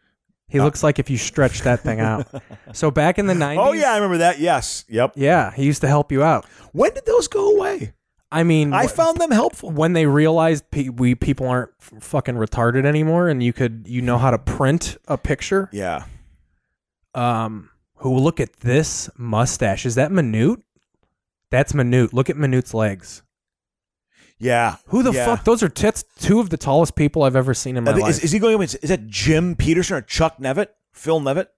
He looks like if you stretch that thing out. So back in the 90s. Uh, Oh yeah, I remember that. Yes. Yep. Yeah, he used to help you out. When did those go away? I mean, I wh- found them helpful. when they realized pe- we people aren't f- fucking retarded anymore and you could you know how to print a picture. Yeah. Um, who look at this mustache? Is that Minute? That's Minute. Look at Minute's legs. Yeah. Who the Yeah. fuck? Those are tits. Two of the tallest people I've ever seen in my I think- life. is, is he going? Is, is that Jim Peterson or Chuck Nevitt? Phil Nevitt?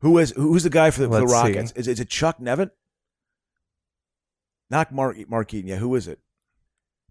Who is who's the guy for the, for the Let's see. Rockets? Is, is it Chuck Nevitt? Not Mark Mark Eaton. Yeah, who is it?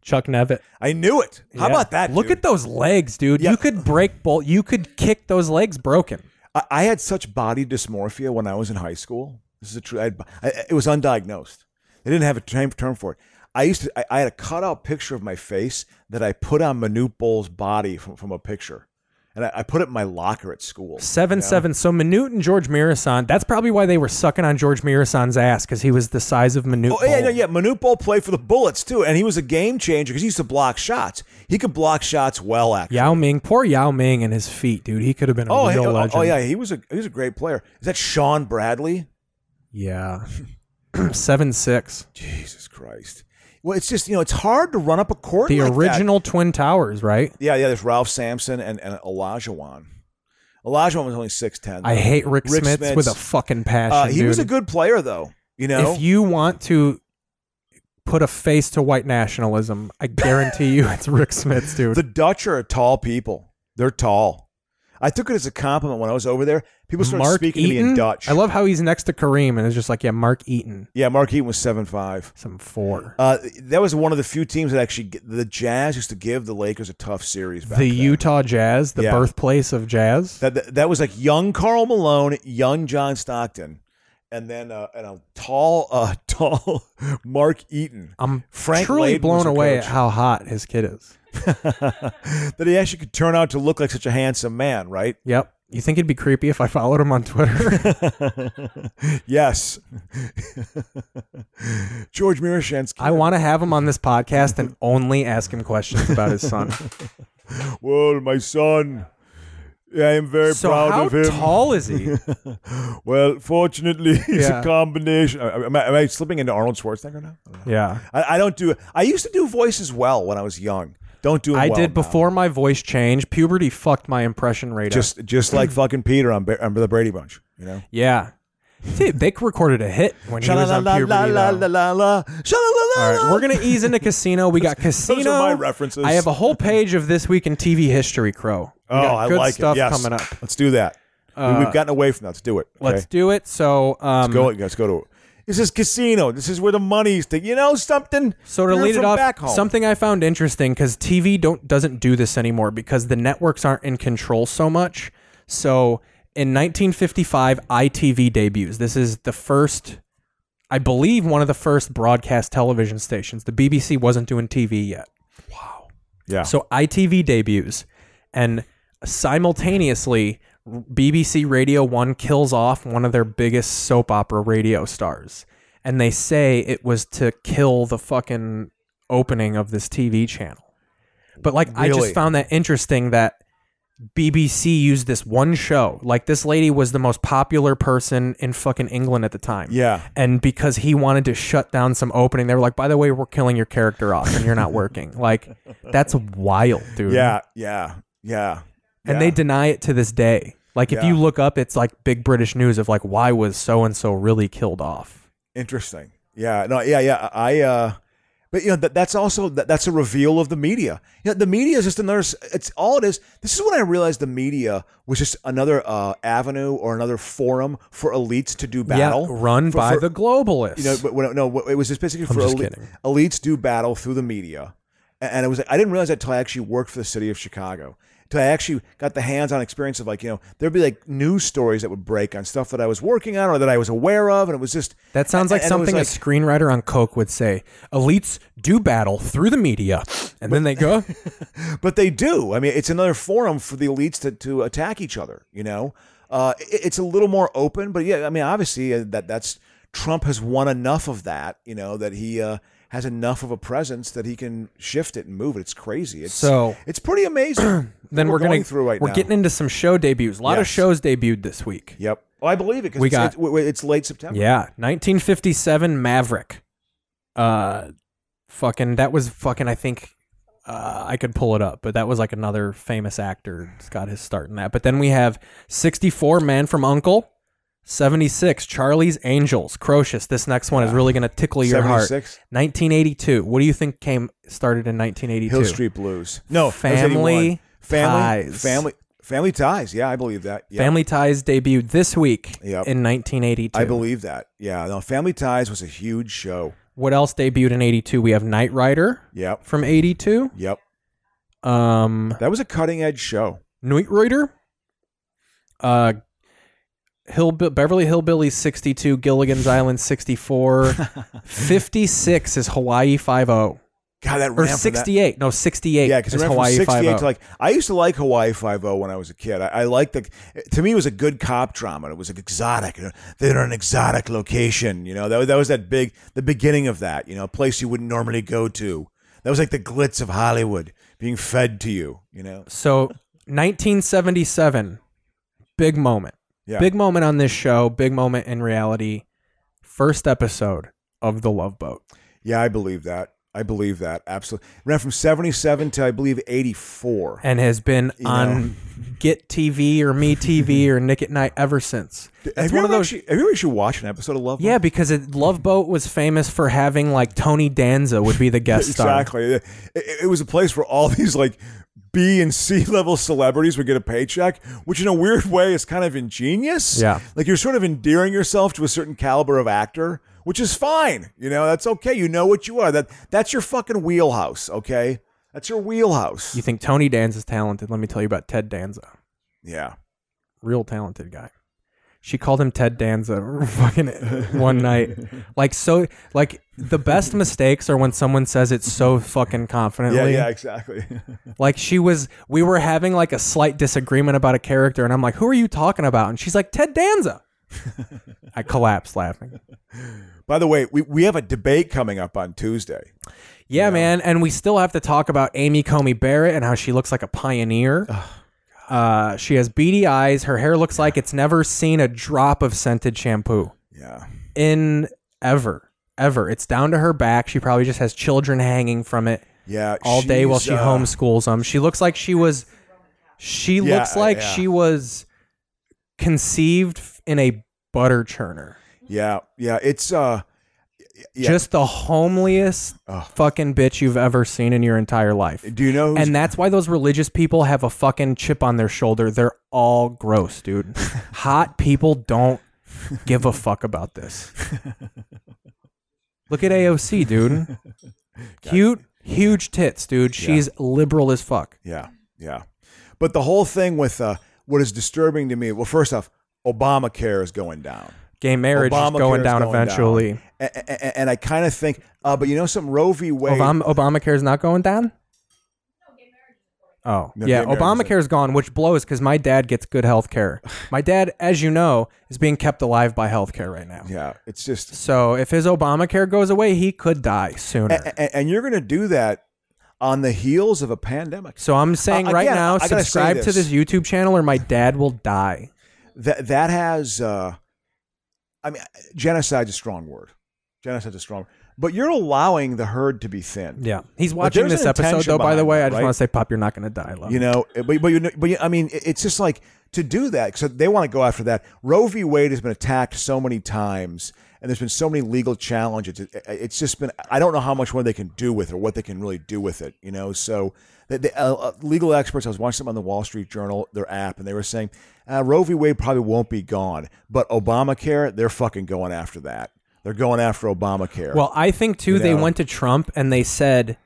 Chuck Nevitt. I knew it. How Yeah. about that? Look dude? at those legs, dude. Yeah. You could break bolt. You could kick those legs broken. I, I had such body dysmorphia when I was in high school. This is a true. I, had, I it was undiagnosed. They didn't have a term, term for it. I used to. I, I had a cutout picture of my face that I put on Manute Bowl's body from, from a picture, and I, I put it in my locker at school. Seven you know? seven. So Minute and George Mirasan. That's probably why they were sucking on George Mirasan's ass because he was the size of Minute. Oh yeah, yeah, Bol. yeah. Manute Bol played for the Bullets too, and he was a game changer because he used to block shots. He could block shots well, actually. Yao Ming. Poor Yao Ming and his feet, dude. He could have been a Oh, he- real oh, legend. oh, yeah, he was a he was a great player. Is that Sean Bradley? yeah. seven six. Jesus Christ. Well, it's just you know it's hard to run up a court. The like that. original Twin Towers, right? Yeah, yeah. There's Ralph Sampson and and Olajuwon. Olajuwon was only six ten. I hate Rick, Smiths with a fucking passion. Uh, he was a dude. good player though. You know. If you want to put a face to white nationalism, I guarantee you it's Rick Smiths, dude. the Dutch are tall people. They're tall. I took it as a compliment when I was over there. People started Mark speaking to me Eaton? in Dutch. I love how he's next to Kareem and it's just like, yeah, Mark Eaton. Yeah, Mark Eaton was seven five. Seven four. Uh, that was one of the few teams that actually the Jazz used to give the Lakers a tough series. Back The then. Utah Jazz, the Yeah. birthplace of jazz. That, that that was like young Carl Malone, young John Stockton, and then uh, and a tall, uh, tall Mark Eaton. I'm Frank truly Layden was blown the away coach. at how hot his kid is. that he actually could turn out to look like such a handsome man, right? Yep. You think it'd be creepy if I followed him on Twitter? Yes. George Mirashansky. I want to have him on this podcast and only ask him questions about his son. Well, my son, I am very So proud how of him. tall is he? well, fortunately, he's Yeah. a combination. Uh, Am I, am I slipping into Arnold Schwarzenegger now? Yeah. I, I don't do. I used to do voices well when I was young. Don't do. 'em I well did now. before my voice changed. Puberty fucked my impression rate. up. Just just like fucking Peter on, Ba- on the Brady Bunch, you know. yeah. Dude, they recorded a hit when he was on puberty. though. All right, we're gonna ease into casino. We got casino. are my references. I have a whole page of this week in TV history. Crow. We Oh, got I good like stuff it. Yes. coming up. Let's do that. Uh, we, have gotten away from that. Let's do it. okay? Let's do it. So, um, Let's go. Let's go to it. This is casino. This is where the money's. To, you know something. so to You're lead it from off, back home. something I found interesting because TV don't doesn't do this anymore because the networks aren't in control so much. So in 1955, ITV debuts. This is the first, I believe, one of the first broadcast television stations. The BBC wasn't doing TV yet. Yeah. So ITV debuts, and simultaneously, BBC Radio 1 kills off one of their biggest soap opera radio stars. And they say it was to kill the fucking opening of this TV channel. But like, I Really? just found that interesting that BBC used this one show. Like, this lady was the most popular person in fucking England at the time. Yeah. And because he wanted to shut down some opening, they were like, by the way, we're killing your character off and you're not working. like, that's wild, dude. Yeah. Yeah. Yeah. And they deny it to this day. Like, if Yeah. you look up, it's like big British news of like, why was so and so really killed off? Interesting. Yeah. No. Yeah. Yeah. I. uh But you know that that's also that, that's a reveal of the media. You know, the media is just another. s- It's all it is. This is when I realized the media was just another uh avenue or another forum for elites to do battle. Yeah, run For- by for- the globalists. You know, but when, no, it was just basically I'm for just elite, kidding. elites do battle through the media, A- and it was I didn't realize that until I actually worked for the city of Chicago. Till I actually got the hands-on experience of like you know there'd be like news stories that would break on stuff that I was working on or that I was aware of, and it was just that sounds like and- and it was something a screenwriter on Coke would say. Elites do battle through the media, and then they go. but they do. I mean, it's another forum for the elites to, to attack each other. You know, uh, it- it's a little more open, but yeah, I mean, obviously uh, that that's Trump has won enough of that. You know, that he uh, has enough of a presence that he can shift it and move it. It's crazy. It's So- it's pretty amazing. then what we're, going gonna through right we're now. getting into some show debuts. A lot of Yes. shows debuted this week. Yep. Well, I believe it because We it's, got- it's, w- w- it's late September. Yeah, 1957 Maverick. Uh, fucking that was fucking. I think uh, I could pull it up, but that was like another famous actor. that's got his start in that. But then we have 64 Man from Uncle. 76 Charlie's Angels Crocious this next one is really going to tickle your heart 76? 1982 what do you think came started in 1982 Hill Street Blues. No, that was Family 81. family, Ties. family, family ties. Yeah, I believe that. Yeah. Family Ties debuted this week Yep. in 1982 I believe that. Yeah. No, Family Ties was a huge show. what else debuted in 82 we have Knight Rider Yep. from 82 Yep. Um, That was a cutting edge show. Neutreuter, uh, Hillb- Beverly Hillbillies 62, Gilligan's Island 64, 56 is Hawaii 50 or God, that ran from that- 68. No, 68 Yeah, because is I remember Hawaii from 68 50. to like I used to like Hawaii Five O when I was a kid. I, I liked the to me it was a good cop drama. It was like exotic. They're in an exotic location. You know that was- that was that big the beginning of that. You know, a place you wouldn't normally go to. That was like the glitz of Hollywood being fed to you. You know, so 1977, big moment. Yeah. Big moment on this show, big moment in reality. First episode of The Love Boat. yeah, I believe that. I believe that absolutely. Ran from seventy seven to I believe eighty four. and has been You know. on Get TV or Me TV or Nick at Night ever since. Have It's you one of ever those. actually- have you ever actually watched an episode of Love? Boat? yeah, because it, Love Boat was famous for having like Tony Danza would be the guest star. Exactly. It, it was a place where all these like B and C level celebrities would get a paycheck, which in a weird way is kind of ingenious. Yeah. Like you're sort of endearing yourself to a certain caliber of actor, which is fine. You know, that's okay. You know what you are. That that's your fucking wheelhouse, okay? That's your wheelhouse. You think Tony Danza's talented? Let me tell you about Ted Danza. Yeah. Real talented guy. She called him Ted Danza fucking one night. Like so like the best mistakes are when someone says it so fucking confidently. Yeah, yeah, exactly. Like she was, we were having like a slight disagreement about a character, and I'm like, "Who are you talking about?" And she's like, "Ted Danza." I collapsed laughing. By the way, we, we have a debate coming up on Tuesday. Yeah, man, and we still have to talk about Amy Comey Barrett and how she looks like a pioneer. Uh, she has beady eyes. Her hair looks like it's never seen a drop of scented shampoo Yeah. in ever, ever. It's down to her back. She probably just has children hanging from it. Yeah, all day while she's, she uh, homeschools them. She looks like she was. She Yeah, uh, looks like yeah. she was conceived f- in a butter churner. Yeah. Yeah. It's uh yeah. Just the homeliest fucking bitch you've ever seen in your entire life. do you know who's- And that's why those religious people have a fucking chip on their shoulder. They're all gross, dude. Hot people don't give a fuck about this. Look at AOC, dude. Cute, huge tits, dude. She's liberal as fuck. Yeah, yeah. But the whole thing with uh, what is disturbing to me, well, first off, Obamacare is going down. Gay marriage is Obamacare going down down. eventually. A- a- a- And, I kind of think, uh, but you know, some Roe v. Wade. Obama, Obamacare's not going down? Oh, No, yeah. gay marriage isn't. Obamacare's gone, which blows because my dad gets good health care. My dad, as you know, is being kept alive by health care right now. yeah, it's just, So if his Obamacare goes away, he could die sooner. and, and you're going to do that on the heels of a pandemic. so I'm saying Uh, right again, now, I gotta say subscribe to this. this YouTube channel or my dad will die. That that has, uh, I mean, genocide's a strong word. Genocide's a strong word. But you're allowing the herd to be thin. Yeah. He's But watching there's this an episode, intention though, by the behind way. that, I just right? want to say, Pop, you're not going to die. Love. you know eh, but but you know, but you, i mean it- it's just like to do that so they want to go after that roe v wade has been attacked so many times and there's been so many legal challenges It- it- it's just been i don't know how much more they can do with it or what they can really do with it you know so the, the, uh, uh, legal experts i was watching them on the wall street journal their app and they were saying uh, roe v wade probably won't be gone but obamacare they're fucking going after that they're going after obamacare Well, I think too. You they know? went to Trump and they said,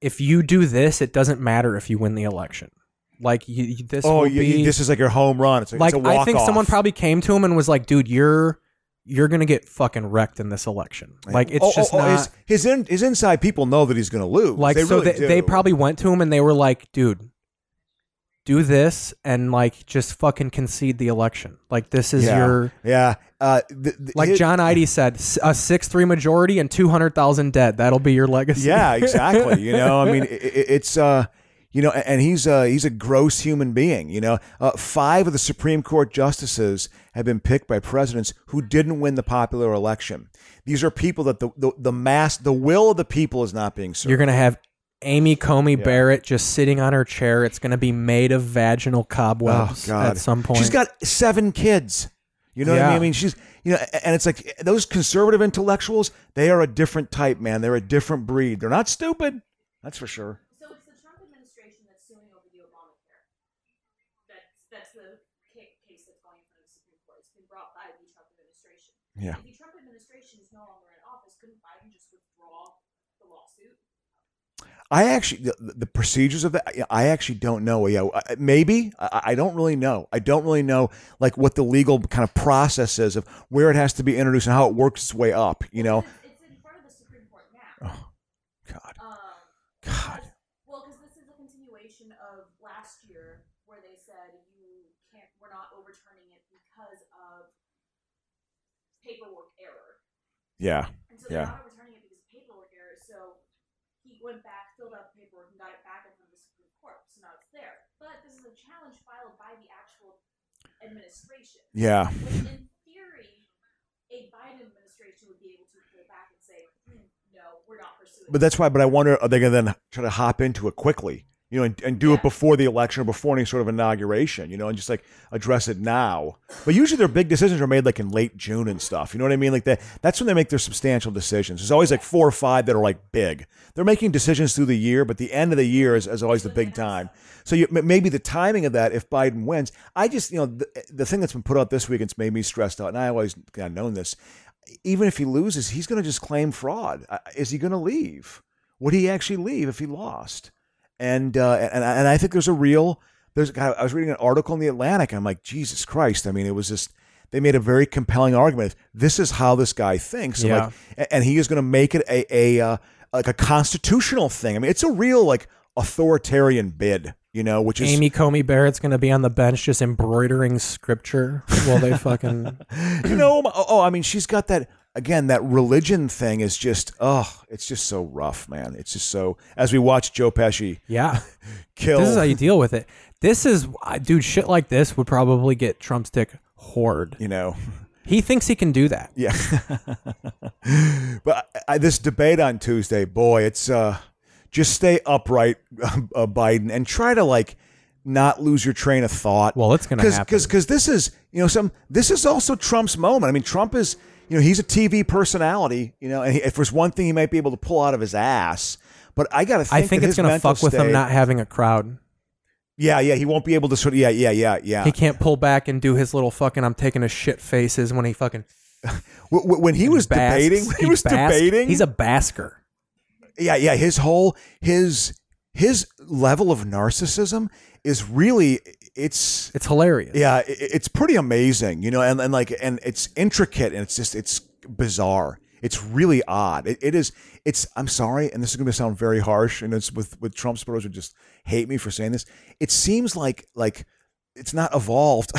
"If you do this, it doesn't matter if you win the election. Like you, you- this oh will you, be you- this is like your home run it's like, like it's a I think walk-off. someone probably came to him and was like, "Dude, you're you're gonna get fucking wrecked in this election. Like it's Oh, oh, just oh, not." his his, in, his inside people know that he's going to lose. like they so really they, do. they probably went to him and they were like dude do this and like just fucking concede the election like this is yeah. your yeah. Uh, th- th- like it- john Idy said s- a 6-3 majority and 200000 dead that'll be your legacy Yeah, exactly. you know, I mean, i i it's uh, you know, a- and he's uh, he's a gross human being. You know, uh, five of the Supreme Court justices have been picked by presidents who didn't win the popular election. These are people that the the, the mass the will of the people is not being served. you're gonna have amy comey barrett just sitting on her chair it's gonna be made of vaginal cobwebs at some point Oh, She's got seven kids. You know what I Yeah. mean? I mean, she's you know, a- and it's like those conservative intellectuals. They are a different type, man. They're a different breed. They're not stupid. That's for sure. So it's the Trump administration that's suing over the Obamacare. That's, that's the ca- case that's going in front of the Supreme Court. It's been brought by the Trump administration. Yeah. If the Trump administration is no longer in office, couldn't Biden just withdraw the lawsuit? I actually the, the procedures of that. I actually don't know. Yeah, I- maybe I, I don't really know. I don't really know like what the legal kind of process is of where it has to be introduced and how it works its way up. You know? It's in front of the Supreme Court now. Oh, God. Um, God. Well, because this is a continuation of last year where they said you can't, we're not overturning it because of paperwork error. Yeah. And so they're Yeah. not overturning it because of paperwork error. So he went back, filled out the paperwork, and got it back in front of the Supreme Court. So now it's there. But this is a challenge filed by the actual administration. Yeah. Which in theory, a Biden administration would be able to pull back and say, "Hmm, no, we're not pursuing. But that's why. But I wonder, are they going to then try to hop into it quickly? you know, and, and do it before the election or before any sort of inauguration, you know, and just like address it now. But usually their big decisions are made like in late June and stuff. You know what I mean? Like that, that's when they make their substantial decisions. There's always like four or five that are like big. They're making decisions through the year, but the end of the year is, is always the big time. So you, m- maybe the timing of that, if Biden wins, I just, you know, the, the thing that's been put out this week, it's made me stressed out. And I always kind of known this. Even if he loses, he's going to just claim fraud. Uh, Is he going to leave? Would he actually leave if he lost? and uh, and and I think there's a real there's I was reading an article in the Atlantic. I'm like Jesus Christ. I mean, it was just they made a very compelling argument. This is how this guy thinks. I'm Yeah. like, a- and he is going to make it a a uh, like a constitutional thing. I mean, it's a real like authoritarian bid. You know, which is Amy Comey Barrett's gonna be on the bench just embroidering scripture while they fucking you know, oh, oh, I mean, she's got that again. That religion thing is just oh, it's just so rough, man. It's just so as we watch Joe Pesci, yeah, kill. This is how you deal with it. This is, I- dude, shit like this would probably get Trump's dick hard. You know, he thinks he can do that. Yeah. but I, I, this debate on Tuesday, boy, it's uh, just stay upright, uh, Biden, and try to like not lose your train of thought. Well, it's gonna happen. because because this is you know some this is also Trump's moment. I mean, Trump is you know he's a TV personality, you know, and he, if there's one thing he might be able to pull out of his ass, but I gotta think I think that his it's gonna mental fuck with him state- not having a crowd. yeah, yeah, he won't be able to sort of yeah, yeah, yeah, yeah. He can't pull back and do his little fucking I'm taking a shit faces when he fucking Wh- wh- when he was basks. debating, when he, He was basks. debating. He's a basker. Yeah, yeah. His whole his his level of narcissism is really it's it's hilarious. Yeah, i- i- it's pretty amazing, you know, and, and like and it's intricate and it's just it's bizarre. It's really odd. It, it is. It's. I'm sorry, and this is going to sound very harsh, and it's with with Trump supporters who just hate me for saying this. It seems like like it's not evolved.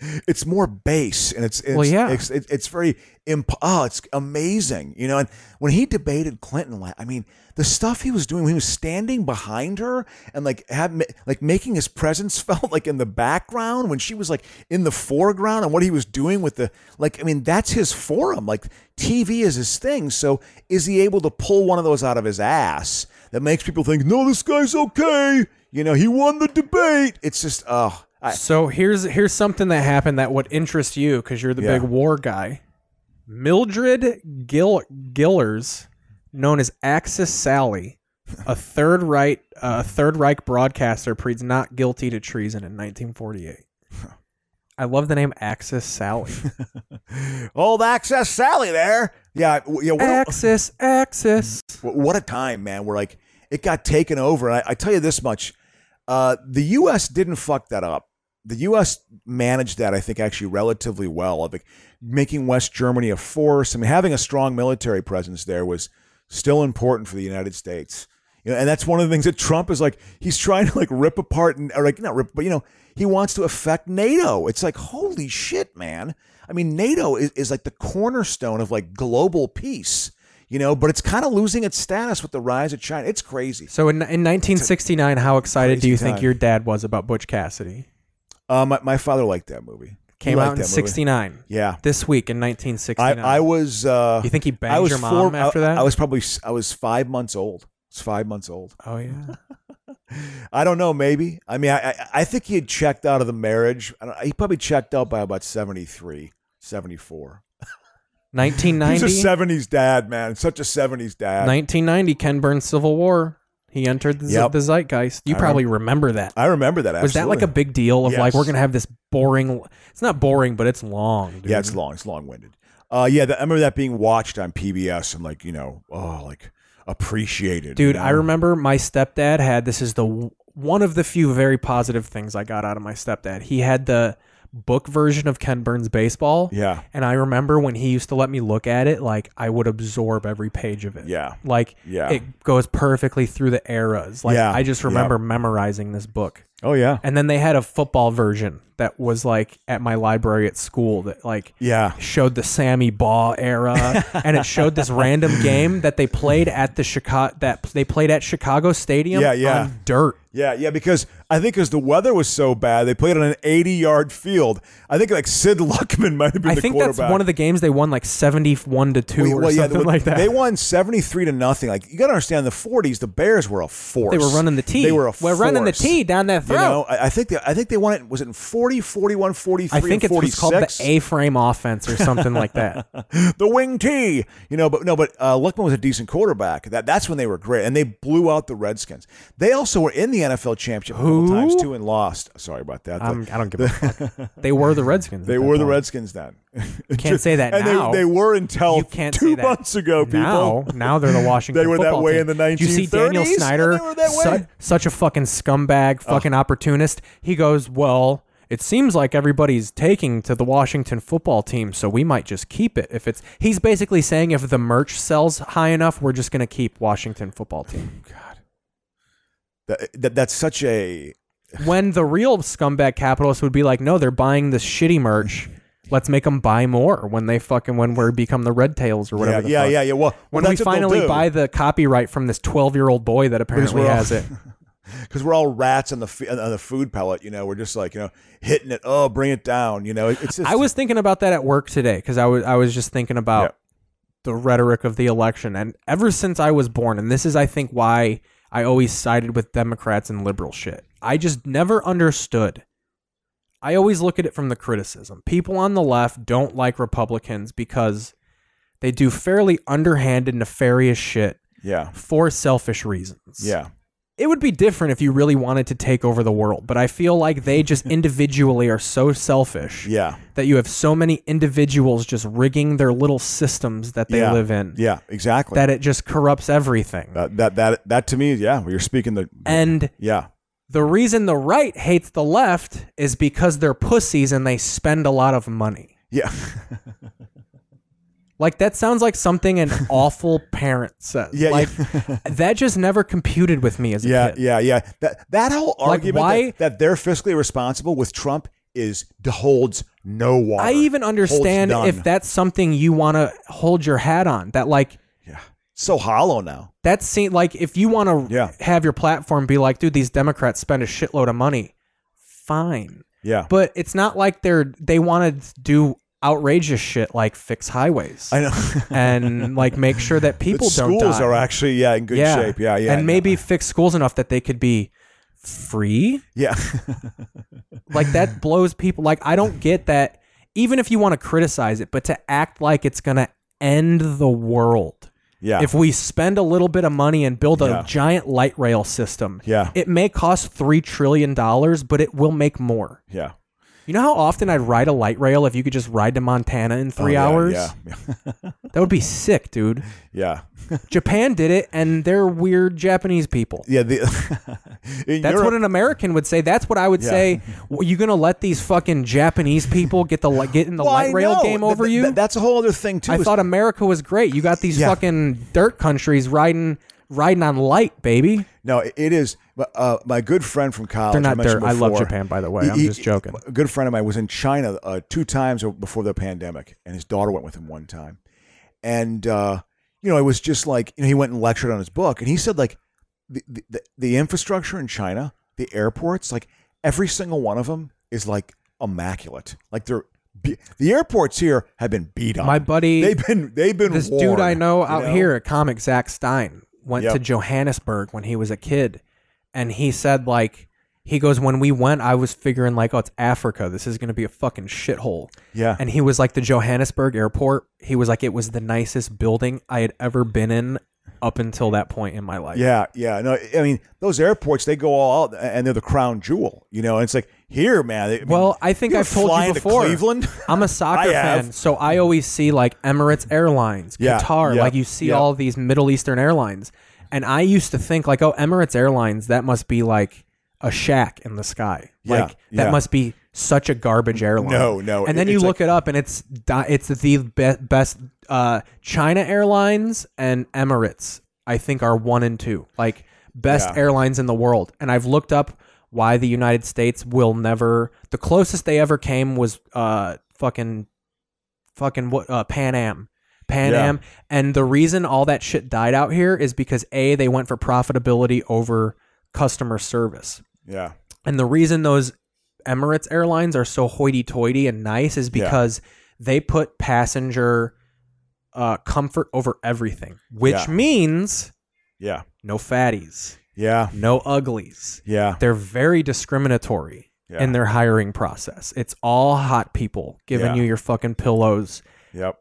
it's more base, and it's, it's Well, yeah. It's, it's, it's very imp- oh, it's amazing, you know. And when he debated Clinton, la- I mean, the stuff he was doing when he was standing behind her and like had ma- like making his presence felt like in the background when she was like in the foreground, and what he was doing with the like, I mean, that's his forum. Like TV is his thing. So is he able to pull one of those out of his ass that makes people think, no, this guy's okay? You know, he won the debate. It's just oh. I, so here's here's something that happened that would interest you because you're the Yeah. big war guy. Mildred Gill Gillers, known as Axis Sally, a third right uh, third Reich broadcaster, pleads not guilty to treason in 1948. I love the name Axis Sally. Old Access Sally there. Yeah, w- yeah. What Access, Access. What a time, man. We're like, it got taken over. And I, I tell you this much uh, the U.S. didn't fuck that up. The U.S. managed that, I think, actually relatively well. I think making West Germany a force. I mean, having a strong military presence there was still important for the United States. You know, and that's one of the things that Trump is like. He's trying to like rip apart and or like not rip, but you know, he wants to affect NATO. It's like holy shit, man. I mean, NATO is, is like the cornerstone of like global peace. You know, but it's kind of losing its status with the rise of China. It's crazy. So in, in 1969, how excited do crazy you think time. your dad was about Butch Cassidy? Uh, my, my father liked that movie. He Came liked out in that movie. '69. Yeah. this week in 1969. I, I was. Uh, You think he banged I was your mom four- I- after that? I was probably. s- I was five months old. It's five months old. Oh yeah. I don't know. Maybe. I mean, I, I I think he had checked out of the marriage. I don't, he probably checked out by about 73, 74. 1990. He's a seventies dad, man. Such a seventies dad. 1990, Ken Burns Civil War. He entered the, ze- Yep. the zeitgeist. You I probably remember that. I remember that. Was that like a absolutely. big deal of like Yes. we're gonna have this boring? It's not boring, but it's long. Dude. Yeah, it's long. It's long winded. Uh, yeah, that, I remember that being watched on PBS and like you know, oh, like appreciated. Dude, you I know? remember my stepdad had this is the w- one of the few very positive things I got out of my stepdad. He had the book version of Ken Burns baseball. Yeah. And I remember when he used to let me look at it like I would absorb every page of it. Yeah. Like Yeah. it goes perfectly through the eras. Like Yeah. I just Yeah. remember memorizing this book. Oh yeah. And then they had a football version that was like at my library at school that like Yeah. showed the Sammy Baugh era and it showed this random game that they played at the Chicago that they played at Chicago Stadium Yeah, yeah. on dirt. Yeah, yeah, because I think because the weather was so bad, they played on an 80 yard field. I think like Sid Luckman might have been I the think quarterback. that's one of the games they won like 71 to 2 Well, or well, yeah, something they- like that. They won 73 to nothing. Like, you got to understand, the 40s, the Bears were a force. They were running the T. They were a We're running the force. T down their You throat. know, I, I think they, I think they won it. Was it in 40, 41, 43, I and think it was 46? called the A-frame offense or something like that. the wing T. You know, but no, but uh, Luckman was a decent quarterback. That that's when they were great, and they blew out the Redskins. They also were in the NFL championship a couple Who? times too and lost. Sorry about that. I'm, The- I don't give a fuck. They were the Redskins. they were the Redskins then. Can't say that and now. They, they were until You can't two say that months ago, people. Now, now they're the Washington. They were that football way team. in the Did You see Daniel 1930s? Snyder, They were that su- way. such a fucking scumbag, fucking opportunist. He goes, well. It seems like everybody's taking to the Washington football team, so we might just keep it. If it's, he's basically saying if the merch sells high enough, we're just going to keep Washington football team. That- that- that's such a when the real scumbag capitalists would be like, no, they're buying this shitty merch. Let's make them buy more when they fucking when we become the red tails or whatever. Yeah, the yeah, fuck. yeah, yeah. Well- when well, we that's what they'll finally do. buy the copyright from this twelve-year-old boy that apparently we're all- has it. because we're all rats on the f- on the food pellet. You know, we're just like you know hitting it. Oh, bring it down. You know, it's just I was thinking about that at work today because I was I was just thinking about the rhetoric of the election, and ever since I was born, and this is I think why I always sided with Democrats and liberal shit. I just never understood. I always look at it from the criticism. People on the left don't like Republicans because they do fairly underhanded, nefarious shit yeah, for selfish reasons. yeah. It would be different if you really wanted to take over the world, but I feel like they just individually are so selfish Yeah. that you have so many individuals just rigging their little systems that they yeah. live in Yeah, exactly. that it just corrupts everything. that, that that that to me, yeah, you're speaking the And yeah. the reason the right hates the left is because they're pussies and they spend a lot of money. Yeah. Like that sounds like something an awful parent says. Yeah, like that just never computed with me as a Yeah, kid. yeah, yeah. That that whole Like, argument why- that, that they're fiscally responsible with Trump is holds no water. I even understand Holds none. if that's something you want to hold your hat on. That like so hollow now. that seem like if you want to have your platform be like, dude, these Democrats spend a shitload of money. Fine. Yeah. But it's not like they're they want to do outrageous shit like fix highways. I know. and like make sure that people But don't schools die. are actually yeah in good shape. Yeah, yeah. And maybe fix schools enough that they could be free. Yeah. like that blows people like I don't get that even if you want to criticize it, but to act like it's going to end the world. Yeah. If we spend a little bit of money and build a Yeah. giant light rail system, Yeah. it may cost 3 trillion dollars, but it will make more. yeah. You know how often I'd ride a light rail if you could just ride to Montana in Oh, three yeah, hours? Yeah. That would be sick, dude. Yeah. Japan did it, and they're weird Japanese people. Yeah, the, in That's what Europe- an American would say. That's what I would Yeah. say. Well, you gonna let these fucking Japanese people get the li- get in the Well, I light rail know. game Th- over th- you? th- that's a whole other thing too. I is- thought America was great. You got these Yeah. fucking dirt countries riding riding on light, baby. No, it it is. but, Uh, my good friend from college. They're not mentioned dirt. I love before, Japan, by the way. I'm just joking. A good friend of mine was in China uh, two times before the pandemic, and his daughter went with him one time. And uh, you know, it was just like you know, he went and lectured on his book, and he said like the the- the, the infrastructure in China, the airports, like every single one of them is like immaculate. Like they're be- the airports here have been beat up. My buddy- they've been they've been this worn, dude I know you out here at Comic Zach Stein went Yep. to Johannesburg when he was a kid, and he said like he goes when we went I was figuring like oh it's Africa this is gonna be a fucking shithole Yeah. and he was like the Johannesburg airport he was like it was the nicest building I had ever been in up until that point in my life Yeah, yeah. No, I mean those airports they go all out and they're the crown jewel, you know. And it's like here, man. I mean, Well, I think you I've told fly you into before. Cleveland. I'm a soccer I have. fan, so I always see like Emirates Airlines, Yeah, Qatar, yeah, like you see yeah. all these Middle Eastern airlines. And I used to think like, oh, Emirates Airlines, that must be like a shack in the sky. Yeah, like that yeah. must be such a garbage airline. No, no, And then it- you it's look it up, and it's di- it's the be- best. Uh, China Airlines and Emirates, I think, are one and two, like best Yeah. airlines in the world. And I've looked up why the United States will never. The closest they ever came was uh fucking, fucking what uh, Pan Am. Pan Yeah. Am, and the reason all that shit died out here is because a they went for profitability over customer service. Yeah. And the reason those Emirates airlines are so hoity-toity and nice is Yeah. because they put passenger uh, comfort over everything, which Yeah. means Yeah. no fatties, yeah, no uglies. Yeah. They're very discriminatory Yeah. in their hiring process. It's all hot people giving Yeah. you your fucking pillows. Yep.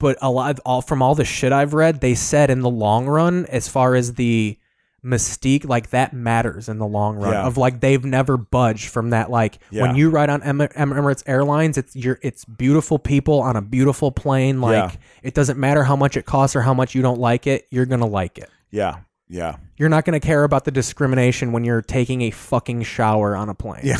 But a lot of, all from all the shit I've read, they said in the long run, as far as the mystique, like that matters in the long run. Yeah. Of like they've never budged from that. Like Yeah. when you ride on Em- Em- Emirates Airlines, it's your it's beautiful people on a beautiful plane. Like Yeah. it doesn't matter how much it costs or how much you don't like it, you're gonna like it. Yeah. Yeah. You're not going to care about the discrimination when you're taking a fucking shower on a plane. Yeah.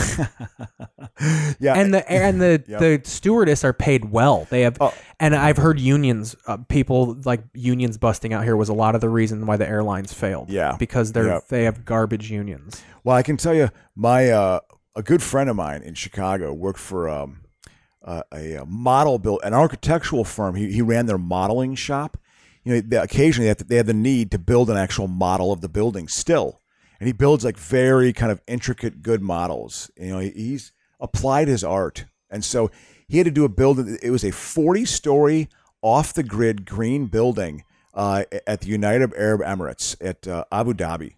yeah. And the and the Uh, Yep. Oh. the stewardess are paid well. They have and I've heard unions uh, people like unions busting out here was a lot of the reason why the airlines failed. Yeah. Because they're Yep. they have garbage unions. Well, I can tell you, my uh, a good friend of mine in Chicago worked for um, uh, a, a model build, an architectural firm. He, he ran their modeling shop. You know, they, occasionally they had, to- they had the need to build an actual model of the building still, and he builds like very kind of intricate, good models. You know, he, he's applied his art, and so he had to do a building. It was a forty-story off-the-grid green building uh, at the United Arab Emirates at uh, Abu Dhabi.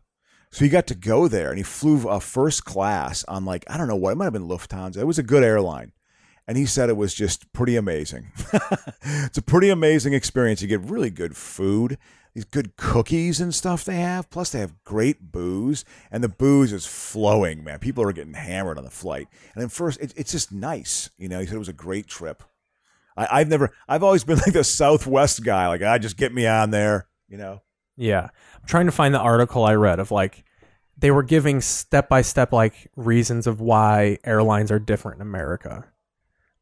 So he got to go there and he flew uh, first class on like, I don't know what, it might have been Lufthansa. It was a good airline. And he said it was just pretty amazing. it's a pretty amazing experience. You get really good food, these good cookies and stuff they have. Plus, they have great booze, and the booze is flowing, man. People are getting hammered on the flight. And then first, it, it's just nice. You know, he said it was a great trip. I, I've never, I've always been like the Southwest guy. Like, I just get me on there, you know? Yeah. I'm trying to find the article I read of like they were giving step by step like reasons of why airlines are different in America.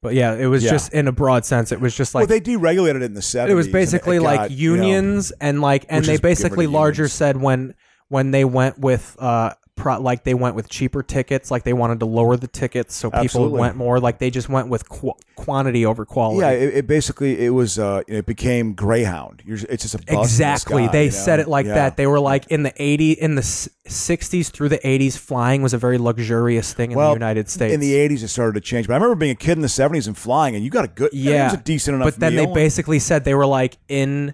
But yeah, it was Yeah. just in a broad sense, it was just like well, they deregulated it in the 70s. and it was it basically got, like you know, unions and like and Which they is different basically than larger said when when they went with uh pro, like they went with cheaper tickets like they wanted to lower the tickets so people Absolutely. went more like they just went with qu- quantity over quality Yeah, it, it basically it was uh, it became Greyhound. You're, it's just a bus in the exactly sky, they you know? said it like Yeah. that they were like in the 80 in the s- 60s through the 80s flying was a very luxurious thing in well, the United States in the '80s, it started to change. But I remember being a kid in the '70s and flying, and you got a good, it yeah was a decent enough. but then meal. they basically said they were like in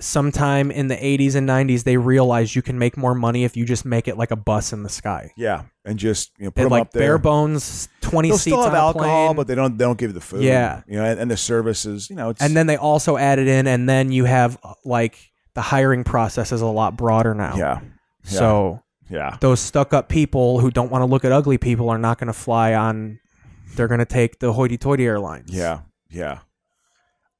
sometime in the 80s and 90s they realized you can make more money if you just make it like a bus in the sky yeah, and just you know put They them like up there. bare bones 20 They'll seats still have on a alcohol, plane. but they don't they don't give you the food. Yeah. you know, and, and the services. You know, it's and then they also added in and then you have uh, like the hiring process is a lot broader now Yeah. so Yeah. those stuck up people who don't want to look at ugly people are not going to fly on they're going to take the hoity-toity airlines yeah, yeah.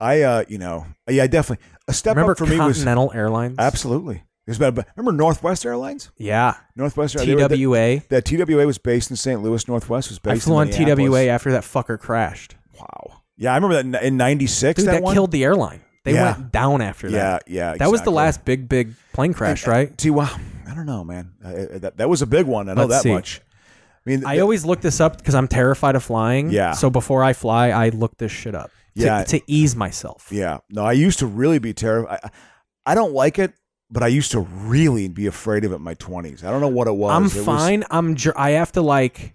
I uh, you know, yeah, definitely a step remember up for me was continental airlines absolutely. There's been, remember Northwest Airlines? yeah Northwest they were- twa That TWA was based in St. Louis. Northwest was based. I flew in on TWA Minneapolis. after that fucker crashed. Wow. Yeah, I remember that in- in '96. Dude, that, one killed the airline. They Yeah. went down after that. Yeah, yeah. That was the exactly. last big, big plane crash, right? See, wow. I don't know, man. Uh, uh, that, that was a big one. I know that Let's see. much. I mean, I always look this up because I'm terrified of flying. Yeah. So before I fly, I look this shit up. to- Yeah. To, ease myself. Yeah. No, I used to really be terrified. I, I don't like it, but I used to really be afraid of it in my 20s. I don't know what it was. I'm It was- fine. I'm. Jer- I have to like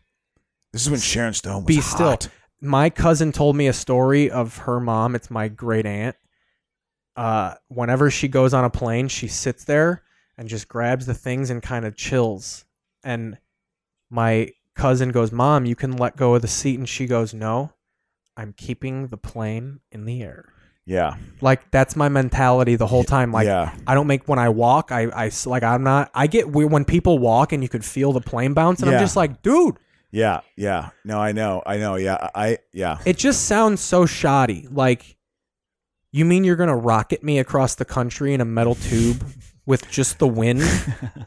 this is when Sharon Stone was be hot. still. My cousin told me a story of her mom. It's my great aunt. Uh, whenever she goes on a plane, she sits there and just grabs the things and kind of chills. And my cousin goes, "Mom, you can let go of the seat," and she goes, "No, I'm keeping the plane in the air." Yeah. Like that's my mentality the whole time. Like Yeah. I don't make when I walk. I I s- like I'm not. I get weird when people walk and you could feel the plane bounce, and Yeah. I'm just like, dude, Yeah. Yeah. No, I know. I know. Yeah. I, yeah. it just sounds so shoddy. Like, you mean you're gonna rocket me across the country in a metal tube with just the wind?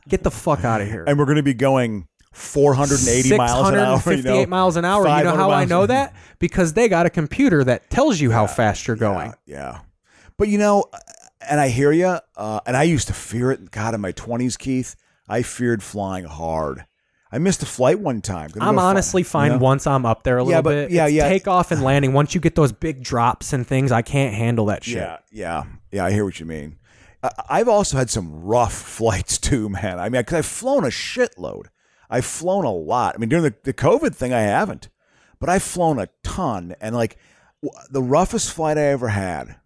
Get the fuck out of here. And we're going to be going 480 miles an hour. You 658 know, miles an hour. You know 500 how I miles- know that? Because they got a computer that tells you how fast you're going. Yeah. But you know, uh, and I hear you. Uh, and I used to fear it. God, in my twenties, Keith, I feared flying hard. I I missed a flight one time. Gonna I'm go fly- honestly fine you know? once I'm up there a Yeah, little but- bit. yeah, It's yeah. Takeoff and landing. Once you get those big drops and things, I can't handle that shit. Yeah, yeah, yeah. I hear what you mean. I, I've also had some rough flights too, man. I mean, because I've flown a shitload. I've flown a lot. I mean, during the, the COVID thing, I haven't, but I've flown a ton. And like w- the roughest flight I ever had,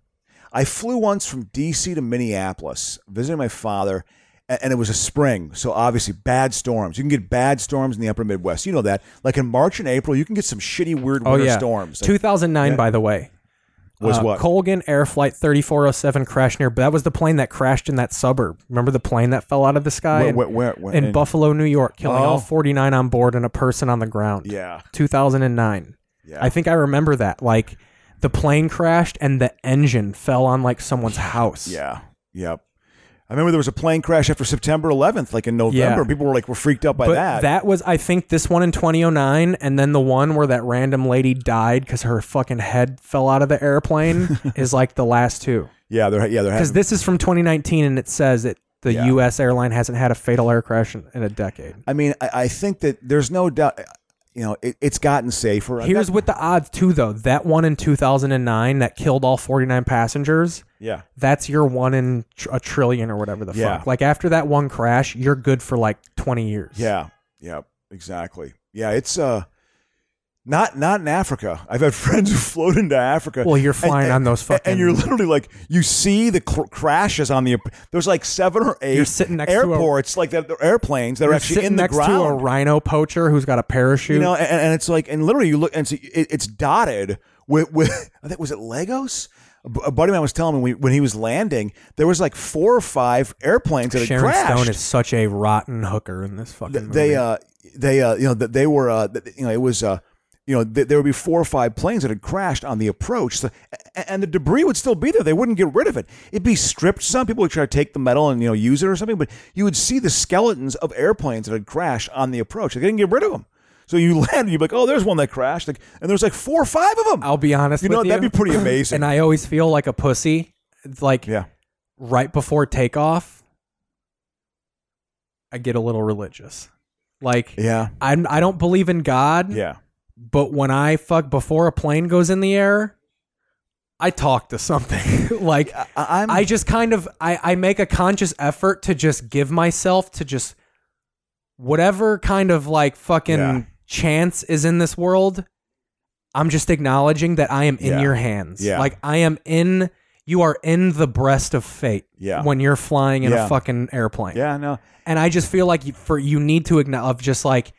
I flew once from DC to Minneapolis visiting my father, a- and it was a spring, so obviously bad storms. You can get bad storms in the upper Midwest. You know that. Like in March and April, you can get some shitty, weird Oh winter yeah. storms. Like- 2009, Yeah. by the way, Was Uh, what? Colgan Air Flight 3407 crashed near. That was the plane that crashed in that suburb. Remember the plane that fell out of the sky Where- in, where- where- where- in in- Buffalo, New York, killing all Oh. 49 on board and a person on the ground. Yeah. 2009. Yeah. I think I remember that. Like the plane crashed and the engine fell on like someone's house. Yeah. Yep. I remember there was a plane crash after September 11th, like in November. Yeah. People were like, "We're freaked out by but that." was, I think, this one in 2009, and then the one where that random lady died because her fucking head fell out of the airplane is like the last two. yeah, there, yeah, there Because has. this is from 2019, and it says that the Yeah. U.S. airline hasn't had a fatal air crash in, in a decade. I mean, I, I think that there's no doubt. You know, it, it's gotten safer. Here's That- what the odds, too, though. That one in 2009 that killed all 49 passengers. Yeah. That's your one in tr- a trillion or whatever the Yeah. fuck. Like after that one crash, you're good for like 20 years. Yeah. Yeah. Exactly. Yeah. It's uh, not not in Africa. I've had friends who float into Africa. Well, you're and- flying and- on those fucking- And you're literally like, you see the cr- crashes on the. There's like seven or eight You're sitting next to a- airports, like that, they're airplanes that are You're actually sitting in the next ground. to a rhino poacher who's got a parachute. You know, and, and it's like, and literally, you look, and it's, it, it's dotted with, with I think was it Legos? A bu- a buddy of mine was telling me when, when he was landing, there was like four or five airplanes that had Sharon crashed. Stone is such a rotten hooker in this fucking movie. they, uh, they, uh, you know, th- they were, uh, th- you know, it was, uh, you know, th- there would be four or five planes that had crashed on the approach, so, a- and the debris would still be there. They wouldn't get rid of it. It'd be stripped. Some people would try to take the metal and you know use it or something, but you would see the skeletons of airplanes that had crashed on the approach. They didn't get rid of them. So you land, you'd be like, "Oh, there's one that crashed," like, and there's like four or five of them. I'll be honest You know, with that'd be pretty amazing. and I always feel like a pussy. Like yeah. right before takeoff, I get a little religious. Like Yeah. I'm I don't believe in God. Yeah. But when I fuck before a plane goes in the air, I talk to something. like I, I'm- I just kind of I, I make a conscious effort to just give myself to just whatever kind of like fucking Yeah. chance is in this world. I'm just acknowledging that I am in Yeah. your hands. Yeah. Like I am in you are in the breast of fate Yeah. when you're flying in Yeah. a fucking airplane. Yeah, no. And I just feel like you, for you need to acknowledge of just like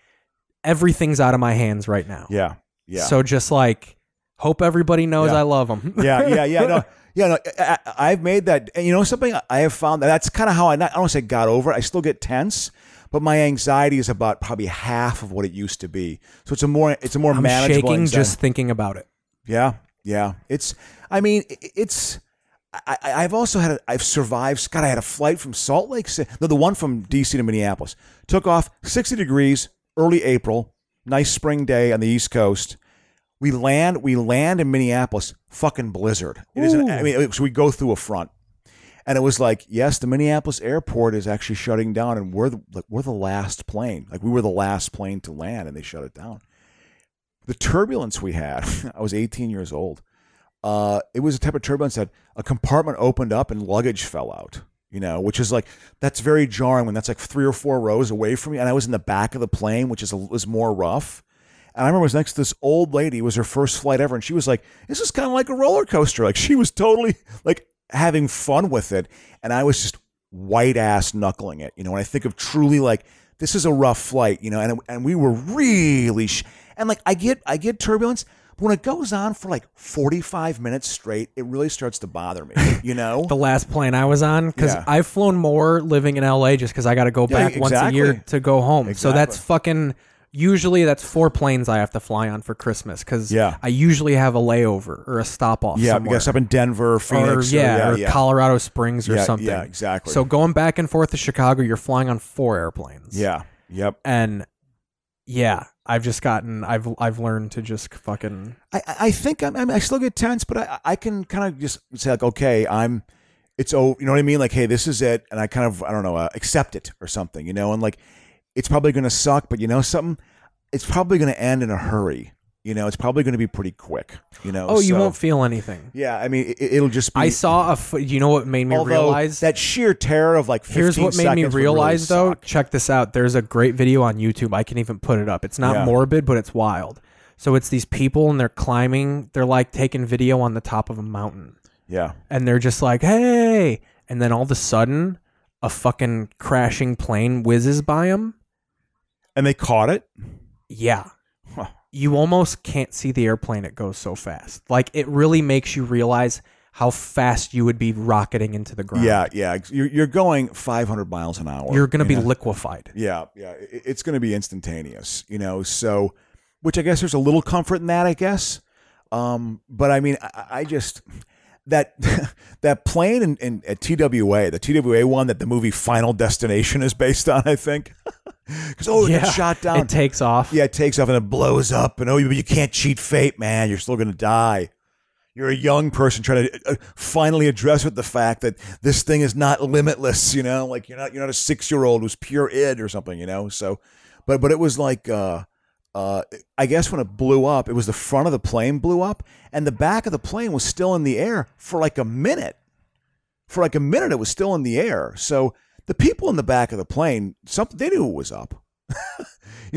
everything's out of my hands right now. Yeah. Yeah. So just like hope everybody knows Yeah. I love them. yeah, yeah, yeah. No, yeah, no. I, I- I've made that. And you know something? I have found that that's kind of how I not. I don't say got over. it. I still get tense, but my anxiety is about probably half of what it used to be. So it's a more it's a more I'm manageable. shaking anxiety. just thinking about it. yeah, yeah. It's. I mean, i- it's. I, I- I've also had. A, I've survived. God, I had a flight from Salt Lake. City. No, the one from D.C. to Minneapolis took off 60 degrees, early April, nice spring day on the East Coast. We land. We land in Minneapolis. Fucking blizzard. It is. An, I Ooh. mean, it- so we go through a front, and it was like, yes, the Minneapolis airport is actually shutting down, and we're the, like, we're the last plane. Like we were the last plane to land, and they shut it down. The turbulence we had. I was 18 years old. Uh, it was a type of turbulence that a compartment opened up and luggage fell out. You know, which is like that's very jarring when that's like three or four rows away from me, and I was in the back of the plane, which is a, was more rough. And I remember I was next to this old lady. It was her first flight ever, and she was like, "This is kind of like a roller coaster." Like she was totally like having fun with it, and I was just white ass knuckling it. You know, and I think of truly like this is a rough flight. You know, and and we were really sh- and like I get I get turbulence. But when it goes on for like 45 minutes straight, it really starts to bother me, you know? the last plane I was on because Yeah. I've flown more living in LA just because I got to go Yeah, back once a year exactly. to go home. So that's Exactly. fucking. Usually that's four planes I have to fly on for Christmas because Yeah. I usually have a layover or a stop off. yeah, somewhere. because up in Denver, or, Phoenix, yeah, or Colorado Springs or Yeah, yeah, something. exactly. So going back and forth to Chicago, you're flying on four airplanes. Yeah, yep. and yeah, I've just gotten I've I've learned to just fucking I, I I think I'm, I'm, I still get tense, but I, I can kind of just say like, okay, I'm, it's oh, you know what I mean? Like, hey, this is it, and I kind of, I don't know, uh, accept it or something, you know, and like, it's probably going to suck, but you know something? It's probably going to end in a hurry. You know, it's probably going to be pretty quick. You know, Oh, you so- won't feel anything. Yeah, I mean, it, it'll just. be... I saw a. fo- You know what made me Although, realize that sheer terror of like. 15 Here's what made me seconds would really realize, suck. though. Check this out. There's a great video on YouTube. I can even put it up. It's not Yeah. morbid, but it's wild. So it's these people and they're climbing. They're like taking video on the top of a mountain, Yeah. and they're just like, "Hey!" And then all of a sudden, a fucking crashing plane whizzes by them. And they caught it. Yeah. You almost can't see the airplane. It goes so fast. Like it really makes you realize how fast you would be rocketing into the ground. Yeah, yeah. You're, you're going 500 miles an hour. Uh-huh. You're gonna you be know? liquefied. Yeah, yeah. It- It's going to be instantaneous, you know. So, which I guess there's a little comfort in that, I guess. Um, but I mean, I, I just that that plane in, in at TWA, the TWA one that the movie Final Destination is based on, I think. Because oh, it Yeah, gets shot down. it takes off. Yeah, it takes off and it blows up. And oh, you, you can't cheat fate, man. You're still going to die. You're a young person trying to uh, finally address with the fact that this thing is not limitless. You know, like you're not you're not a six year old who's pure id or something. You know, so but but it was like uh, uh, I guess when it blew up, it was the front of the plane blew up and the back of the plane was still in the air for like a minute for like a minute it was still in the air so the people in the back of the plane something they knew it was up you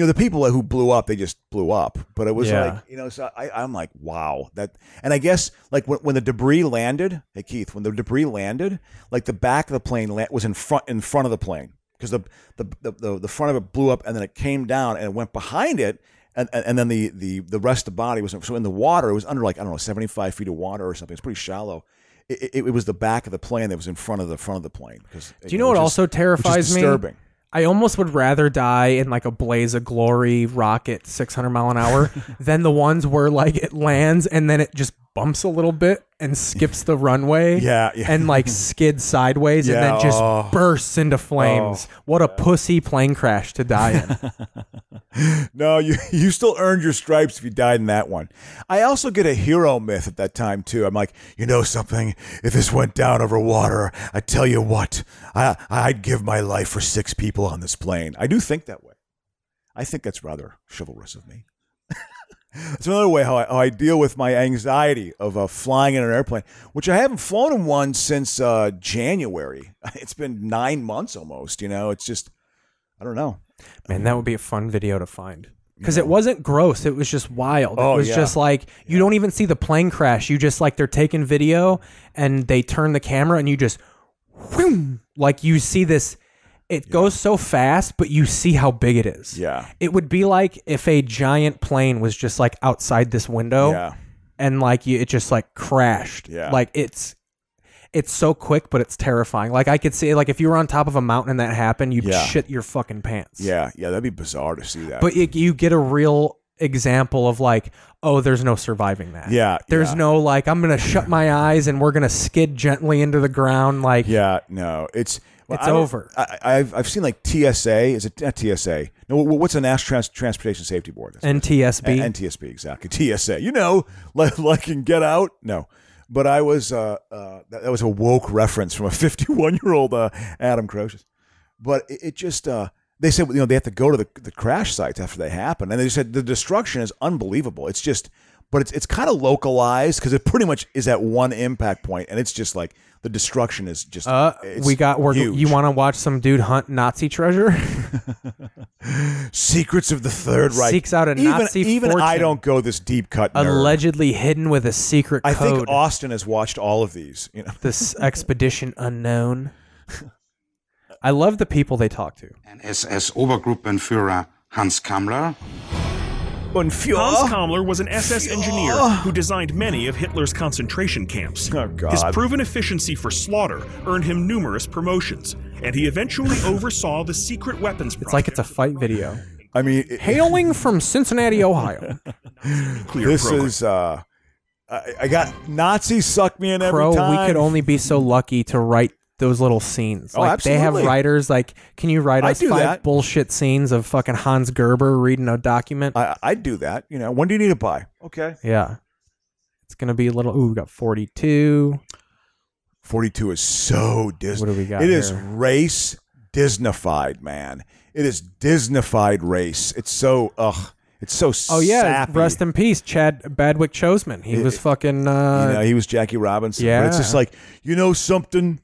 know the people who blew up they just blew up but it was Yeah. like you know so I, i'm like wow that and i guess like when, when the debris landed hey keith when the debris landed like the back of the plane la- was in front in front of the plane because the the, the the the front of it blew up and then it came down and it went behind it and, and, and then the, the, the rest of the body was so in the water it was under like i don't know 75 feet of water or something it's pretty shallow it, it, it was the back of the plane that was in front of the front of the plane. Because Do you know what also terrifies me? Disturbing. I almost would rather die in like a blaze of glory rocket, 600 mile an hour, than the ones where like it lands and then it just bumps a little bit and skips the runway. Yeah, yeah. And like skids sideways and Yeah, then just oh. bursts into flames. what a pussy plane crash to die in. No, you you still earned your stripes if you died in that one. I also get a hero myth at that time too. I'm like, you know something? If this went down over water, I tell you what, I I'd give my life for six people on this plane. I do think that way. I think that's rather chivalrous of me. That's another way how I, how I deal with my anxiety of uh, flying in an airplane, which I haven't flown in one since uh, January. It's been nine months almost. You know, it's just I don't know. Man, that would be a fun video to find. Because it wasn't gross, it was just wild. Oh, it was yeah. just like you don't even see the plane crash. You just like they're taking video and they turn the camera and you just whoom, like you see this it goes so fast, but you see how big it is. Yeah. It would be like if a giant plane was just like outside this window Yeah. and like you, it just like crashed. Yeah. Like it's it's so quick, but it's terrifying. Like I could see like if you were on top of a mountain and that happened, you'd Yeah. shit your fucking pants Yeah, yeah, that'd be bizarre to see that. but it, you get a real example of like oh there's no surviving that Yeah, there's yeah. no like i'm gonna shut my eyes and we're gonna skid gently into the ground like yeah, no, it's well, It's I don't- over. I, I've I've seen like TSA is it not TSA? No, wh- what's the National Trans- Transportation Safety Board? That's- ntsb A- NTSB, exactly. TSA. You know, like, like in Get Out. No. But I was, uh, uh, that, that was a woke reference from a 51 year old uh, Adam Croces. But it, it just, uh, they said, you know, they have to go to the, the crash sites after they happen. And they said the destruction is unbelievable. It's just, but it's, it's kind of localized because it pretty much is at one impact point, And it's just like the destruction is just, uh, it's we got we're, huge. you want to watch some dude hunt nazi treasure secrets of the Third Reich. Seeks out a even, Nazi Even I fortune. don't go this deep cut. nerd. allegedly hidden with a secret I code think Austin has watched all of these. You know, this expedition unknown i love the people they talk to SS-Obergruppenführer Hans Kammler. Hans Kammler was an SS engineer Oh. who designed many of Hitler's concentration camps. His proven efficiency for slaughter earned him numerous promotions, and he eventually oversaw the secret weapons it's like it's a fight video I mean, it- hailing from cincinnati ohio this is. Uh, I, I got Nazis suck me in every Pro, time. we could only be so lucky to write those little scenes. Oh, like they have absolutely. writers. Like, can you write I us do five that. bullshit scenes of fucking Hans Gerber reading a document? I, I'd do that. You know, when do you need to buy? Okay, yeah, it's gonna be a little. Ooh, we got forty-two. forty-two is so Disney. What do we got It is here? race Disneyfied, man. it is Disneyfied race. It's so ugh. It's so Oh yeah, sappy. rest in peace, Chad Badwick Choseman. He was fucking. Uh, you know, he was Jackie Robinson. But it's yeah. just like, you know something?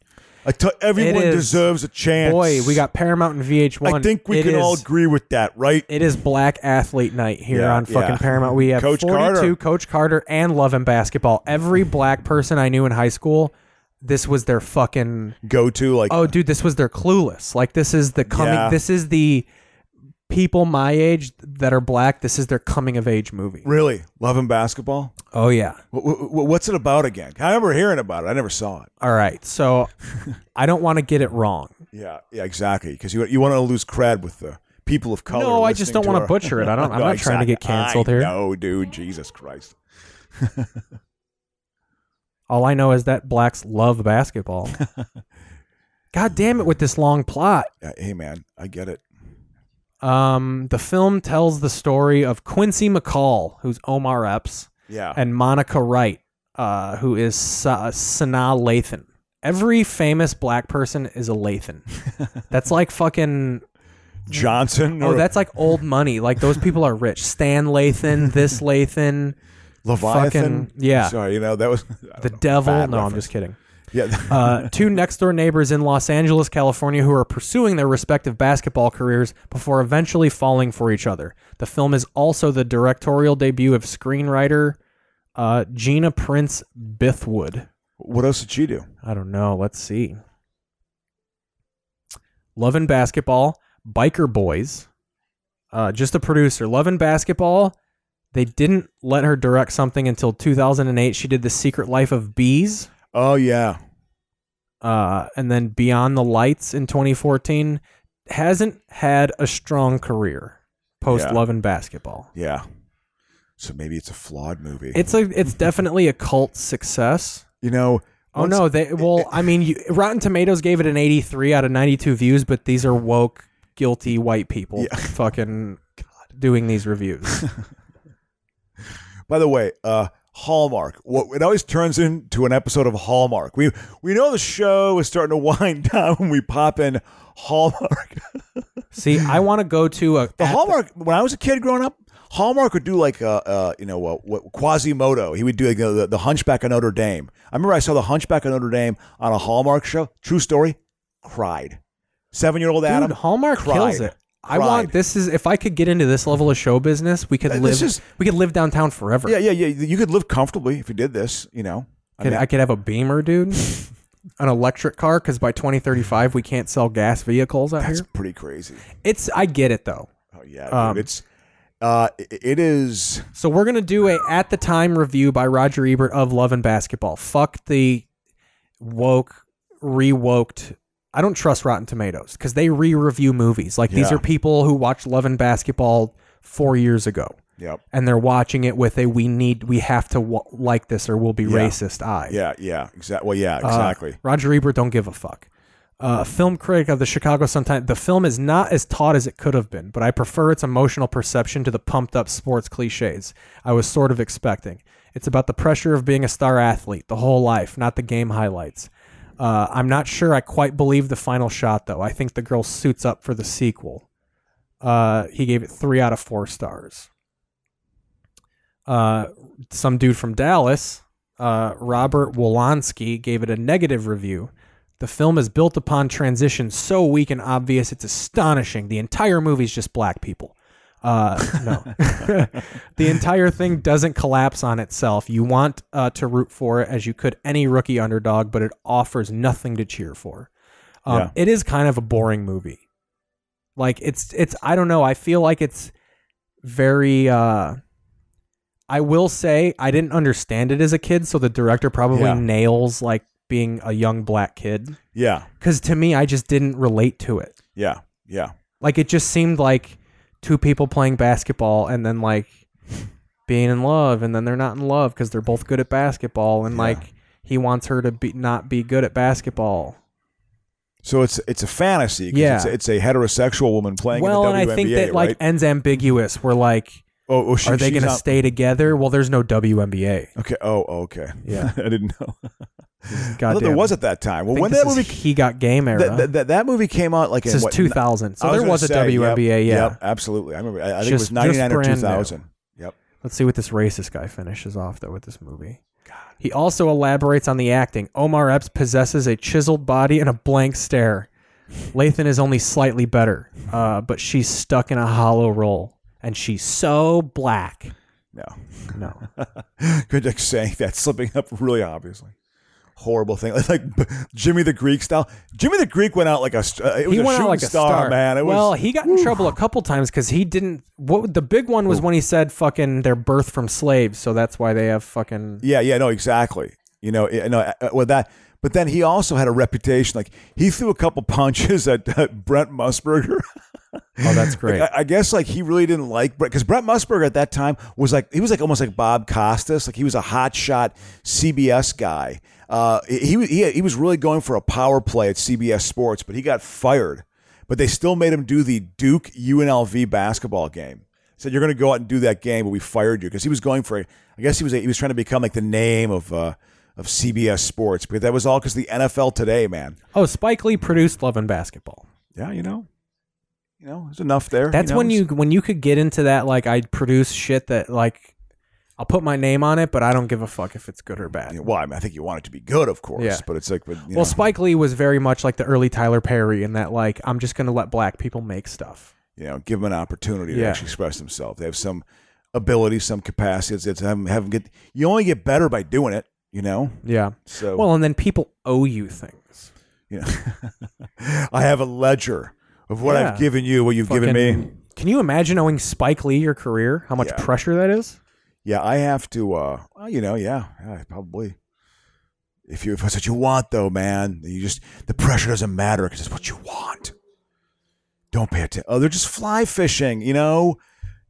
I t- everyone is. deserves a chance. Boy, we got Paramount and VH1. I think we It can all is- agree with that, right? It is Black Athlete Night here Yeah, on fucking yeah. Paramount. We have Coach 42, Carter. Coach Carter, and Love and Basketball. Every black person I knew in high school, this was their fucking go to. Like, oh, dude, this was their Clueless. Like, this is the coming. Yeah. This is the people my age that are black. This is their coming of age movie. Really? Love and Basketball? Oh, yeah. Wh- wh- wh- What's it about again? I remember hearing about it. I never saw it. All right, so I don't want to get it wrong. Yeah, yeah, exactly. Because you, you want to lose cred with the people of color. No, I just listening don't to wanna our- butcher it. I don't- I'm No, not trying to get exactly. canceled I here. No, dude, Jesus Christ. All I know is that blacks love basketball. God damn it with this long plot. Yeah, hey, man, I get it. Um, the film tells the story of Quincy McCall, who's Omar Epps, Yeah. and Monica Wright, uh, who is Sa- Sanaa Lathan. Every famous black person is a Lathan. That's like fucking Johnson. Oh, or- that's like old money. Like those people are rich. Stan Lathan, this Lathan, Leviathan. fucking- yeah, Sorry, you know, that was. the devil. No, Bad I'm reference. just kidding. Yeah. uh, two next door neighbors in Los Angeles, California, who are pursuing their respective basketball careers before eventually falling for each other. The film is also the directorial debut of screenwriter uh, Gina Prince Bithwood. What else did she do? I don't know. Let's see. Love and Basketball, Biker Boys. Uh, just a producer. Love and Basketball. They didn't let her direct something until 2008. She did The Secret Life of Bees. Oh yeah. Uh, and then Beyond the Lights in 2014 hasn't had a strong career post Yeah. Love and Basketball. Yeah. So maybe it's a flawed movie. It's a it's definitely a cult success. You know. Oh no, they well, I mean, you, Rotten Tomatoes gave it an 83 out of 92 views, but these are woke, guilty white people fucking doing these reviews. By the way, uh, Hallmark. What it always turns into an episode of Hallmark. We we know the show is starting to wind down when we pop in Hallmark. See, I want to go to a The Hallmark. when I was a kid growing up, Hallmark would do like uh, uh you know uh, what Quasimodo. He would do like, uh, the, the Hunchback of Notre Dame. I remember I saw the Hunchback of Notre Dame on a Hallmark show. True story. Cried. Seven year old Dude, Adam. Hallmark cried. kills it. I want Cried. this is if I could get into this level of show business, we could Uh, live this is- we could live downtown forever. Yeah, yeah, yeah. You could live comfortably if you did this. You know. I Could- mean, I could have a Beamer, dude. An electric car, because by 2035 we can't sell gas vehicles out That's here. pretty crazy. It's I get it though. Oh yeah, dude, Um, it's uh, i- it is. So we're gonna do a at the time review by Roger Ebert of Love and Basketball. Fuck the woke, rewoked. I don't trust Rotten Tomatoes because they re-review movies. Like these Yeah. are people who watched Love and Basketball four years ago, Yep. and they're watching it with a "we need, we have to wa- like this or we'll be Yeah. racist" eye. Yeah, yeah, exactly. Well, yeah, Uh, exactly. Roger Ebert don't give a fuck. Uh, film critic of the Chicago Sun Times. The film is not as taut as it could have been, but I prefer its emotional perception to the pumped up sports cliches I was sort of expecting. It's about the pressure of being a star athlete the whole life, not the game highlights. Uh, I'm not sure I quite believe the final shot, though. I think the girl suits up for the sequel. Uh, he gave it three out of four stars uh, some dude from Dallas, uh, Robert Wolanski, gave it a negative review. The film is built upon transitions so weak and obvious it's astonishing. The entire movie's just black people. Uh, no. the entire thing doesn't collapse on itself. You want uh, to root for it as you could any rookie underdog, but it offers nothing to cheer for. Um, Yeah. It is kind of a boring movie. Like it's it's I don't know. I feel like it's very uh I will say I didn't understand it as a kid, so the director probably Yeah. nails like being a young black kid. Yeah, Cause to me I just didn't relate to it. yeah, yeah. Like it just seemed like two people playing basketball and then like being in love and then they're not in love because they're both good at basketball and like he wants her to be not be good at basketball. So it's it's a fantasy. 'cause Yeah. It's, it's a heterosexual woman playing well, in the WNBA, and I think that like right? ends ambiguous. Where like Oh, oh, she- are they she's going to out- stay together? Well, there's no WNBA. Okay. Oh, okay. Yeah. I didn't know. I thought Goddamn. there was at that time. Well, think when this that is movie he got game era. that, that, that- that movie came out like This in is what, 2000. So I there gonna was a say, yep, WNBA, yeah. Yep, absolutely. I remember. I, I think it was Just- 99 just or brand new. 2000. Yep. Let's see what this racist guy finishes off though with this movie. He also elaborates on the acting. Omar Epps possesses a chiseled body and a blank stare. Lathan is only slightly better, uh, but she's stuck in a hollow role, and she's so black. No, no. Good like saying that, slipping up really obviously. Horrible thing, like, like b- Jimmy the Greek style. Jimmy the Greek went out like a. st- uh, It was he a went out shooting like a star, man. It was, well, he got in trouble a couple times because he didn't. What the big one Oh. was when he said "fucking" their birth from slaves, so that's why they have fucking. Yeah, yeah, no, exactly. You know, it- no, uh, well that. But then he also had a reputation. Like he threw a couple punches at, at Brent Musburger. Oh, that's great. Like, I, I guess like he really didn't like Brett because Brett Musburger at that time was like he was like almost like Bob Costas, like he was a hotshot CBS guy. Uh, he he he was really going for a power play at CBS Sports, but he got fired. But they still made him do the Duke UNLV basketball game. Said you're going to go out and do that game, but we fired you because he was going for. I guess he was he was trying to become like the name of. Uh, of CBS Sports, but that was all because the NFL today, man. Oh, Spike Lee produced Love and Basketball. Yeah, you know, you know, there's enough there. That's know, when it's- you when you could get into that like I produce shit that like I'll put my name on it, but I don't give a fuck if it's good or bad. well, I, mean, I think you want it to be good, of course, Yeah. but it's like, but, you well, know, Spike Lee was very much like the early Tyler Perry in that like I'm just gonna let black people make stuff. you know, give them an opportunity to Yeah. actually express themselves. They have some ability, some capacity. It's, it's have, 'em- have 'em get. You only get better by doing it. You know. Yeah. So Well, and then people owe you things. you know, I have a ledger of what Yeah. I've given you, what you've given me. Fucking- Can you imagine owing Spike Lee your career? How much Yeah. pressure that is? Yeah, I have to. uh well, You know, yeah, yeah probably. If you if that's what you want, though, man, you just the pressure doesn't matter because it's what you want. Don't pay attention. Oh, they're just fly fishing, you know,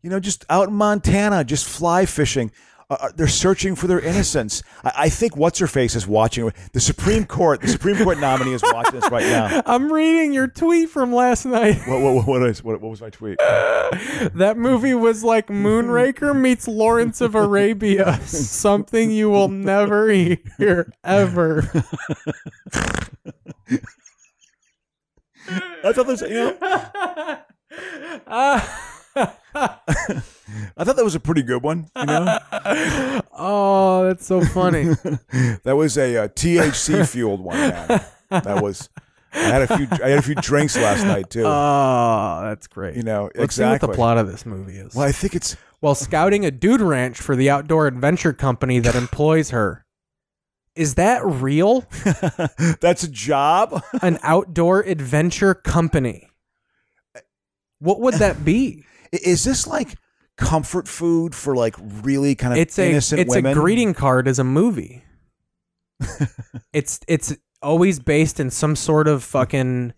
you know, just out in Montana, just fly fishing. Uh, uh, they're searching for their innocence. I, I think what's her face is watching. The Supreme Court, the Supreme Court nominee is watching this right now. I'm reading your tweet from last night. What what what, is, what, what was my tweet? That movie was like Moonraker meets Lawrence of Arabia, something you will never hear ever. I thought this, you know, I thought that was a pretty good one. You know, oh, that's so funny. that was a uh, THC fueled one. Man. That was. I had a few. I had a few drinks last night too. Oh, that's great. You know, Let's see what exactly. the plot of this movie is. Well, I think it's While scouting a dude ranch for the outdoor adventure company that employs her. Is that real? that's a job. An outdoor adventure company. What would that be? I- Is this like comfort food for like really kind of It's a innocent it's women? a greeting card as a movie. it's it's always based in some sort of fucking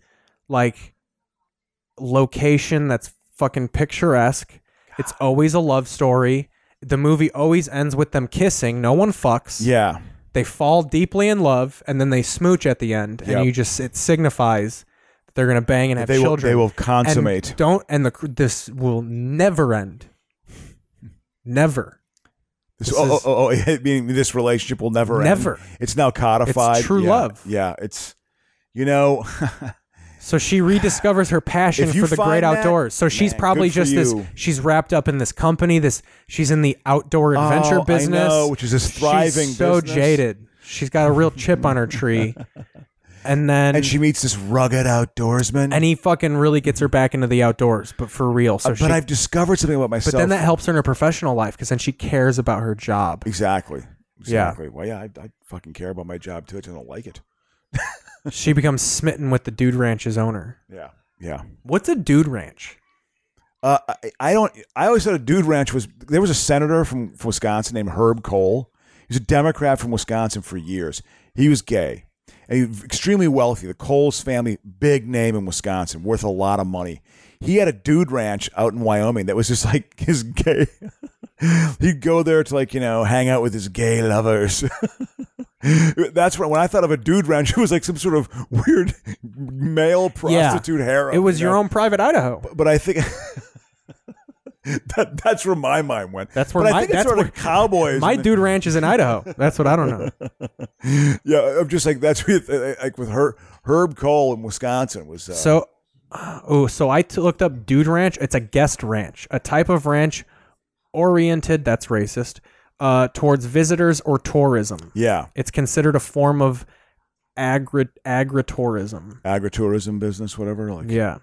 like location that's fucking picturesque. It's always a love story. The movie always ends with them kissing. No one fucks. Yeah. They fall deeply in love and then they smooch at the end and Yep. you just it signifies that they're going to bang and have They will- children. they will And consummate. don't and the cr- this will never end. Never. This, This oh, oh, is- oh, oh, meaning this relationship will never end. Never. It's now codified. It's true Yeah, love. Yeah, it's you know. So she rediscovers her passion If you for the great find that, outdoors. So she's man, probably good for just this. you. She's wrapped up in this company. This she's in the outdoor adventure Oh, I business, know, which is this thriving She's so business. jaded. She's got a real chip on her tree, and then and she meets this rugged outdoorsman. and he fucking really gets her back into the outdoors, but for real. So Uh, she, but I've discovered something about but myself. then that helps her in her professional life because then she cares about her job. exactly. Yeah. Exactly. Well, yeah, I, I fucking care about my job too. I just don't like it. she becomes smitten with the dude ranch's owner. Yeah. Yeah. What's a dude ranch? Uh, I, I don't. I always thought a dude ranch was. There was a senator from, from Wisconsin named Herb Cole. He was a Democrat from Wisconsin for years. He was gay, and he was extremely wealthy. The Coles family, big name in Wisconsin, worth a lot of money. He had a dude ranch out in Wyoming that was just like his gay. He'd go there to like you know hang out with his gay lovers. That's when when I thought of a dude ranch, it was like some sort of weird male prostitute harem. It was you your know? own private Idaho. But I think that, that's where my mind went. That's where but my- I think it's that's sort of where- cowboys. My and the- dude ranch is in Idaho. That's what I don't know. yeah, I'm just like that's with like with her, Herb Cole in Wisconsin was uh, So, oh, so I t- looked up dude ranch. It's a guest ranch, a type of ranch oriented. That's racist. Uh, towards visitors or tourism. Yeah. it's considered a form of agri agritourism. agritourism business, whatever. Like Yeah.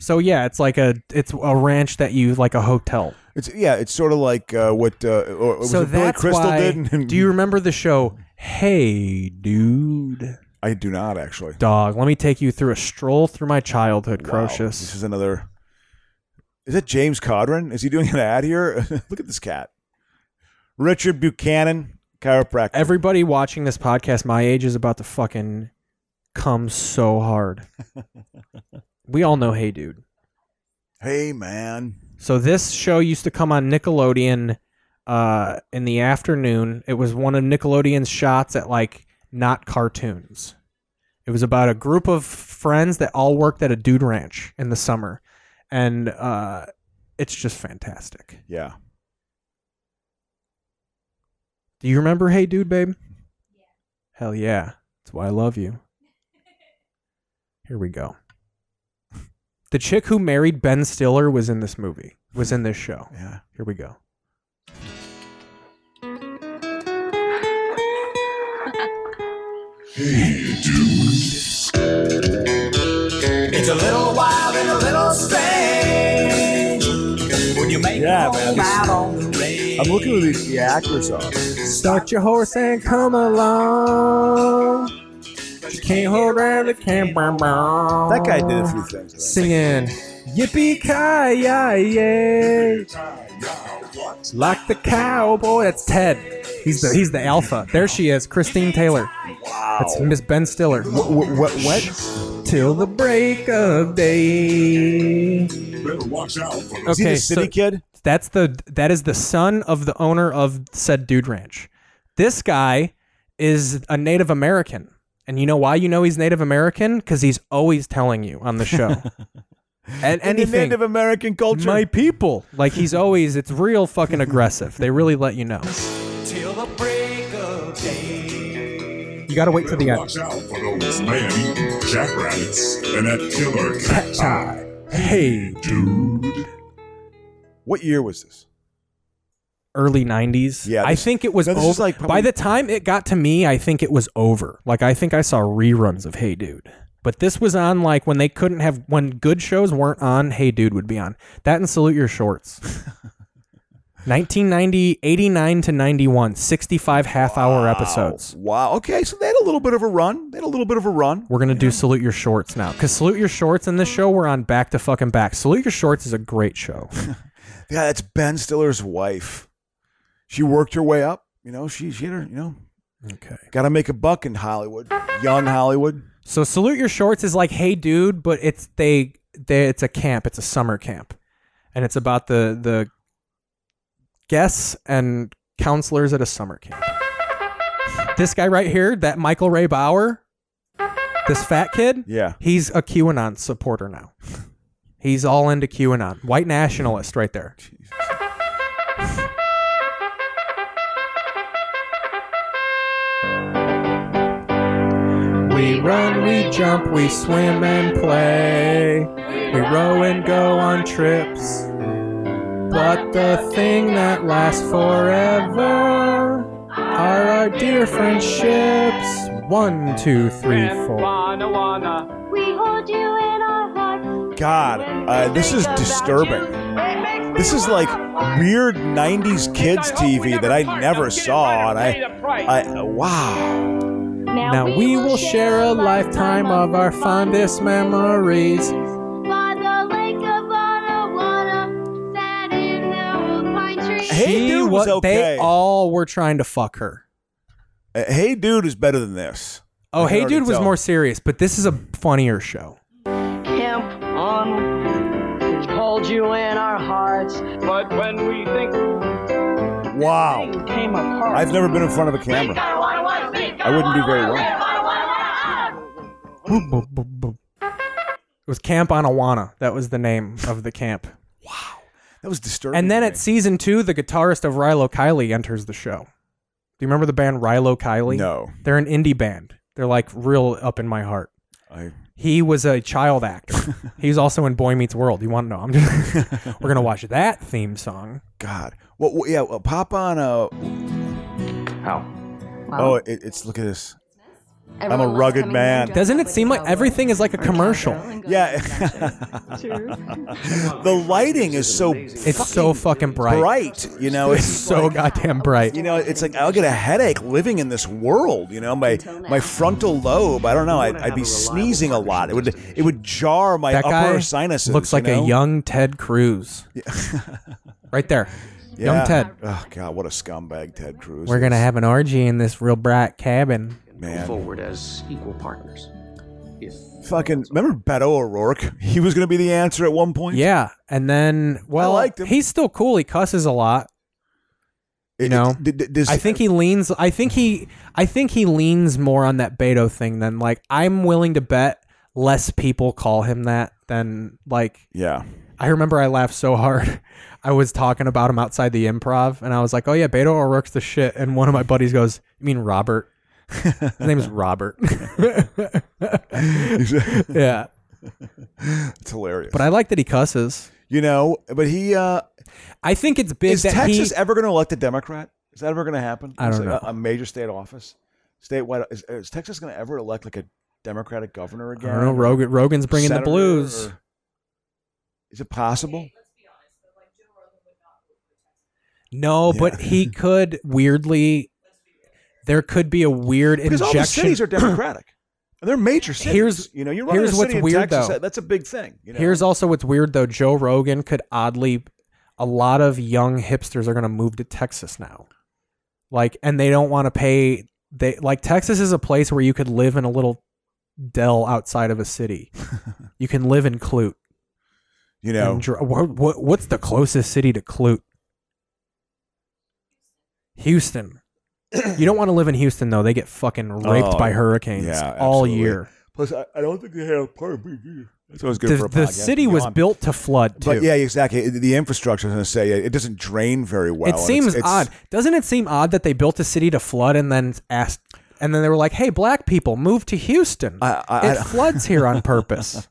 So yeah, it's like a it's a ranch that you like a hotel. it's yeah, it's sort of like uh, what uh, or, was so it Billy that's Crystal why. did. in- in- do you remember the show? Hey, dude. I do not actually. Dog, let me take you through a stroll through my childhood, Wow, Crocious. This is another. Is it James Codron? Is he doing an ad here? Look at this cat, Richard Buchanan, chiropractor. Everybody watching this podcast my age is about to fucking come so hard. we all know Hey Dude. Hey man, So this show used to come on Nickelodeon uh, in the afternoon. It was one of Nickelodeon's shots at like not cartoons. It was about a group of friends that all worked at a dude ranch in the summer, and uh, it's just fantastic. yeah, Do you remember Hey Dude, babe? Hell yeah, that's why I love you. Here we go. The chick who married Ben Stiller was in this movie. Was in this show. Yeah. Here we go. It's a little wild and a little strange when you make yeah, your man. home out on this- I'm looking at these the actors are. Start your horse and come along. You can't hold around the camera. That That guy did a few things. Singing, yippee ki yay! Like the cowboy. That's Ted. He's the he's the alpha. There she is, Christine Taylor. Wow. That's Miss Ben Stiller. What? What? what? Till the break of day. Is he the city so kid? That's the that is the son of the owner of said dude ranch. This guy is a Native American, and you know why you know he's Native American? Because he's always telling you on the show. and In the anything Native American culture. my people. Like he's always, it's real fucking aggressive. They really let you know. till the break of day. You gotta wait till the end. Those man eating jackrabbits and that killer cacti. Hey, dude. What year was this? Early '90s. Yeah, I this- think it was no, this over. is like probably- By the time it got to me, I think it was over. Like I think I saw reruns of Hey Dude. But this was on like when they couldn't have when good shows weren't on. Hey Dude would be on that and Salute Your Shorts. 1990, 89 to 91, 65 half hour episodes. Wow. Okay, so they had a little bit of a run. They had a little bit of a run. We're gonna do salute your shorts now, cause salute your shorts in this show we're on back to fucking back. Salute your shorts is a great show. Yeah, that's Ben Stiller's wife. She worked her way up. You know, she she had her. You know, okay, got to make a buck in Hollywood, young Hollywood. so salute your shorts is like hey dude, but it's they they it's a camp, it's a summer camp, and it's about the the guests and counselors at a summer camp. This guy right here, that Michael Ray Bauer, this fat kid, Yeah. he's a QAnon supporter now. He's all into QAnon, white nationalist right there. We run, we jump, we swim and play. We row and go on trips. But the thing that lasts forever are our dear friendships. One, two, three, four. We hold you in our hearts. God, uh, this is disturbing. This is like weird '90s kids TV that I never saw, and I, I wow. Now we will share a lifetime of our fondest memories. By the lake of Ottawa, sat in our pine tree. Hey, dude was wa- okay. They all were trying to fuck her. Uh, hey, dude is better than this. Oh, I can Hey already Dude was tell. more serious, but this is a funnier show. Camp on. We hold you in our hearts. But when we think Wow. came apart. I've never been in front of a camera. I wouldn't do very well. It was Camp Anawana. That was the name of the camp. That was disturbing. And then at season two, the guitarist of Rilo Kiley enters the show. Do you remember the band Rilo Kiley? No. They're an indie band. They're like real up in my heart. I- he was a child actor. he was also in Boy Meets World. You want to know? I'm just, we're gonna watch that theme song. God. Well, well, yeah. Well, pop on a. How? Oh, it, it's look at this. I'm a rugged man. Doesn't it seem like everything is like a commercial? Yeah. the lighting is so. It's so fucking bright. Bright. You know, it's so goddamn bright. You know, it's like I'll get a headache living in this world. You know, my my frontal lobe. I don't know. I'd, I'd be sneezing a lot. It would it would jar my that guy upper sinuses. looks like you know? a young Ted Cruz. right there, Yeah. young Ted. Oh God, what a scumbag Ted Cruz. We're gonna have an orgy in this real bright cabin. Man. forward as equal partners. If Fucking remember Beto O'Rourke? He was gonna be the answer at one point. Yeah, and then well, liked him. he's still cool. He cusses a lot. You know, I think he leans. I think he. I think he leans more on that Beto thing than like I'm willing to bet less people call him that than like. Yeah. I remember I laughed so hard. I was talking about him outside the improv, and I was like, "Oh yeah, Beto O'Rourke's the shit." And one of my buddies goes, "You mean Robert?" His name is Robert. yeah, It's hilarious. but I like that he cusses. You know, but he. uh I think it's big Is that Texas he- ever going to elect a Democrat? Is that ever going to happen? I It's don't like know. A, a major state office, statewide. Is, is Texas going to ever elect like a Democratic governor I again? don't know. Rogan, Rogan's bringing Senator the blues. or- is it possible? No, but he could weirdly. There could be a weird Because all injection. the cities are Democratic. And they're major cities. Here's- you know, you're running here's a what's city in weird, Texas, though. that- That's a big thing. You know? Here's also what's weird though. Joe Rogan could oddly. A lot of young hipsters are going to move to Texas now, like, and they don't want to pay. They like Texas is a place where you could live in a little dell outside of a city. you can live in Clute. You know. And dr- what, what, what's the closest city to Clute? Houston. you don't want to live in Houston though. They get fucking raped Oh, by hurricanes yeah, all absolutely. yew Plus, I, I don't think they have part. That's always good the, for a the podcast. city You was know, I'm- built to flood too. But yeah, exactly. The infrastructure. I was going to say it doesn't drain very well. it and seems it's- it's- odd. Doesn't it seem odd that they built a city to flood and then asked and then they were like, "Hey, black people, move to Houston. I- it I- floods here on purpose."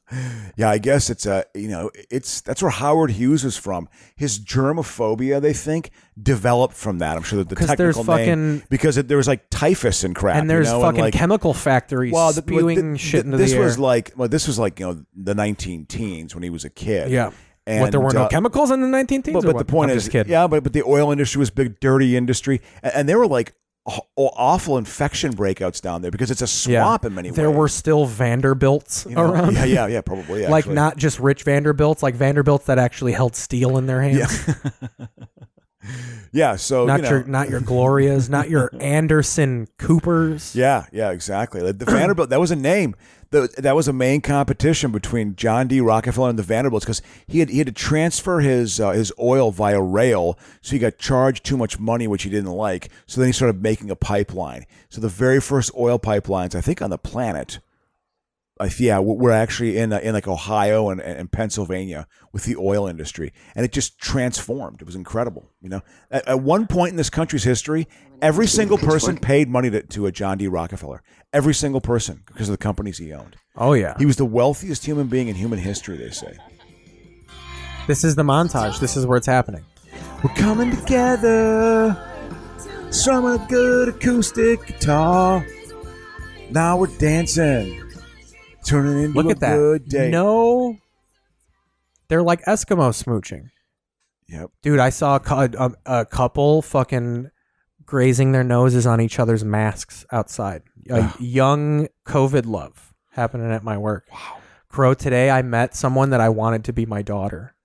Yeah, I guess it's a you know it's that's where Howard Hughes was from. His germophobia, they think, developed from that. I'm sure that the 'Cause technical there's name fucking- because it, there was like typhus and crap, and there's you know, fucking like, chemical factories th- spewing th- shit th- into this the was air. like well, this was like you know the 19 teens when he was a kid. yeah. and what there were uh, no chemicals in the 19th But, but the point I'm is, just kidding. yeah, but but the oil industry was a big dirty industry, and, and there were like aw- awful infection breakouts down there because it's a swamp in many there ways. were still Vanderbilts you know? around. Yeah, yeah, yeah, probably. like actually. not just rich Vanderbilts, like Vanderbilts that actually held steel in their hands. yeah. So not Oh, you know. your not your Glorias, not your Anderson Coopers. Yeah, yeah, exactly. Like the Vanderbilt, that was a name. The, that was a main competition between John D. Rockefeller and the Vanderbilts because he had he had to transfer his uh, his oil via rail, so he got charged too much money, which he didn't like. So then he started making a pipeline. So the very first oil pipelines, I think, on the planet, I th- yeah, we're actually in uh, in like Ohio and, and Pennsylvania with the oil industry, and it just transformed. It was incredible. You know, at, at one point in this country's history, every single person paid money to, to a John D. Rockefeller. Every single person because of the companies he owned. Oh yeah. He was the wealthiest human being in human history. They say. This is the montage. This is where it's happening. We're coming together. Strum a good acoustic guitar. Now we're dancing. Turning into Look a at that. good day. No, they're like Eskimo smooching. Yep. Dude, I saw a, cou- a, a couple fucking grazing their noses on each other's masks outside. A young COVID love happening at my work. Wow. Crow, today I met someone that I wanted to be my daughter.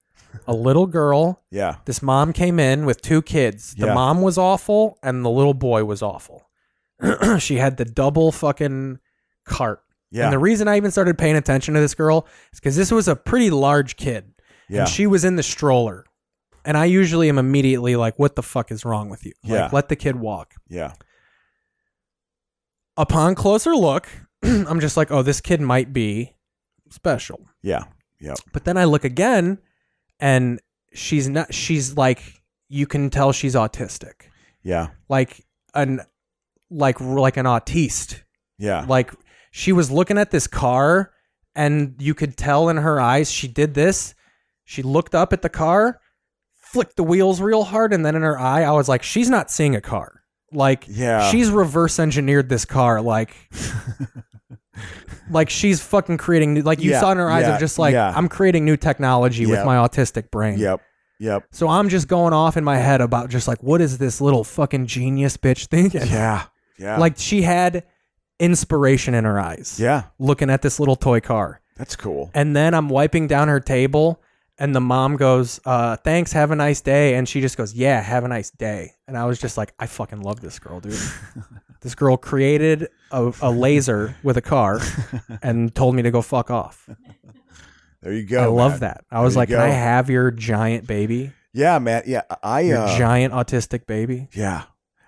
A little girl. Yeah. This mom came in with two kids. The Yeah. mom was awful and the little boy was awful. she had the double fucking cart. Yeah. And the reason I even started paying attention to this girl is because this was a pretty large kid. Yeah. And she was in the stroller. And I usually am immediately like, what the fuck is wrong with you? Yeah. Like, let the kid walk. Yeah. Upon closer look, I'm just like, oh, this kid might be special. Yeah. Yep. But then I look again and she's not she's like you can tell she's autistic. Yeah. Like an like like an autiste. Yeah. Like she was looking at this car and you could tell in her eyes she did this. She looked up at the car, flicked the wheels real hard and then in her eye I was like she's not seeing a car. Like Yeah. she's reverse engineered this car like like she's fucking creating new, like you Yeah, saw in her eyes yeah, of just like yeah. I'm creating new technology with Yep. my autistic brain. Yep. Yep. So I'm just going off in my head about just like what is this little fucking genius bitch thinking? Yeah. Yeah. Like she had inspiration in her eyes. Yeah. Looking at this little toy car. That's cool. And then I'm wiping down her table and the mom goes, uh, thanks, have a nice day. And she just goes, Yeah, have a nice day. And I was just like, I fucking love this girl, dude. this girl created a, a laser with a car and told me to go fuck off. There you go. I love man. that. I There was you like, Can go. I have your giant baby? Yeah, man. Yeah, I. Your Uh, giant autistic baby. Yeah,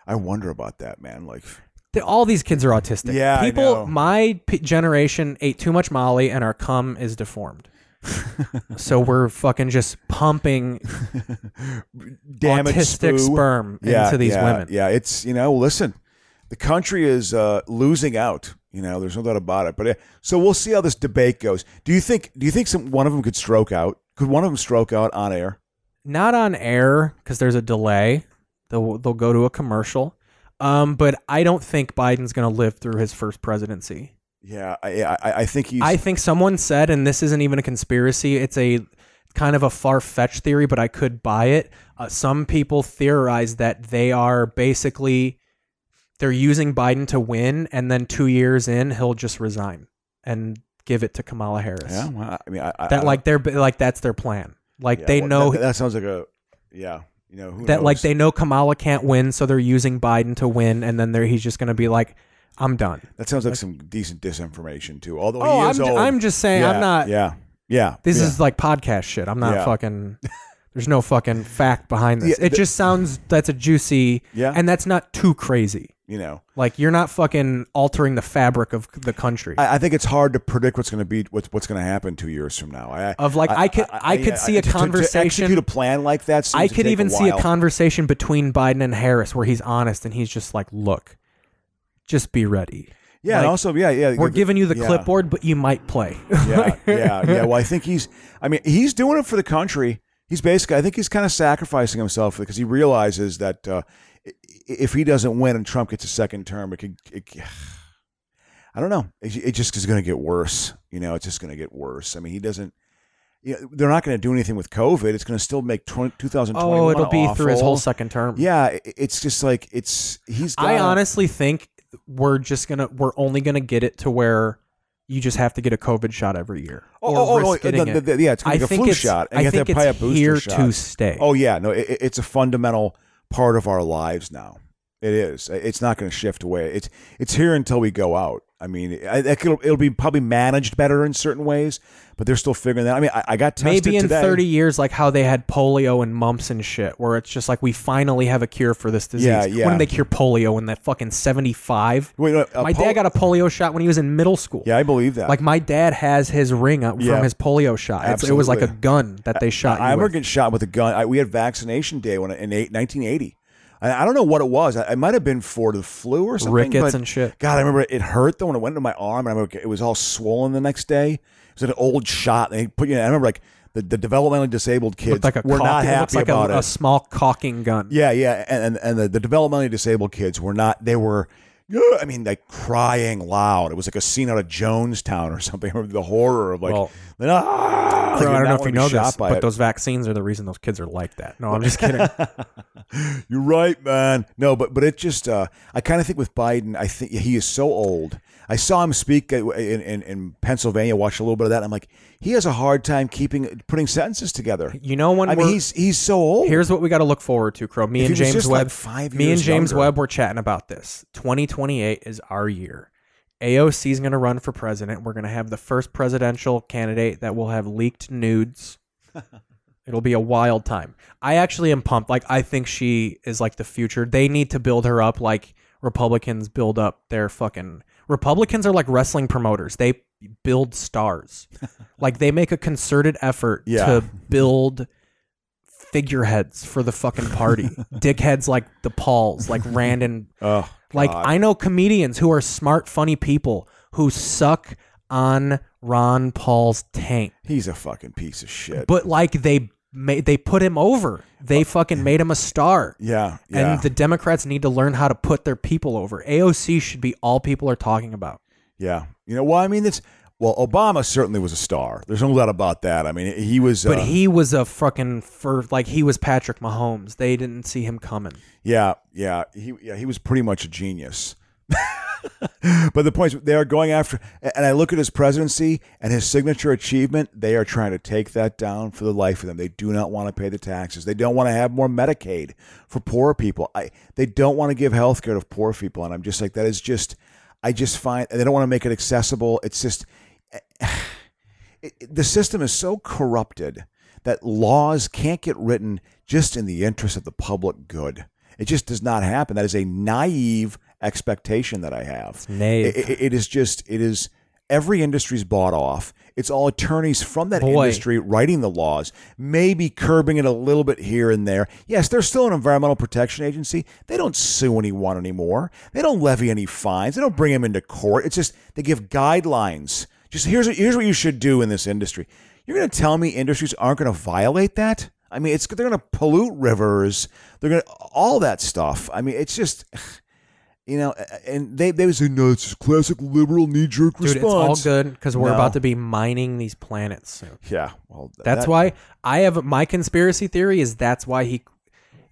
I wonder about that, man. Like, They- all these kids are autistic. Yeah, I people. know. My p- generation ate too much Molly, and our cum is deformed. so we're fucking just pumping damage autistic spoo. sperm Yeah, into these yeah, women. Yeah, it's you know, listen, the country is uh, losing out. You know, there's no doubt about it. But uh, so we'll see how this debate goes. Do you think? Do you think some one of them could stroke out? Could one of them stroke out on air? Not on air because there's a delay. They'll they'll go to a commercial. Um, but I don't think Biden's going to live through his first presidency. Yeah, I I, I think he's. I think someone said, and this isn't even a conspiracy. It's a kind of a far fetched theory, but I could buy it. Uh, some people theorize that they are basically they're using Biden to win, and then two years in, he'll just resign and give it to Kamala Harris. yeah, well, I mean, I, I- that I- like they're like that's their plan. Like yeah, they well, know that, that sounds like a yeah. You know who that like knows? they know Kamala can't win, so they're using Biden to win, and then they're, he's just going to be like, "I'm done." That sounds like some decent disinformation too. Although Oh, he is I'm- old. I'm just saying, I'm Yeah, not- Yeah, yeah. This yeah. is like podcast shit. I'm not Yeah. fucking. There's no fucking fact behind this. Yeah, it the- just sounds that's a juicy. Yeah. And that's not too crazy. you know. Like you're not fucking altering the fabric of the country. I, I think it's hard to predict what's going to be what's what's going to happen two years from now. I, Of, like, I could- I could see a to- to- conversation- to execute a plan like that. seems I to could take a even see a while. conversation between Biden and Harris where he's honest and he's just like, "Look, just be ready." Yeah, and Like, also, yeah, yeah. We're giving you the yeah. clipboard, but you might play. yeah, yeah, yeah. Well, I think he's. I mean, he's doing it for the country. He's basically. I think he's kind of sacrificing himself because he realizes that uh, i- if he doesn't win and Trump gets a second term, it could. It, I don't know. It, it just is going to get worse. You know, it's just going to get worse. I mean, he doesn't. You know, they're not going to do anything with COVID. It's going to still make 20, 2021 Oh, it'll be through his awful. whole second term. Yeah, i- it's just like it's. He's. I gotta- honestly think we're just gonna we're only gonna get it to where you just have to get a COVID shot every year. Oh, Or oh, risk oh, getting the- it. the- the- yeah, it's gonna I be a think flu it's- shot. And I you have think to have it's probably a booster here shot. to stay. Oh yeah, no, it, it's a fundamental part of our lives now. It is. It's not going to shift away. It's it's here until we go out. I mean, I, I could- it'll, be probably managed better in certain ways, but they're still figuring that. I mean, I, I got tested Maybe in today. thirty years, like how they had polio and mumps and shit, where it's just like we finally have a cure for this disease. Yeah, yeah. When did they cure polio in that fucking seventy five? Wait, no, uh, my pol- dad got a polio shot when he was in middle school. Yeah, I believe that. Like my dad has his ring up Yeah. from his polio shot. It's, it was like a Absolutely. gun that they I shot. you remember with. getting shot with a gun. I, we had vaccination day when in eight, 1980. I, I don't know what it was. I, it might have been for the flu or something. Rickets but- and shit. God, I remember it hurt though when it went into my arm, and I remember it was all swollen the next day. It was an old shot. And they put you. I remember like the, the developmentally disabled kids Looked like a were cock- not it happy looks like about a, it. a small caulking gun. Yeah, yeah, and and, and the, the developmentally disabled kids were not. They were, "Ugh," I mean, like crying loud. It was like a scene out of Jonestown or something. I remember the horror of like, Well, then, ah, like, Bro, I not don't know if wanting you to know be shot this, by but it. those vaccines are the reason those kids are like that. No, I'm just kidding. You're right, man. No, but but it just uh, I kind of think with Biden, I think he is so old. I saw him speak in, in, in Pennsylvania. Watched a little bit of that. and I'm like, he has a hard time keeping putting sentences together. You know when I mean, we're- he's he's so old. Here's what we got to look forward to, Crow. Me If and he was James just, like, Webb. five me and years James younger. Webb were chatting about this. 2028 is our year. AOC is going to run for president. We're going to have the first presidential candidate that will have leaked nudes. It'll be a wild time. I actually am pumped. Like I think she is like the future. They need to build her up like Republicans build up their fucking Republicans are like wrestling promoters. They build stars. like they make a concerted effort Yeah. to build figureheads for the fucking party. Dickheads like the Pauls, like Rand and oh, like God. I know comedians who are smart, funny people who suck on Ron Paul's tank. He's a fucking piece of shit. But like they made they put him over. They fucking made him a star. Yeah, yeah. And the Democrats need to learn how to put their people over. AOC should be all people are talking about. Yeah. You know, well, I mean, it's well, Obama certainly was a star. There's no doubt about that. I mean, he was. But uh, he was a fucking for like he was Patrick Mahomes. They didn't see him coming. Yeah, yeah, he yeah he was pretty much a genius. but the point is, they are going after, and I look at his presidency and his signature achievement. They are trying to take that down for the life of them. They do not want to pay the taxes. They don't want to have more Medicaid for poor people. I they don't want to give health care to poor people. And I'm just like that is just, I just find and they don't want to make it accessible. It's just, it, it- the system is so corrupted that laws can't get written just in the interest of the public good. It just does not happen. That is a naive expectation that I have. naive. It- it- it is just, it is, every industry's bought off. It's all attorneys from that Boy. industry writing the laws, maybe curbing it a little bit here and there. Yes, they're still an environmental protection agency. They don't sue anyone anymore. They don't levy any fines. They don't bring them into court. It's just they give guidelines. Just here's what, here's what you should do in this industry. You're going to tell me industries aren't going to violate that? I mean, it's they're going to pollute rivers. They're going to all that stuff. I mean, it's just you know, and they they was saying, no, it's just classic liberal knee jerk Dude, response. it's all good because we're No. about to be mining these planets soon. Yeah, well, th- that's that- why I have my conspiracy theory is that's why he,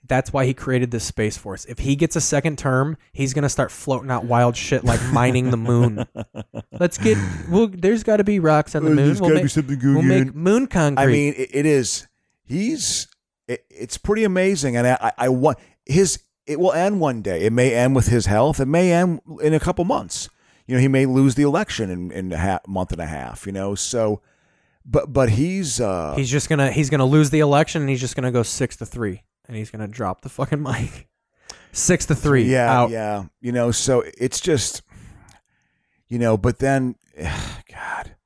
that's why he created this space force. If he gets a second term, he's gonna start floating out wild shit like mining the moon. Let's get well. There's got to be rocks on the Uh, moon. there's We'll gotta make, be something going we'll make on. moon concrete. I mean, it, it is. He's. It, it's pretty amazing, and I, I, I want his. It will end one day. It may end with his health. It may end in a couple months. You know, he may lose the election in in a ha- month and a half. You know, so. But but he's uh he's just gonna he's gonna lose the election and he's just gonna go six to three and he's gonna drop the fucking mic. Six to three. Yeah, out. yeah. You know, so it's just, you know. But then, God,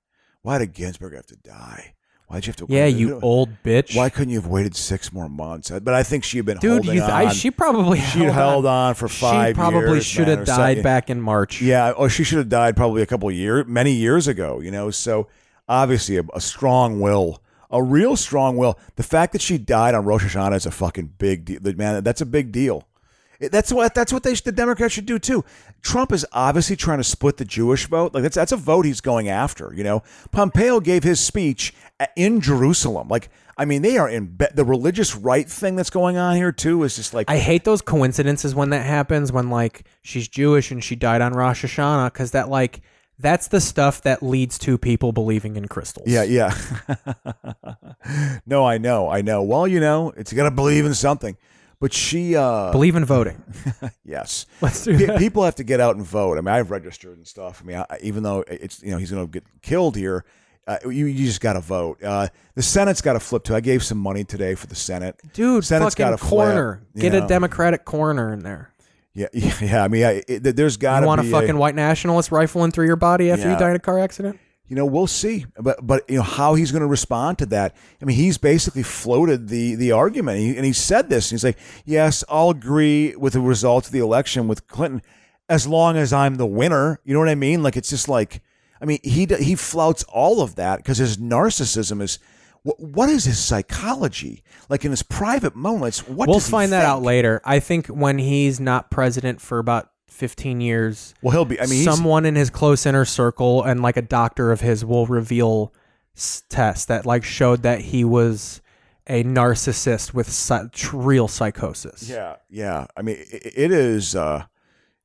why did Ginsburg have to die? Why would you have to? Yeah, you old bitch. Why couldn't you have waited six more months? Uh, But I think she had been Dude, holding you th- I- on. she probably she held held, on. on. for She five. probably years, should man, have or something. died back in March. Yeah, or she should have died probably a couple years, many years ago. You know, so obviously a, a strong will. A real strong will. The fact that she died on Rosh Hashanah is a fucking big deal. Man, that's a big deal. It- That's what that's what they should- the Democrats should do too. Trump is obviously trying to split the Jewish vote. Like that's that's a vote he's going after. You know, Pompeo gave his speech a- in Jerusalem. Like I mean, they are in be- the religious right thing that's going on here too. Is just like I hate those coincidences when that happens when like she's Jewish and she died on Rosh Hashanah cuz that like that's the stuff that leads to people believing in crystals. yeah yeah. no, I know, I know. Well, you know, it's you got to believe in something. But she uh, Believe in voting. Yes. Let's do Pe- that. People have to get out and vote. I mean, I've registered and stuff. I mean, I, even though it's you know he's going to get killed here, uh, you you just got to vote. Uh, the Senate's got to flip too. I gave some money today for the Senate. Dude, Senate's fucking gotta flip, corner. you Get a know. democratic corner in there. Yeah, yeah, yeah. I mean, I, it, there's got You to want be a fucking white nationalist rifling through your body after you Yeah. die in a car accident? you know, we'll see. But but you know how he's going to respond to that. I mean, he's basically floated the the argument, He- and he said this. He's like, "Yes, I'll agree with the results of the election with Clinton, as long as I'm the winner." You know what I mean? Like it's just like, I mean, he d- he flouts all of that because his narcissism is. wh- What is his psychology like in his private moments? What we'll does he find that think? out later. I think when he's not president for about 15 years, well, he'll be. I mean, he's- someone in his close inner circle and like a doctor of his will reveal s- tests that like showed that he was a narcissist with psy- tr- real psychosis. Yeah, yeah. I mean, i it is. uh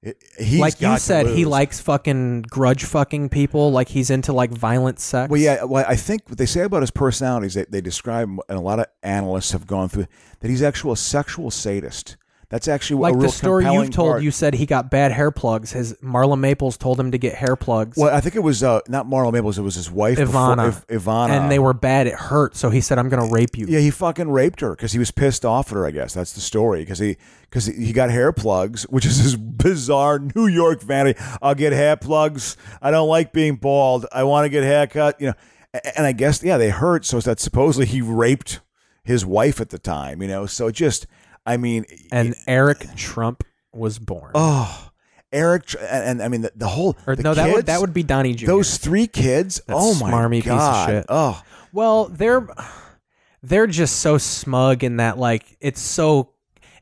it, he's like got you to said, he lose. likes fucking grudge fucking people. Like he's into like violent sex. Well, yeah. Well, I think what they say about his personality is that they describe, him, and a lot of analysts have gone through that he's actually a sexual sadist. That's actually Like a real the story compelling you've told, part. you said he got bad hair plugs. His Marla Maples told him to get hair plugs. Well, I think it was uh, not Marlon Maples. It was his wife, before- Ivana. Iv- Ivana, And they were bad. It hurt. So he said, I'm going to rape you. Yeah, he fucking raped her because he was pissed off at her. I guess that's the story because he because he got hair plugs, which is his bizarre New York vanity. I'll get hair plugs. I don't like being bald. I want to get haircut. You know, A- and I guess yeah, they hurt. So it's that supposedly he raped his wife at the time, you know. So just, I mean, and Eric Trump was born. Oh, Eric, Tr- and, and I mean the, the whole. Or, the no, that would kids, that would be Donnie Jr. Those three kids. That oh my smarmy piece of god. shit. Oh, Well, they're they're just so smug in that like it's so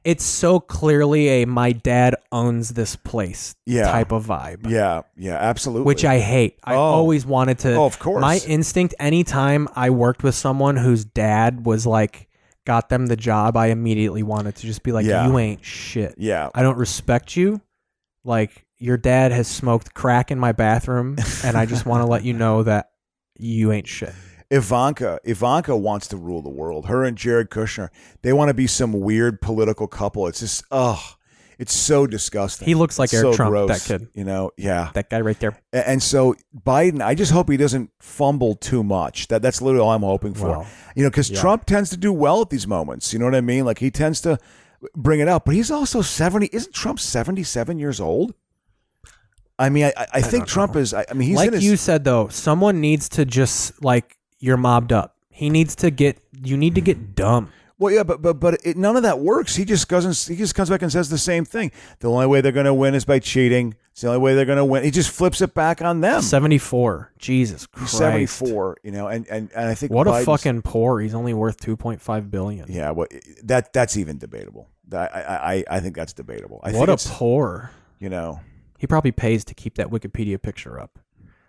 it's so clearly a my dad owns this place Yeah. type of vibe. yeah, yeah, absolutely. Which I hate. I Oh. always wanted to. Oh, of course. My instinct, anytime I worked with someone whose dad was like, got them the job, I immediately wanted to just be like, Yeah. you ain't shit. Yeah. I don't respect you. Like, your dad has smoked crack in my bathroom, and I just want to let you know that you ain't shit. Ivanka, Ivanka wants to rule the world. Her and Jared Kushner, they want to be some weird political couple. It's just, oh, it's so disgusting. He looks like It's so Eric Trump, gross, that kid. You know, yeah, that guy right there. And so Biden, I just hope he doesn't fumble too much. That that's literally all I'm hoping for. Well, you know, because yeah. Trump tends to do well at these moments. You know what I mean? Like he tends to bring it up, but he's also seventy. Isn't Trump seventy-seven years old? I mean, I, I, I think Trump is. I, I mean, he's like in his, you said though, someone needs to just like you're mobbed up. He needs to get. You need to get dumb. Well, yeah, but but but it, none of that works. He just doesn't. He just comes back and says the same thing. The only way they're going to win is by cheating. It's the only way they're going to win. He just flips it back on them. Seventy four. Jesus Christ. Seventy four. You know, and and and I think What a Biden's- fucking poor. He's only worth two point five billion. yeah. Well, that that's even debatable. That- I I I- I think that's debatable. I what think a it's, poor. You know. He probably pays to keep that Wikipedia picture up.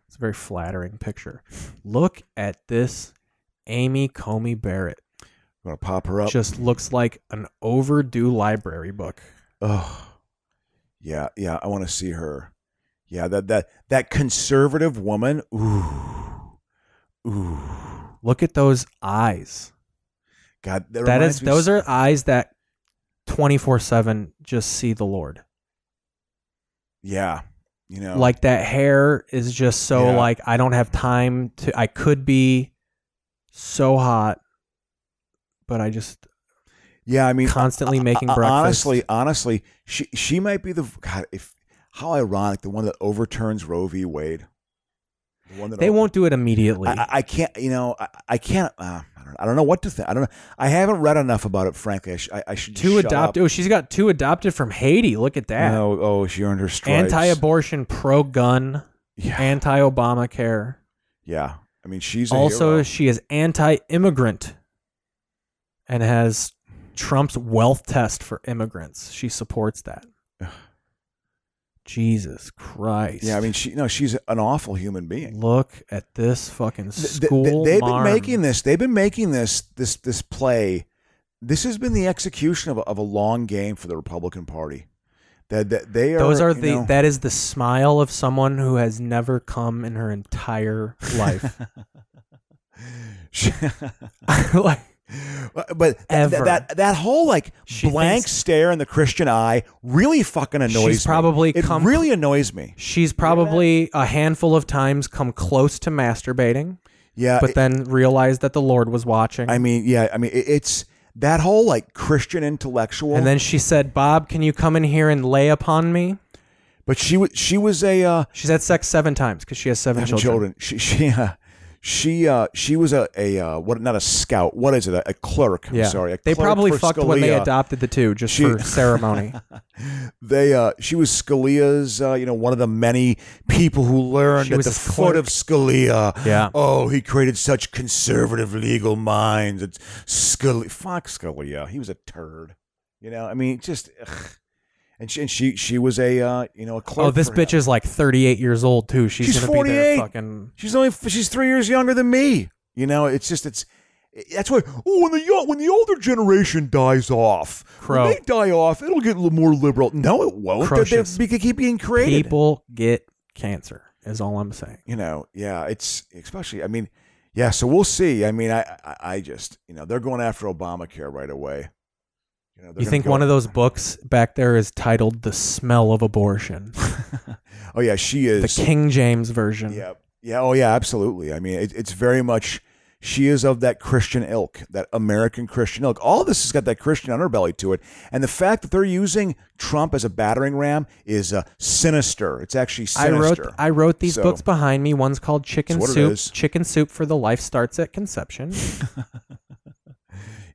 It's a very flattering picture. Look at this, Amy Comey Barrett. I'm gonna pop her up. Just looks like an overdue library book. Oh, yeah, yeah. I want to see her. Yeah, that that that conservative woman. Ooh, ooh. Look at those eyes. God, that, that reminds is me those are eyes that 24/7 just see the Lord. Yeah, you know, Like that hair is just so Yeah. like I don't have time to I could be so hot but I just Yeah, I mean, constantly making Uh, breakfast. Honestly, honestly, she she might be the God. If how ironic, the one that overturns Roe v. Wade. The one that they won't do it immediately. I, I- I can't. You know, I, I can't. Uh, I don't. I don't know what to think. I don't know. I haven't read enough about it. Frankly, I, sh- I, I should two shut adopted. Up. Oh, she's got two adopted from Haiti. Look at that. No, oh, she earned her stripes. Anti-abortion, pro-gun, anti-Obamacare. Yeah, I mean, she's a also hero. she is anti-immigrant and has trump's wealth test for immigrants she supports that jesus christ Yeah, I mean, she no, she's an awful human being. look at this fucking th- th- school they've marm. been making this. They've been making this this this play. This has been the execution of a, of a long game for the Republican Party. That that they are. those are you the know- that is the smile of someone who has never come in her entire life like but th- th- Ever. that that whole like blank thinks- stare in the Christian eye really fucking annoys me. She's probably it come- really annoys me. she's probably a handful of times come close to masturbating Yeah, but it- then realized that the lord was watching I mean, yeah, I mean, it, it's that whole like Christian intellectual. And then she said, "Bob, can you come in here and lay upon me?" but she was she was a uh, She's had sex seven times because she has seven, Seven children. children. She she uh, she uh, she was a a uh, what not a scout. What is it? A, a clerk. I'm Yeah, sorry. A they clerk probably for fucked when they Scalia. adopted the two just She- for ceremony. They uh, she was Scalia's. Uh, you know, one of the many people who learned She at was the his foot clerk. of Scalia. Yeah. Oh, he created such conservative legal minds. It's Scalia. Fuck Scalia. He was a turd. You know. I mean, just. Ugh. And she, and she she was a uh, you know a clerk. oh, this for him. bitch is like 38 years old too. She's, She's gonna be there 48. fucking. She's only she's three years younger than me. You know, it's just it's that's why. Oh, when the yo- when the older generation dies off, Crow. when they die off, it'll get a little more liberal. No, it won't. They, they, Crocious. they could keep being created. People get cancer. Is all I'm saying. You know, yeah, it's especially. I mean, yeah. So we'll see. I mean, I I, I just you know they're going after Obamacare right away. You, know, they're You gonna think go- one of those books back there is titled "The Smell of Abortion," Oh yeah, she is the King James version? Yeah, yeah. Oh yeah, absolutely. I mean, it, it's very much. She is of that Christian ilk, that American Christian ilk. All this has got that Christian underbelly to it, and the fact that they're using Trump as a battering ram is uh, sinister. It's actually I wrote sinister. I wrote these So- books behind me. One's called Chicken It's what it Soup. is. Chicken Soup for the Life Starts at Conception.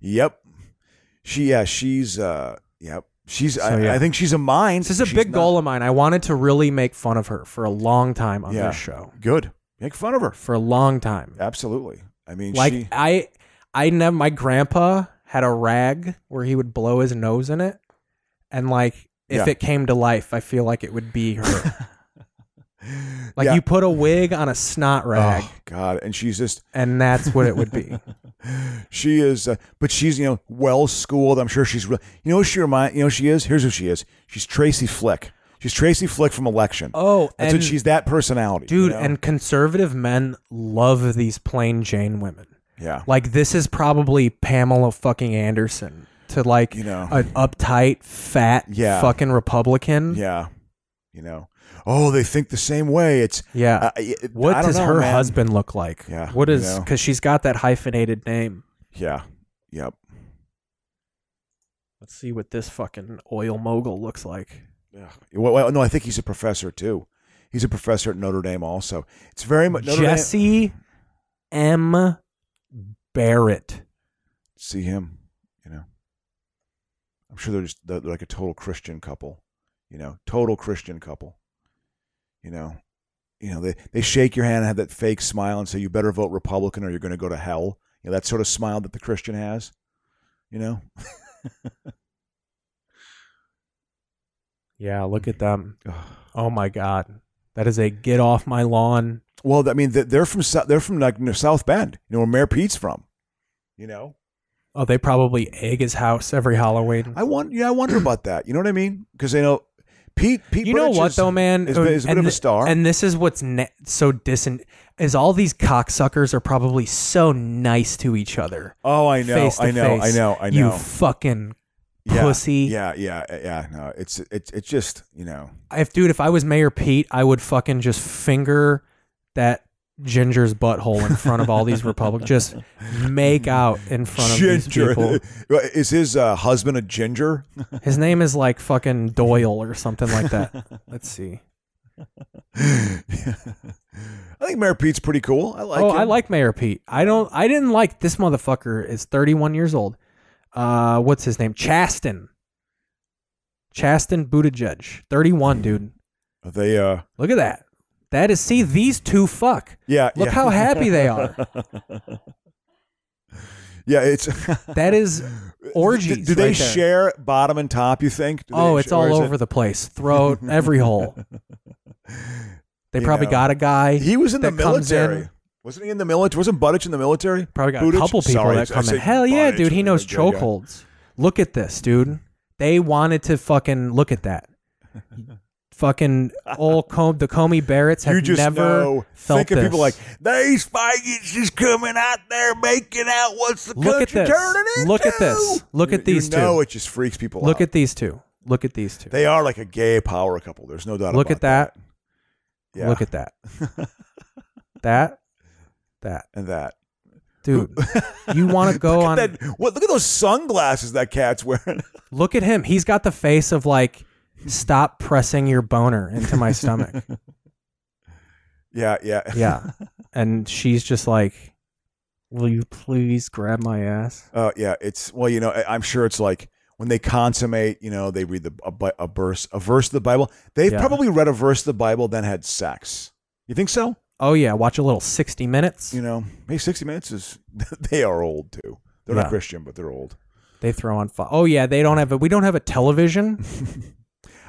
Yep. She yeah, she's uh yep. She's I, So, yeah. I think she's a mine. This is a big goal of mine. I wanted to really make fun of her for a long time on Yeah. this show. Good. Make fun of her for a long time. Absolutely. I mean, like she- I, I never. My grandpa had a rag where he would blow his nose in it, and like if Yeah. it came to life, I feel like it would be her. like Yeah. you put a wig on a snot rag, Oh God, and she's just and that's what it would be. she is, uh, but she's you know well schooled. I'm sure she's. Re- you know who she remind. You know who she is. Here's who she is. She's Tracy Flick. She's Tracy Flick from Election. Oh, that's what and- she's that personality, you dude. know? And conservative men love these plain Jane women. yeah, Like this is probably Pamela fucking Anderson to like you know an uptight fat Yeah. fucking Republican. yeah, you know. Oh, they think the same way. It's Yeah. I- I- what Uh, I don't does know, her man. husband look like? Yeah, What you is know. because she's got that hyphenated name. Yeah. Yep. Let's see what this fucking oil mogul looks like. Yeah. Well, well, no, I think he's a professor too. He's a professor at Notre Dame also. It's very much Notre Dame- Jesse M. Barrett. see him. You know, I'm sure they're just they're like a total Christian couple. You know, total Christian couple. You know, you know they they shake your hand and have that fake smile and say you better vote Republican or you're going to go to hell. You know that sort of smile that the Christian has. You know, Yeah, look at them. oh my god, that is a get off my lawn. well, I mean they- they're from Sou- they're from like near South Bend. You know where Mayor Pete's from. You know, Oh, they probably egg his house every Halloween. I want yeah I wonder about that. You know what I mean? Because they know Pete Pete. you know Buttigieg what is- though, man, is, is a bit of a th- star. And this is what's ne- so distant is all these cocksuckers are probably so nice to each other. Oh, I know, Face to I know, I face. know, I You know. fucking yeah, pussy. Yeah, yeah, uh, yeah. No, it's it's it's just you know. If dude, if I was Mayor Pete, I would fucking just finger that ginger's butthole in front of all these Republicans. Just make out in front of these people. Is his uh, husband a ginger? His name is like fucking Doyle or something like that. Let's see. I think Mayor Pete's pretty cool. I like. oh, him. I like Mayor Pete. I don't. I didn't like this motherfucker. Is thirty one years old. Uh, what's his name? Chaston. Chaston Buttigieg, thirty one, dude. Are They uh, Look at that. That is. See these two fuck. yeah. Look yeah. how happy they are. yeah, it's. That is orgies. do, do they right there. share bottom and top? You think? Do they Oh, it's share- or all is over it- the place. Throat, every hole. They You probably know. got a guy. He was in the that comes in. military. Wasn't he in the military? Wasn't Buddich in the military? Probably got Buttigieg? a couple people Sorry, that I come in. said Hell yeah, Buddich. dude. He knows Yeah, yeah, yeah. chokeholds. Look at this, dude. They wanted to fucking look at that. fucking old Com- the Comey Barretts have you just never know, felt think of this. people like these faggots is coming out there making out what's the look at country this. turning into. Look at this. Look You- at these you know two. it just freaks people Look out. at these two. Look at these two. they are like a gay power couple. There's no doubt. Look about at that. that. Yeah. Look at that. that. That. and that. Dude, you want to go Look on at that. What? Look at those sunglasses that cat's wearing. Look at him. He's got the face of like, stop pressing your boner into my stomach. yeah, yeah, yeah. And she's just like, will you please grab my ass? Uh, yeah, it's well, you know, I- I'm sure it's like when they consummate, you know, they read the a, bi- a verse, a verse of the Bible. They've Yeah. probably read a verse of the Bible, then had sex. You think so? Oh, yeah. Watch a little 60 minutes. You know, hey, 60 minutes is they are old too. They're Yeah. not Christian, but they're old. They throw on. Fo- oh, yeah. They don't have a. We don't have a television.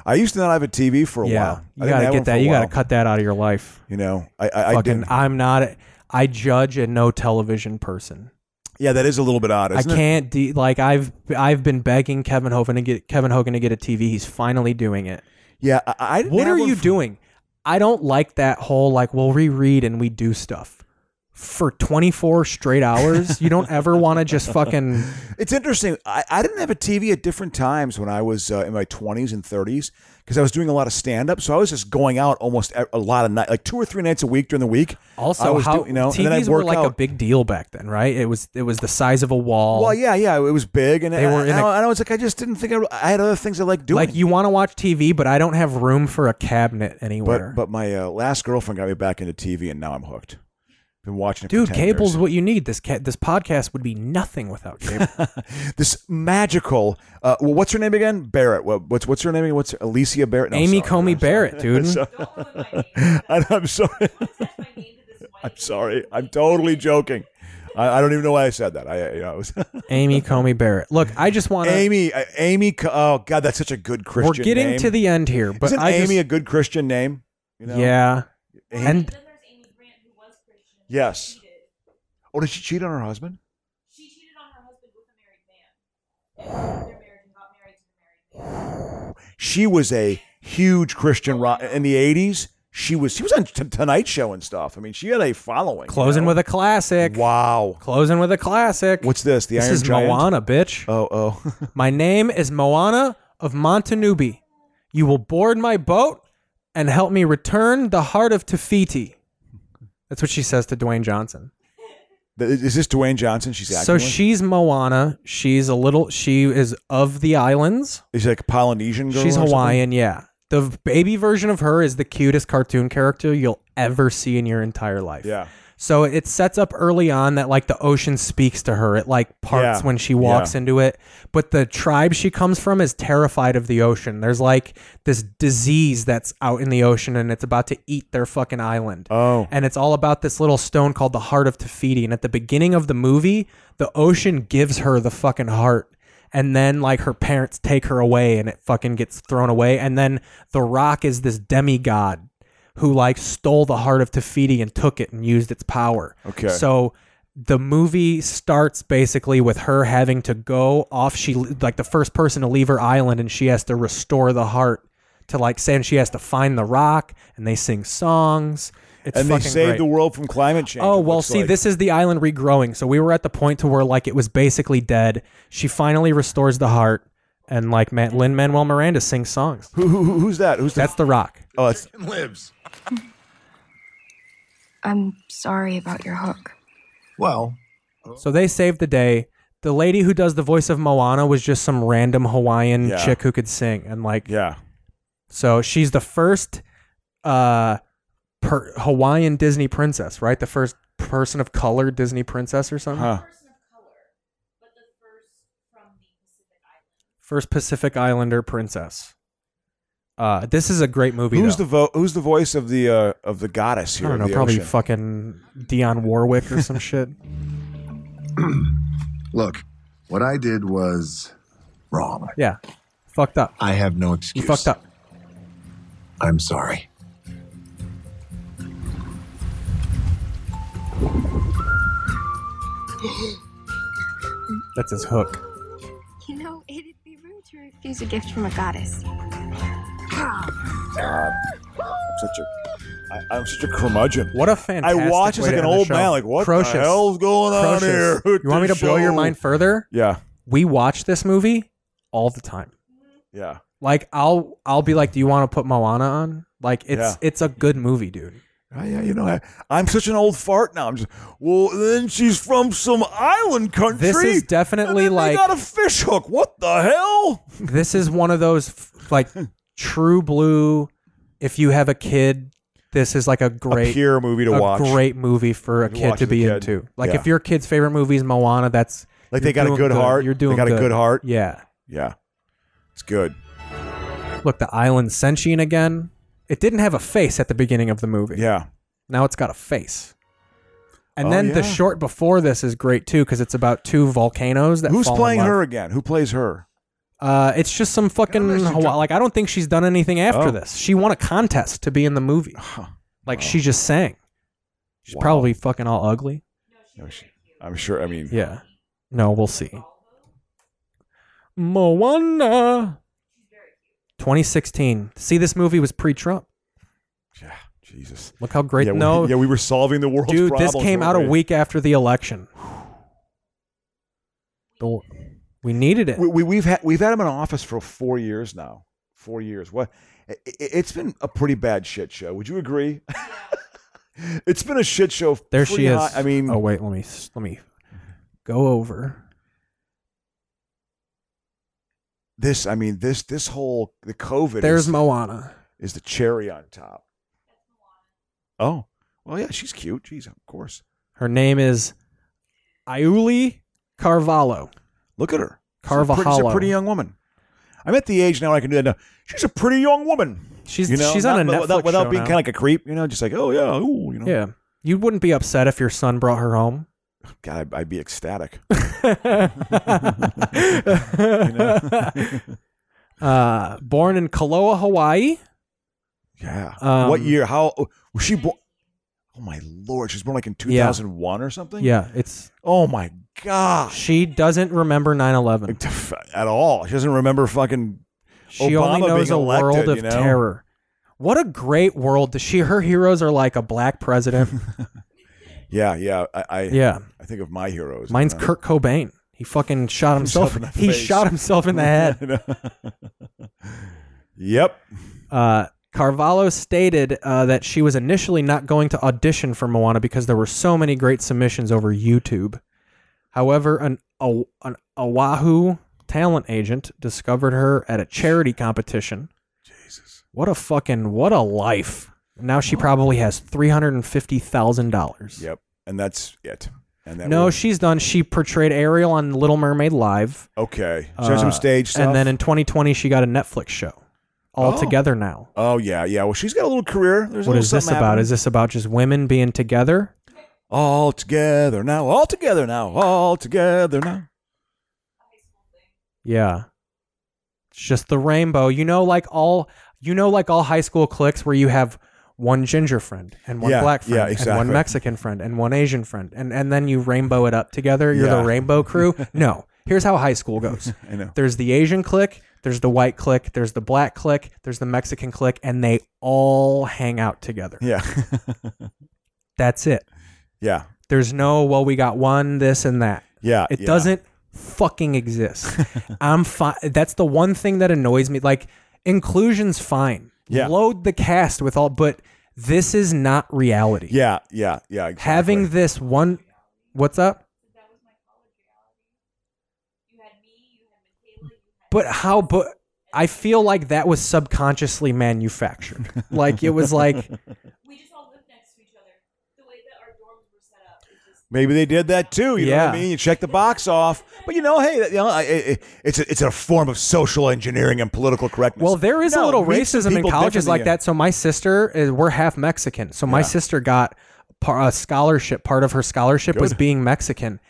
I used to not have a TV for a yeah. while. I You didn't got to have one get for that. a You got to while. cut that out of your life. You know, I I, I Fucking, didn't. I'm not. a- I judge a no television person. Yeah, that is a little bit odd. Isn't I it? can't de- like I've I've been begging Kevin Hogan to get Kevin Hogan to get a TV. He's finally doing it. Yeah, I, I didn't what have are one you for- doing? I don't like that whole like we'll reread and we do stuff for 24 straight hours. you don't ever want to just fucking It's interesting. I, I didn't have a TV at different times when I was uh, in my 20s and 30s because I was doing a lot of stand up. So I was just going out almost e, a, a lot of night, like two or three nights a week during the week. I also was how do- you know, and then I'd TVs were work like a out. big deal back then, right? It was it was the size of a wall. Well, yeah, yeah, it was big, and They I, were in I, a- I, was like, I just didn't think I, I had other things I like doing. Like you want to watch TV, but I don't have room for a cabinet anywhere. but but my uh, last girlfriend got me back into TV, and now I'm hooked Been watching it, for Dude, 10 cable's years. what you need. This ca- this podcast would be nothing without cable. this magical. Uh, well, what's her name again? Barrett. What, what's what's her name? again? What's Alicia Barrett? No, Amy sorry. Comey Barrett, dude. So- I- I'm sorry. I'm sorry. I'm totally joking. I, I don't even know why I said that. I, you know, I was Amy Comey Barrett. Look, I just want to. Amy. uh, Amy. Co- Oh God, that's such a good We're Christian. getting name. to the end here, but Isn't I Amy just, a good Christian name? You know? yeah, Amy- and Yes. Oh, did she cheat on her husband? She cheated on her husband with a married man. And their marriage and got married to a married man. She was a huge Christian rock in the '80s. She was. She was on t- Tonight Show and stuff. I mean, she had a following. closing with a classic. Wow. Closing with a classic. What's this? The this Iron is Giant? Moana, bitch. Oh, oh. my name is Moana of Montanubi. You will board my boat and help me return the heart of Tafiti. That's what she says to Dwayne Johnson. Th- Is this Dwayne Johnson? She's acting. So with? she's Moana. She's a little. She is of the islands. Is she like a Polynesian girl? She's or something? Hawaiian, yeah. The v- baby version of her is the cutest cartoon character you'll ever see in your entire life. Yeah. So it sets up early on that like the ocean speaks to her. It like parts Yeah. when she walks Yeah. into it. But the tribe she comes from is terrified of the ocean. There's like this disease that's out in the ocean and it's about to eat their fucking island. Oh. And it's all about this little stone called the Heart of Tafiti. And at the beginning of the movie, the ocean gives her the fucking heart. And then, like, her parents take her away and it fucking gets thrown away. And then The Rock is this demigod who, like, stole the heart of Tafiti and took it and used its power. Okay. So the movie starts basically with her having to go off. She, like, the first person to leave her island and she has to restore the heart to, like, say, and she has to find The Rock and they sing songs. It's and they fucking saved great. the world from climate change. Oh it well, looks see, like. this is the island regrowing. So we were at the point to where like it was basically dead. She finally restores the heart, and like Man- Lin Manuel Miranda sings songs. Who, who, who- who's that? Who's the, That's the Rock. Oh, it's lives. I'm sorry about your hook. Well, So they saved the day. The lady who does the voice of Moana was just some random Hawaiian Yeah. chick who could sing, and like yeah. So she's the first uh, per- Hawaiian Disney princess, right? The first person of color Disney princess or something. Huh. First Pacific Islander princess. Uh, this is a great movie. Who's though. the vo- Who's the voice of the uh, of the goddess here? I don't of know, the probably ocean? fucking Dion Warwick or some shit. look, what I did was wrong. Yeah, fucked up. I have no excuse. You fucked up. I'm sorry. That's his hook. You know, it'd be rude to refuse a gift from a goddess. God, I'm such a I, I'm such a curmudgeon. What a fantastic! I watch as way like to an end the old show. man. Like what the Crocious. hell's going on Crocious. here? with You want me to this blow your show? mind further? Yeah, We watch this movie all the time. yeah. Like I'll I'll be like, do you want to put Moana on? Like it's Yeah. it's a good movie, dude. Ah, yeah, you know, I, I'm such an old fart now. I'm just well. Then she's from some island country. This is definitely I like got a fish hook. What the hell? this is one of those f- like true blue. If you have a kid, this is like a great pure movie to a watch. Great movie for a To kid watch to as a be kid. into. Like Yeah. if your kid's favorite movie is Moana, that's Like they you're got a doing good heart. You're They doing got a good heart. Yeah. Yeah, it's good. Look, the island sentient again. It didn't have a face at the beginning of the movie. Yeah. Now it's got a face. And Oh, then the yeah. short before this is great too because it's about two volcanoes that. Who's fall in playing love. her again? Who plays her? Uh, it's just some fucking Hawaii. Like I don't think she's done anything after Oh. this. She won a contest to be in the movie. Like she just sang. She's Wow. probably fucking all ugly. No, she- I'm sure. I mean, Yeah. No, we'll see. Moana. 2016. See, this movie was pre-Trump. Jesus. Look how great. Yeah, we- no, yeah, we were solving the world's dude. problems. This came out a already. week after the election. The- we needed it. We, we, we've had we've had him in office for four years now. Four years. What? It, it's been a pretty bad shit show. Would you agree? it's been a shit show. There she pretty is. high- I mean, oh wait, let me let me go over. this. I mean, this. This whole the COVID. There's is, Moana. Is the cherry on top? Oh, well, yeah, she's cute. Jeez, of course. Her name is Iuli Carvalho. Look at her. Carvalho. She's a, pretty, she's a pretty young woman. I'm at the age now where I can do that. Now. She's a pretty young woman. She's you know, she's on a not- Netflix without, without show being now. kind of like a creep. You know, just like oh yeah, ooh, you know. Yeah. You wouldn't be upset if your son brought her home. God, I'd, I'd be ecstatic. uh, born in Kaloa, Hawaii. Yeah. Um, what year? How was she born? Oh my lord, she's born like in 2001 or something. Yeah, it's Oh my god. she doesn't remember 9/11. At all, she doesn't remember fucking. She Obama only knows being a elected, world of you know? terror. What a great world! to- She her heroes are like a black president. Yeah, yeah. I, I Yeah. I think of my heroes. Uh, Mine's you know? Kurt Cobain. He fucking shot himself. Himself in the he face. shot himself in the head. Yep. Uh, Carvalho stated uh, that she was initially not going to audition for Moana because there were so many great submissions over YouTube. However, an, a, an Oahu talent agent discovered her at a charity competition. Jesus. What a fucking, what a life. Now she probably has $350,000. Yep. And that's it. And that No, was- she's done. She portrayed Ariel on Little Mermaid Live. Okay. She done some stage stuff? uh, And then in 2020, she got a Netflix show. All Oh. together now. Oh yeah, yeah. Well, she's got a little career. There's a what little is this something about? happening. Is this about just women being together? all together now? All together now? All together now? Yeah. It's just the rainbow. You know, like all you know, like all high school cliques where you have one ginger friend and one Yeah, black friend yeah, and exactly. one Mexican friend and one Asian friend. And and then you rainbow it up together. You're Yeah. the rainbow crew. no. Here's how high school goes. I know. There's the Asian clique, there's the white clique, there's the black clique, there's the Mexican clique, and they all hang out together. Yeah. That's it. Yeah. There's no, well, we got one, this, and that. Yeah. It Uh, yeah. doesn't fucking exist. I'm fine. That's the one thing that annoys me. Like, inclusion's fine. Yeah. Load the cast with all, but this is not reality. Yeah. Yeah. Yeah. Exactly. Having this one, what's up? But how, but I feel like that was subconsciously manufactured. like, it was like, Maybe they did that too. You know what I Yeah. mean? You check the box off, but you know, hey, you know, I, I, it's a, it's a form of social engineering and political correctness. Well, there is a No, little meet some racism in people colleges different like than that. So my sister, is, we're half Mexican. So my Yeah. sister got par- a scholarship. Part of her scholarship was Good. being Mexican,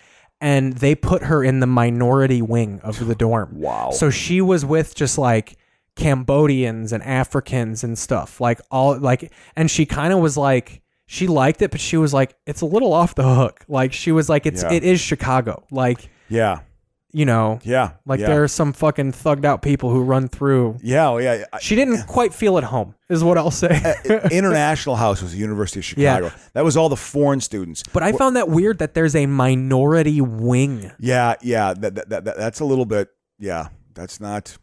and they put her in the minority wing of the dorm. Wow. So she was with just like Cambodians and Africans and stuff. Like all like, and she kind of was like. She liked it, but she was like, "It's a little off the hook." Like she was like, "It's Yeah. it is Chicago." Like you. Yeah. you know, Yeah. like yeah. there are some fucking thugged out people who run through Yeah. oh, Yeah. Uh, I- she didn't quite feel at home, is what I'll say. International House was the University of Yeah. Chicago. That was all the foreign students. But I found that weird that there's a minority wing. Yeah, yeah, that, that, that, that- that's a little bit. Yeah, that's not.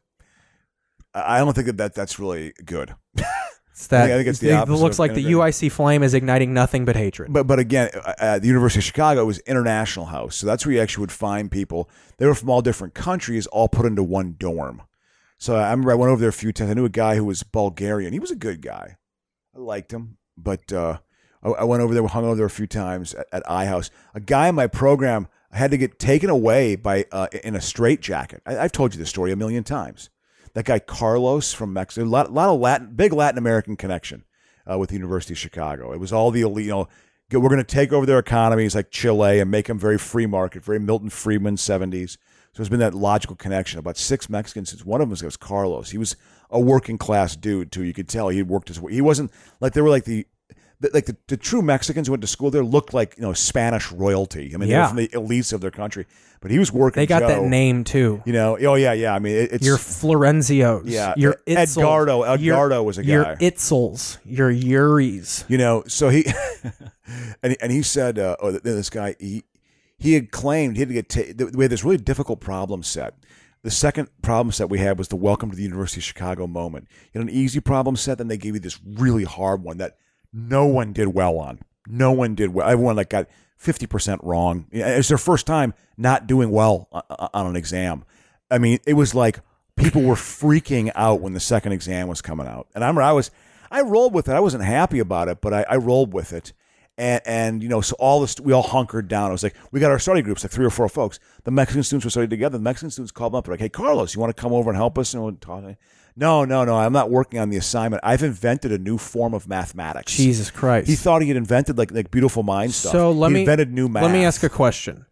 I I don't think that, that that's really good. It's that I think it's the it opposite looks of like the integrating. UIC flame is igniting nothing but hatred. But but again, uh, uh, the University of Chicago was international house, so that's where you actually would find people. They were from all different countries, all put into one dorm. So I remember I went over there a few times. I knew a guy who was Bulgarian. He was a good guy. I liked him, but uh, I, I went over there, hung over there a few times at, at iHouse. A guy in my program had to get taken away by uh, in a straitjacket. I, I've told you this story a million times. That guy Carlos from Mexico, a lot, lot of Latin, big Latin American connection uh, with the University of Chicago. It was all the elite. You know, go- we're going to take over their economies like Chile and make them very free market, very Milton Friedman seventies. So there's been that logical connection. About six Mexicans since one of them was Carlos. He was a working class dude too. You could tell he worked his way. He wasn't like they were like the. the- Like the, the true Mexicans who went to school there looked like you know Spanish royalty. I mean, Yeah. they were from the elites of their country, but he was working. They got that Joe, name too. you know. Oh yeah, yeah. I mean, it, it's Your Florenzios. Yeah, Your Ed- Itzels, Edgardo- your- Edgardo was a Your guy. Itzels. Your Yuris. You know, so he and and he said, uh, oh, th- this guy he he had claimed he had to get ta- we had this really difficult problem set. The second problem set we had was the welcome to the University of Chicago moment. You had an easy problem set, then they gave you this really hard one that no one did well on. No one did well. Everyone like got fifty percent wrong. Yeah, It's their first time not doing well o- o- on an exam. I mean, it was like people were freaking out when the second exam was coming out. And I remember I was, I rolled with it. I wasn't happy about it, but I, I rolled with it. And, and you know, so all this, we all hunkered down. It was like, we got our study groups, like three or four folks. The Mexican students were studying together. The Mexican students called up, like, hey, Carlos, you want to come over and help us? And we'll talk. No, no, no, I'm not working on the assignment. I've invented a new form of mathematics. Jesus Christ. He thought he had invented like, like beautiful mind stuff. So let He me invented new math. Let me ask a question.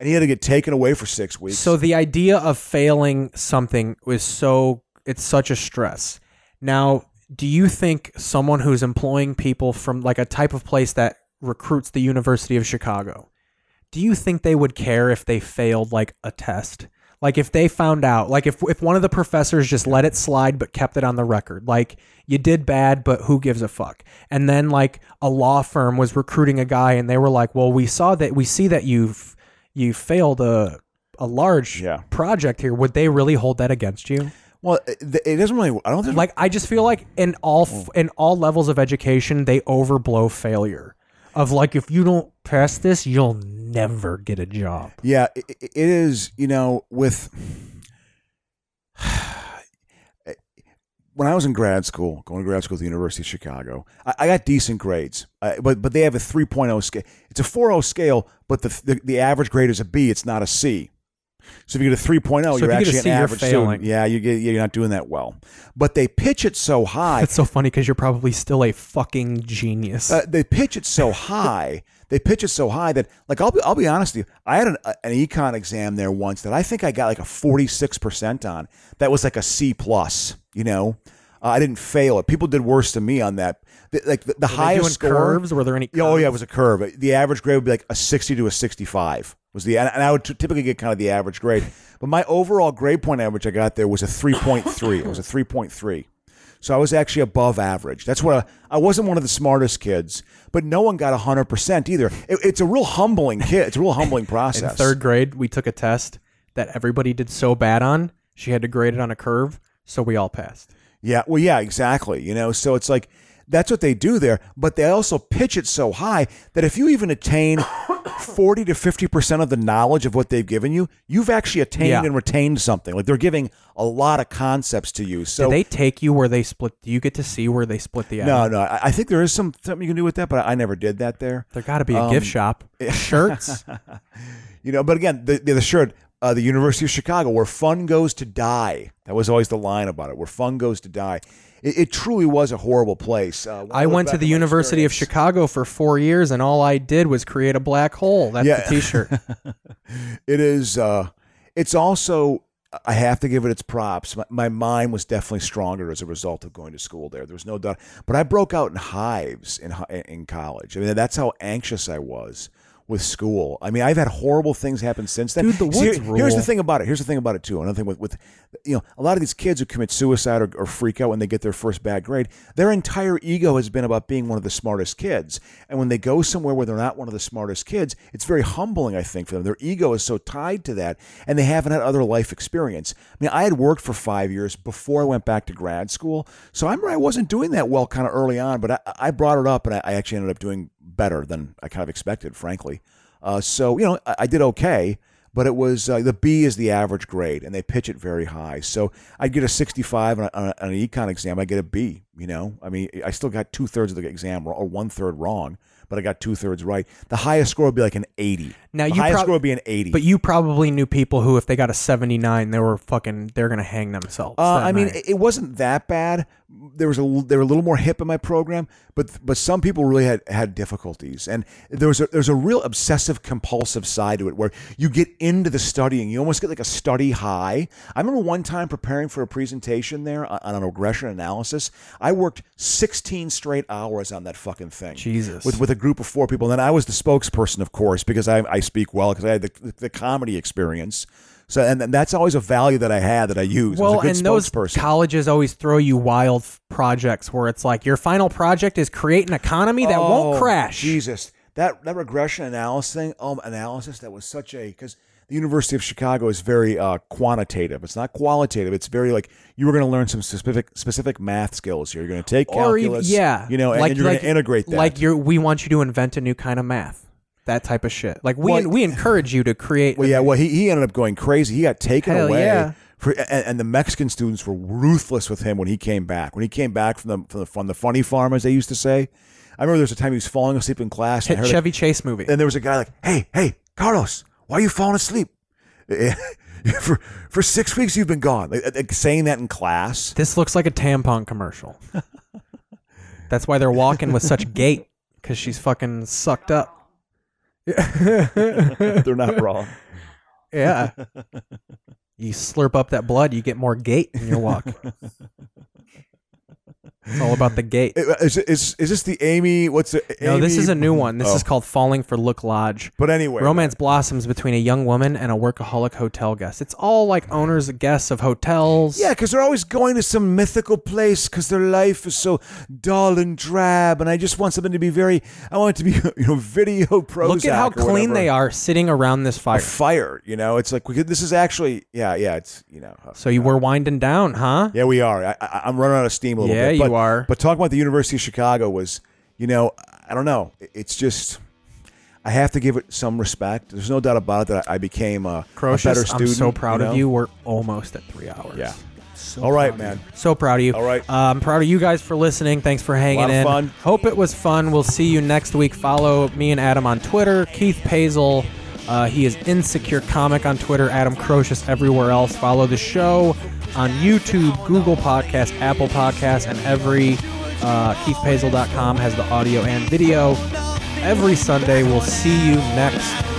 And he had to get taken away for six weeks. So the idea of failing something is so it's such a stress. Now, do you think someone who's employing people from like a type of place that recruits the University of Chicago, do you think they would care if they failed like a test? Like if they found out, like if if one of the professors just let it slide but kept it on the record, like you did bad, but who gives a fuck? And then like a law firm was recruiting a guy and they were like, "Well, we saw that we see that you've you failed a a large project here. Would they really hold that against you?" Well, it, it doesn't really. I don't think like. I just feel like in all Mm. f- in all levels of education, they overblow failure. Of like, if you don't pass this, you'll never get a job. Yeah, i i- it is. You know, with when I was in grad school, going to grad school at the University of Chicago, I, I got decent grades. Uh, but but they have a 3.0 scale. It's a 4.0 scale, but the, the the average grade is a B. It's not a C. So if you get a 3.0, So if you're you get a actually C, an you're average failing. student. Yeah, you get, you're not doing that well. But they pitch it so high. It's so funny because you're probably still a fucking genius. Uh, they pitch it so high. they pitch it so high that, like, I'll be, I'll be honest with you. I had an, a- an econ exam there once that I think I got like a forty six percent on. That was like a C plus. You know, uh, I didn't fail it. People did worse to me on that. The- like the, the Were they highest doing score, curves? Were there any Yeah, Oh yeah, it was a curve. The average grade would be like a sixty to a sixty five. Was the and and I would t- typically get kind of the average grade, but my overall grade point average I got there was a three point three. It was a three point three. So I was actually above average. That's what I, I wasn't one of the smartest kids, but no one got 100% either. It- it's a real humbling kid. It's a real humbling In process. third grade, we took a test that everybody did so bad on. She had to grade it on a curve, so we all passed. Yeah. Well, yeah, exactly. You know, so it's like that's what they do there, but they also pitch it so high that if you even attain 40 to 50% of the knowledge of what they've given you, you've actually attained Yeah. and retained something. Like they're giving a lot of concepts to you. So Did they take you where they split? Do you get to see where they split the? No, atom? no. I, I think there is some something you can do with that, but I, I never did that there. There got to be a gift Um, shop. Shirts. you know, but again, the the, the shirt, uh, the University of Chicago, where fun goes to die. That was always the line about it, where fun goes to die. It, it truly was a horrible place. Uh, when I look went to back the on my University of Chicago for four years, and all I did was create a black hole. That's Yeah. the T-shirt. it is uh it's also i have to give it its props my, my mind was definitely stronger as a result of going to school there there was no doubt but i broke out in hives in hi- in college i mean that's how anxious i was with school i mean i've had horrible things happen since then Dude, the See, woods here's the rule. thing about it here's the thing about it too another thing with, with you know a lot of these kids who commit suicide or, or freak out when they get their first bad grade their entire ego has been about being one of the smartest kids and when they go somewhere where they're not one of the smartest kids it's very humbling i think for them their ego is so tied to that and they haven't had other life experience i mean i had worked for five years before i went back to grad school so i remember i wasn't doing that well kind of early on but i, I brought it up and I, I actually ended up doing better than i kind of expected frankly uh, so you know I, I did okay but it was uh, the B is the average grade, and they pitch it very high. So I'd get a 65 on, a, on, a, on an econ exam. I get a B. You know, I mean, I still got two thirds of the exam wrong- or one third wrong, but I got two thirds right. The highest score would be like an 80. Now the you highest prob- score would be an 80. But you probably knew people who, if they got a seventy-nine, they were fucking. They're gonna hang themselves. Uh, that I mean, night. it- it wasn't that bad. There was a l- they were a little more hip in my program, but but some people really had had difficulties, and there was a, there's a real obsessive compulsive side to it where you get into the studying, you almost get like a study high. I remember one time preparing for a presentation there on, on an regression analysis. I worked 16 straight hours on that fucking thing. Jesus. With with a group of four people. And then I was the spokesperson, of course, because I, I speak well because I had the, the comedy experience. So and, and that's always a value that I had that I used. I was a well, good and those spokesperson. colleges always throw you wild f- projects where it's like your final project is create an economy that won't Oh, crash. Jesus, that that regression analysis thing, um, analysis that was such a because the University of Chicago is very uh, quantitative. It's not qualitative. It's very like you were going to learn some specific specific math skills here. You're going to take Or even, calculus, yeah, you know, and, like, then you're like, going to integrate that. Like you're, we want you to invent a new kind of math, that type of shit. Like we Well, we encourage you to create. well, yeah, well, he, he ended up going crazy. He got taken Hell away yeah. For and, and the Mexican students were ruthless with him when he came back. When he came back from the from the, from the funny farm, as they used to say. I remember there was a time he was falling asleep in class. and I Hit heard it- Chevy Chase movie. and there was a guy like, "Hey, hey, Carlos, why are you falling asleep? for for six weeks you've been gone." Like, like saying that in class. This looks like a tampon commercial. That's why they're walking with such gait because she's fucking sucked up. They're not wrong. Yeah. You slurp up that blood, you get more gait in your walk. It's all about the gait. uh, Is, is, is this the Amy? What's it? No, this Amy- is a new one. This Oh. is called Falling for Look Lodge. But anyway, romance blossoms between a young woman and a workaholic hotel guest. It's all like owners, guests of hotels. Yeah, because they're always going to some mythical place because their life is so dull and drab, and I just want something to be very. I want it to be, you know, video pro. Look at how clean they are sitting around this fire. A fire, you know, it's like we could, this is actually, yeah, yeah, it's you know. So you were winding down, huh? Yeah, we are. I, I, I'm running out of steam a little Yeah, bit. you but- are. But talking about the University of Chicago was, you know, I don't know. It- It's just. I have to give it some respect. There's no doubt about it that I became a, a Crocious, better student. I'm so proud know? of you. We're almost at three hours. Yeah. So All right, proud of man. you. So proud of you. All right. I'm proud of you guys for listening. Thanks for hanging Lot of in. fun. Hope it was fun. We'll see you next week. Follow me and Adam on Twitter. Keith Pazel. Uh, he is Insecure Comic on Twitter. Adam Crocious everywhere else. Follow the show on YouTube, Google Podcast, Apple Podcast, and every uh, KeithPazel.com has the audio and video. Every Sunday, we'll see you next